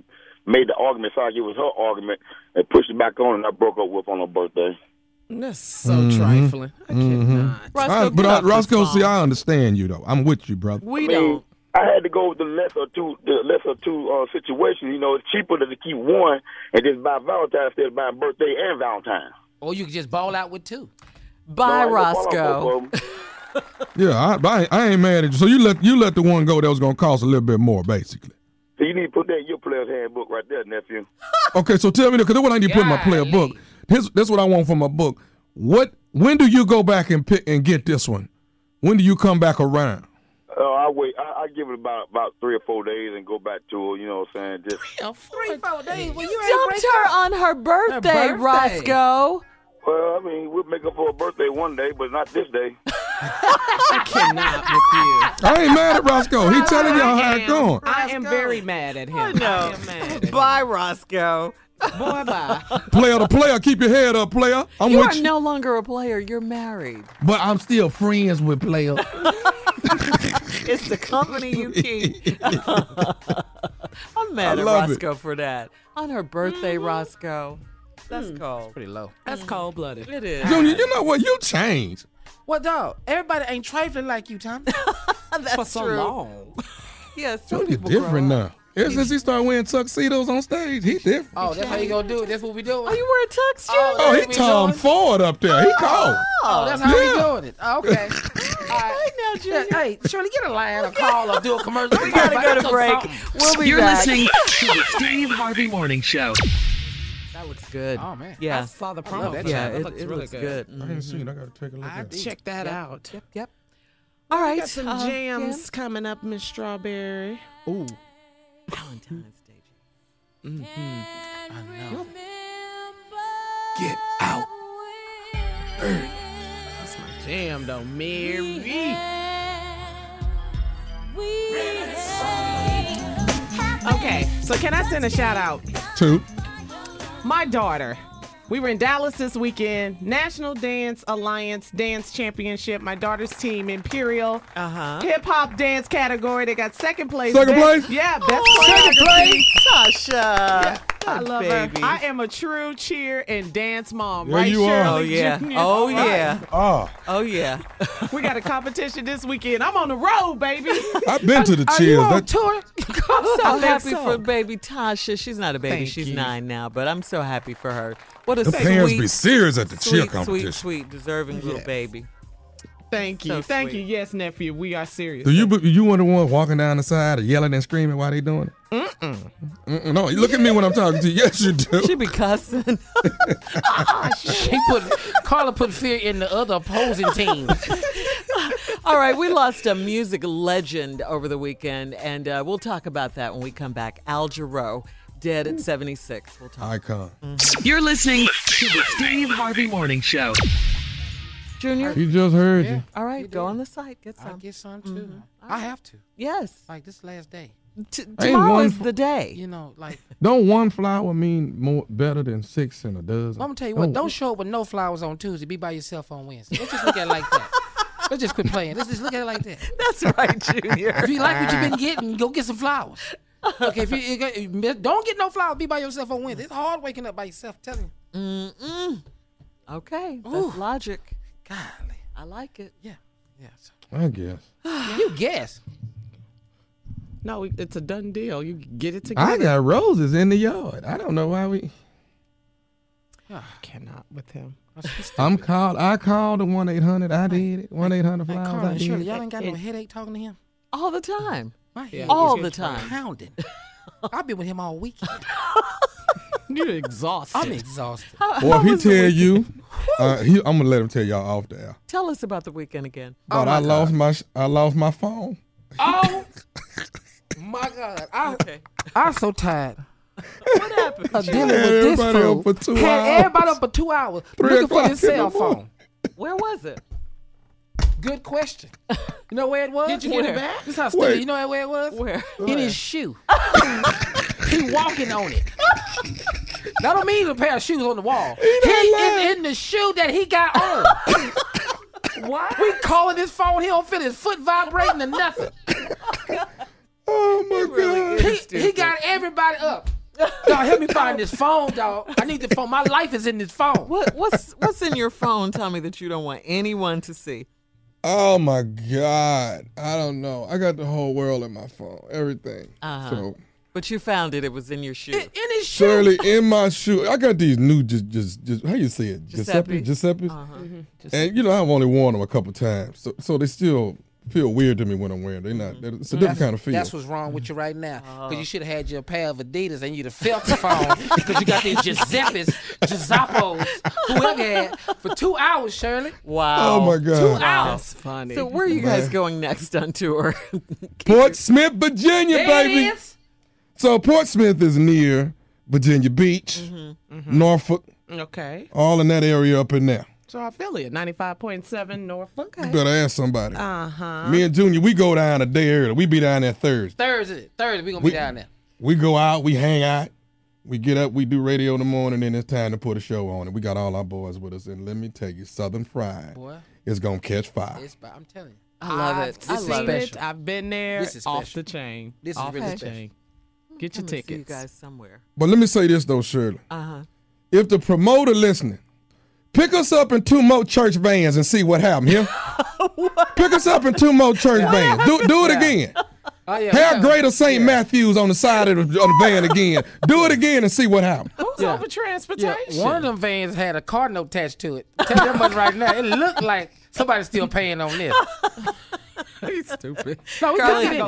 W: made the argument. So I it was her argument and pushed it back on, and I broke up with her on her birthday.
H: That's so
E: Mhm.
H: trifling. I
E: Mhm.
H: Roscoe,
E: I- but
H: get
E: I,
H: off this
E: Roscoe, see, I understand you though. I'm with you, brother.
F: We
W: I mean, I had to go with the lesser of two, the lesser of two uh, situation. You know, it's cheaper to keep one and just buy Valentine's instead of buying birthday and Valentine.
I: Or you can just ball out with two.
F: Bye,
W: No, I ain't gonna ball out both of 'em.
E: Yeah, I, I, ain't- I ain't mad at you. So you let you let the one go that was gonna cost a little bit more, basically.
W: So you need to put that in your player's handbook right there, nephew.
E: Okay, so tell me because that's what I need to put in my player book. This that's what I want from my book. What when do you go back and pick and get this one? When do you come back around?
W: Uh, I wait. I, I give it about about three or four days and go back to her. You know what I'm saying? Just
F: Mm-hmm.
I: Three, four days. Well, you
F: Dumped her on her birthday,
W: birthday.
F: Roscoe.
W: well, I mean, we'll make up for a birthday one day, but not this day.
H: I cannot with you.
E: I ain't mad at Roscoe. He telling y'all how
H: I
E: it going.
H: I am very mad at him. I
F: know.
H: am mad.
F: Bye, Roscoe.
H: Boy, bye.
E: Player to player, keep your head up, player. I'm
F: you
E: with
F: are
E: you,
F: no longer a player. You're married.
E: but I'm still friends with player.
F: It's the company you keep. I'm mad
E: I
F: at
E: love it.
F: Roscoe for that. On her birthday, Roscoe. That's cold. It's
I: pretty low.
H: That's cold blooded.
F: It is.
E: Junior, you know what? You changed.
I: Well, dog, everybody ain't trifling like you, Tom.
F: That's
I: For so
F: true.
I: long.
F: Yes.
E: You're different now. Ever since he started wearing tuxedos on stage, he different.
I: Oh, that's how you gonna do it. That's what we doing. Are
F: you wearing tux,
I: Oh,
E: Oh,
I: that's
E: he
I: what we
E: Tom
I: doing.
E: Ford up there. He cold.
I: Oh, that's how
E: Yeah.
I: we doing it. Oh, okay. All right. Yeah, hey, Shirley, get a line, a call, or do a commercial.
D: We gotta
I: Talk
D: go to
I: about
D: break.
I: something.
D: You're listening to the Steve Harvey Morning Show.
F: That looks good.
I: Oh man.
F: Yeah.
H: I saw the
F: I love
H: promo.
F: that
H: for
F: Yeah,
H: that.
F: it-
H: looks
F: it
H: really
F: looks
H: good.
F: good. I didn't see
E: it. I gotta take a look.
H: I checked that out.
F: Yep. Yep.
H: All
F: right,
H: We got some
F: uh,
H: jams
F: jams?
H: coming up, Miss Strawberry.
I: Ooh.
F: Valentine's Day. Mm.
H: Mm-hmm.
V: Get out.
H: That's my jam, though, Mary. Okay, so can I send a shout out?
E: Two.
H: My daughter. We were in Dallas this weekend, National Dance Alliance Dance Championship. My daughter's team, Imperial, uh-huh. hip hop dance category. They got second place.
K: Second
H: Best-
K: place?
H: Yeah, best
K: Oh, second
H: choreography.
K: place?
F: Tasha.
H: I love
F: baby.
H: her. I am a true cheer and dance mom.
F: Yeah,
H: right,
F: you are.
H: Shirley
F: Oh, yeah.
H: Jr.?
F: Oh,
H: Right.
F: yeah.
E: Oh.
F: Oh, yeah.
H: We got a competition this weekend. I'm on the road, baby.
E: I've been to the chills. That-
H: tour?
F: I'm Oh, so
H: I think
F: happy
H: so.
F: for baby Tasha. She's not a baby.
H: Thank
F: She's nine now, but I'm so happy for her. What a
E: The
F: sweet,
E: parents be serious at the cheer
F: sweet,
E: competition.
F: Sweet, sweet, deserving little baby.
H: Thank you. Thank you. Yes, nephew. We are serious.
E: Do you be- you one of the ones walking down the side or yelling and screaming while they doing it?
H: Mm-mm.
E: Mm-mm, no, you look at me when I'm talking to you. Yes, you do.
F: She be cussing.
I: she put Carla put fear in the other opposing team.
F: All right, we lost a music legend over the weekend, and uh, we'll talk about that when we come back. Al Jarreau, dead at 76. We'll talk.
E: Icon.
F: Mm-hmm.
D: You're listening to the Steve Harvey Morning Show.
F: Junior.
E: He just heard you.
F: All right, go on the site. Get some. Mm-hmm.
I: I get some too. I have to.
F: Yes.
I: Like this last day.
F: T-
E: Ain't tomorrow one is
F: the day.
I: You know, like
E: Don't one flower mean more better than six in a dozen?
I: I'm gonna tell you what. Don't show up with no flowers on Tuesday. Be by yourself on Wednesday. Let's just look at it like that. Let's just quit playing. Let's just look at it like that.
F: That's right, Junior.
I: If you like what you've been getting, go get some flowers. Okay, if you, you got- you miss- don't get no flowers, be by yourself on Wednesday. It's hard waking up by yourself. Tell you.
F: Mm-mm. Okay, that's logic. Golly, I like it.
I: Yeah.
E: I guess.
I: you guess.
H: No, we- it's a done deal. You get it together.
E: I got roses in the yard. I don't know why we.
H: cannot with him.
E: I'm called. I called the one eight hundred. I did it. One eight hundred flowers.
I: Carla
E: I
I: and
E: did
I: Shirley,
E: it.
I: y'all ain't got no headache talking to him.
F: All the time.
I: My head
F: All
I: is
F: the
I: just
F: time.
I: Pounding. I've been with him all weekend.
H: You're exhausted.
I: I'm exhausted.
E: Or if he tell you, uh, he, I'm gonna let him tell y'all off the air.
F: Tell us about the weekend again.
E: But I lost my sh- I lost my phone.
I: Oh my God! I, I'm so tired.
F: What happened?
I: Of
E: Had
I: dealing with this
E: everybody
I: fool.
E: up for two
I: Had
E: hours.
I: everybody up for two hours
E: Three
I: looking for
E: o'clock
I: this
E: in the
I: cell phone.
E: morning.
F: Where was it?
I: Good question. You know where it was?
H: Did you get it
I: Where?
H: back?
I: This how stupid.
H: Wait.
I: You know where it was?
F: Where?
I: In his shoe. he walking on it. That don't mean a pair of shoes on the wall. He, is in the shoe that he got on.
H: what?
I: We calling his phone. He don't feel his foot vibrating or nothing.
E: Oh my
I: god. He, he got everybody up. Dog, help me find this phone, dog. I need the phone. My life is in this phone.
F: What what's what's in your phone, Tommy, that you don't want anyone to see?
E: Oh my god! I don't know. I got the whole world in my phone. Everything.
F: Uh-huh.
E: So
F: But you found it. It was in your shoe.
I: in his
E: Shirley in my shoe. I got these new just just, just how you say it
F: Giuseppe.
E: Giuseppe Giuseppe's.
I: Uh-huh. Mm-hmm.
F: Mhm.
E: And you know I've only worn them a couple times, so so they still feel weird to me when I'm wearing. them. They're not. They're, it's a different
I: Mm-hmm. That's-
E: kind of feel.
I: That's what's wrong with you right now. Because you should have had your pair of Adidas and you'd have felt the phone because you got these Giuseppes, Giuseppos, whoever had for two hours, Shirley.
F: Wow.
E: Oh, my God.
I: Two hours.
H: That's funny.
F: So where are you guys
E: Man.
F: going next on tour?
E: Port Smith, Virginia,
I: There it
E: baby.
I: is.
E: So Portsmouth is near Virginia Beach,
I: Mm-hmm.
E: Norfolk,
H: Okay.
E: all in that area up in there.
H: So I feel it. 95.7 Norfolk.
E: You better ask somebody.
H: Uh
I: Uh-huh.
H: huh.
E: Me and Junior, we go down a day early. We be down there Thursday.
I: Thursday. Thursday, we're going to
E: We-
I: be down there.
E: We go out, we hang out, we get up, we do radio in the morning, and it's time to put a show on. And we got all our boys with us. And let me tell you, Southern Fried
I: Boy,
E: is gonna catch fire.
I: it's, I'm telling you.
F: I love
H: I've
F: it.
H: I
F: I
H: seen
F: love
H: it.
F: it.
H: I've been there.
I: This is
H: off
I: special.
H: the chain.
I: This is
H: off
I: really
H: the
I: special.
H: chain. Get
F: I'm gonna
H: your
F: see you
H: tickets.
F: guys somewhere.
E: But let me say this though, Shirley.
F: Uh
I: Uh-huh.
F: huh.
E: If the promoter listening, pick us up in two more church vans and see what happened here. pick us up in two more church vans. Do, do it again.
I: Oh, yeah.
E: Have Greater St. Matthews on the side of the, of the van again. Do it again and see what happens.
H: Who's over transportation?
I: Yeah, one of them vans had a cardinal attached to it. Tell them much right now. It looked like somebody's still paying on this.
H: He's stupid.
I: No, we
F: Carla,
I: couldn't get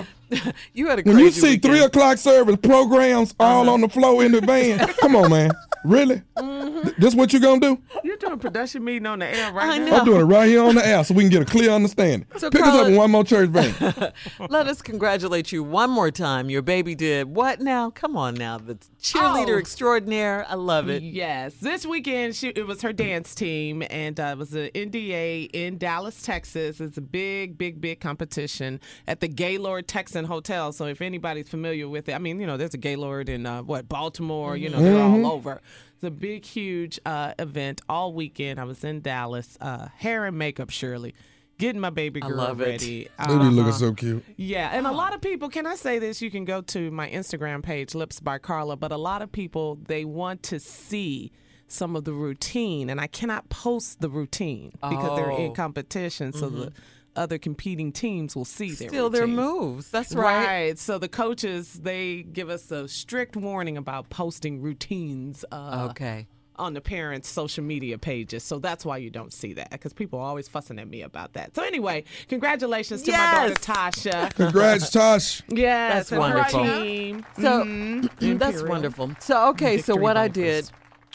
I: in.
F: You had a
E: When
F: crazy Uh-huh.
E: you see
F: weekend.
E: three o'clock service programs all on the floor in the van, come on, man. Really?
F: Mm-hmm.
E: Th- This what you gonna do?
H: You're doing production meeting on the air right
F: I
H: now.
F: know.
E: I'm doing it right here on the air so we can get a clear understanding.
F: So,
E: Pick us
F: Carla-
E: up in one more church van.
F: Let us congratulate you one more time. Your baby did what now? Come on now. The cheerleader
H: Oh.
F: extraordinaire. I love it.
H: Yes, this weekend she, it was her dance team, and uh, it was an NDA in Dallas, Texas. It's a big, big, big competition at the Gaylord Texan Hotel. So if anybody's familiar with it, I mean, you know, there's a Gaylord in uh, what Baltimore. You know, they're
F: Mm-hmm.
E: Mhm.
H: all over. It's a big, huge uh, event all weekend. I was in Dallas, uh, hair and makeup, Shirley, getting my baby
F: I
H: girl
F: love it.
H: ready.
E: Baby looking
H: Uh-huh.
E: so cute.
H: Yeah, and
F: Oh.
H: a lot of people, can I say this? You can go to my Instagram page, Lips by Carla, but a lot of people, they want to see some of the routine, and I cannot post the routine because they're in
F: Oh.
H: competition, so the other competing teams will see their
F: Still their
H: routines.
F: moves. That's right.
H: So the coaches, they give us a strict warning about posting routines. Uh,
F: Okay.
H: on the parents' social media pages. So that's why you don't see that because people are always fussing at me about that. So anyway, congratulations to my daughter Tasha.
C: Congrats, Tosh.
H: Yes,
F: That's
H: and her
F: wonderful.
H: team.
F: So
H: Mhm.
F: that's
H: Imperial.
F: wonderful. So okay, so
H: Victory
F: what I did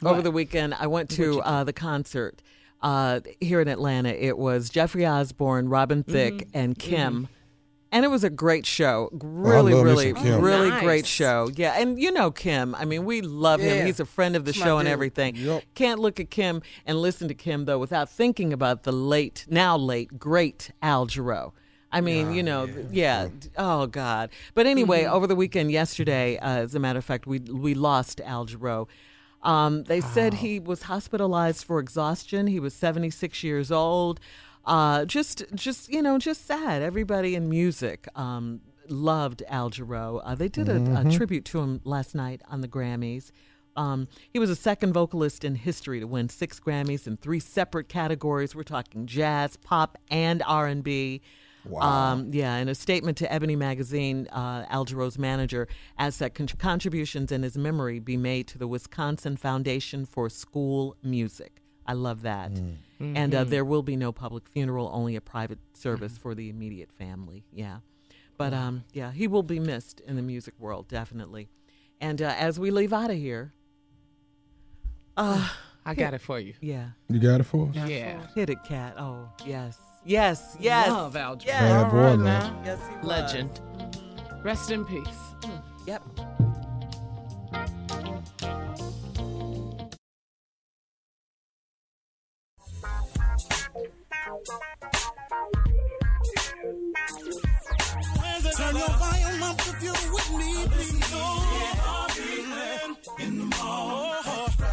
H: Vipers.
F: over the weekend, I went to uh, the concert uh, here in Atlanta. It was Jeffrey Osborne, Robin Thicke,
D: Mhm.
F: and Kim. And it was a great show. Really,
D: love me
F: really,
D: some Kim.
F: really
D: Nice.
F: great show. Yeah. And you know Kim. I mean, we love
D: Yeah.
F: him. He's a friend of the
D: That's my
F: show and
D: dude.
F: everything. Can't look at Kim and listen to Kim, though, without thinking about the late, now late, great Al Jarreau. I mean, you know, th- yeah. d- Oh God. But anyway, over the weekend, yesterday, uh, as a matter of fact, we we lost Al Jarreau. Um, they said he was hospitalized for exhaustion. He was 76 years old. Uh, just, just you know, just sad. Everybody in music um, loved Al Jarreau. Uh, they did a, a
D: Mhm.
F: tribute to him last night on the Grammys. Um, he was the second vocalist in history to win six Grammys in three separate categories. We're talking jazz, pop, and R and B. Wow. Um, yeah, in a statement to Ebony Magazine, uh, Al Jarreau's manager asked that con- contributions in his memory be made to the Wisconsin Foundation for School Music. I love that. And uh,
D: Mhm.
F: there will be no public funeral, only a private service
H: Mm-hmm.
F: for the immediate family. Yeah. But um, yeah, he will be missed in the music world, definitely. And uh, as we leave out of here, uh,
H: I got it for you.
F: Yeah.
E: You got it for us?
H: Yeah.
F: Hit it, cat. Oh, yes. Yes, yes.
H: Love Al Jarreau.
F: Yes.
E: Bad boy, man.
F: Yes, he was.
H: Legend. Hmm. Rest in peace.
F: Yep.
P: Turn your volume up if you're with me, please. in the mall.
D: For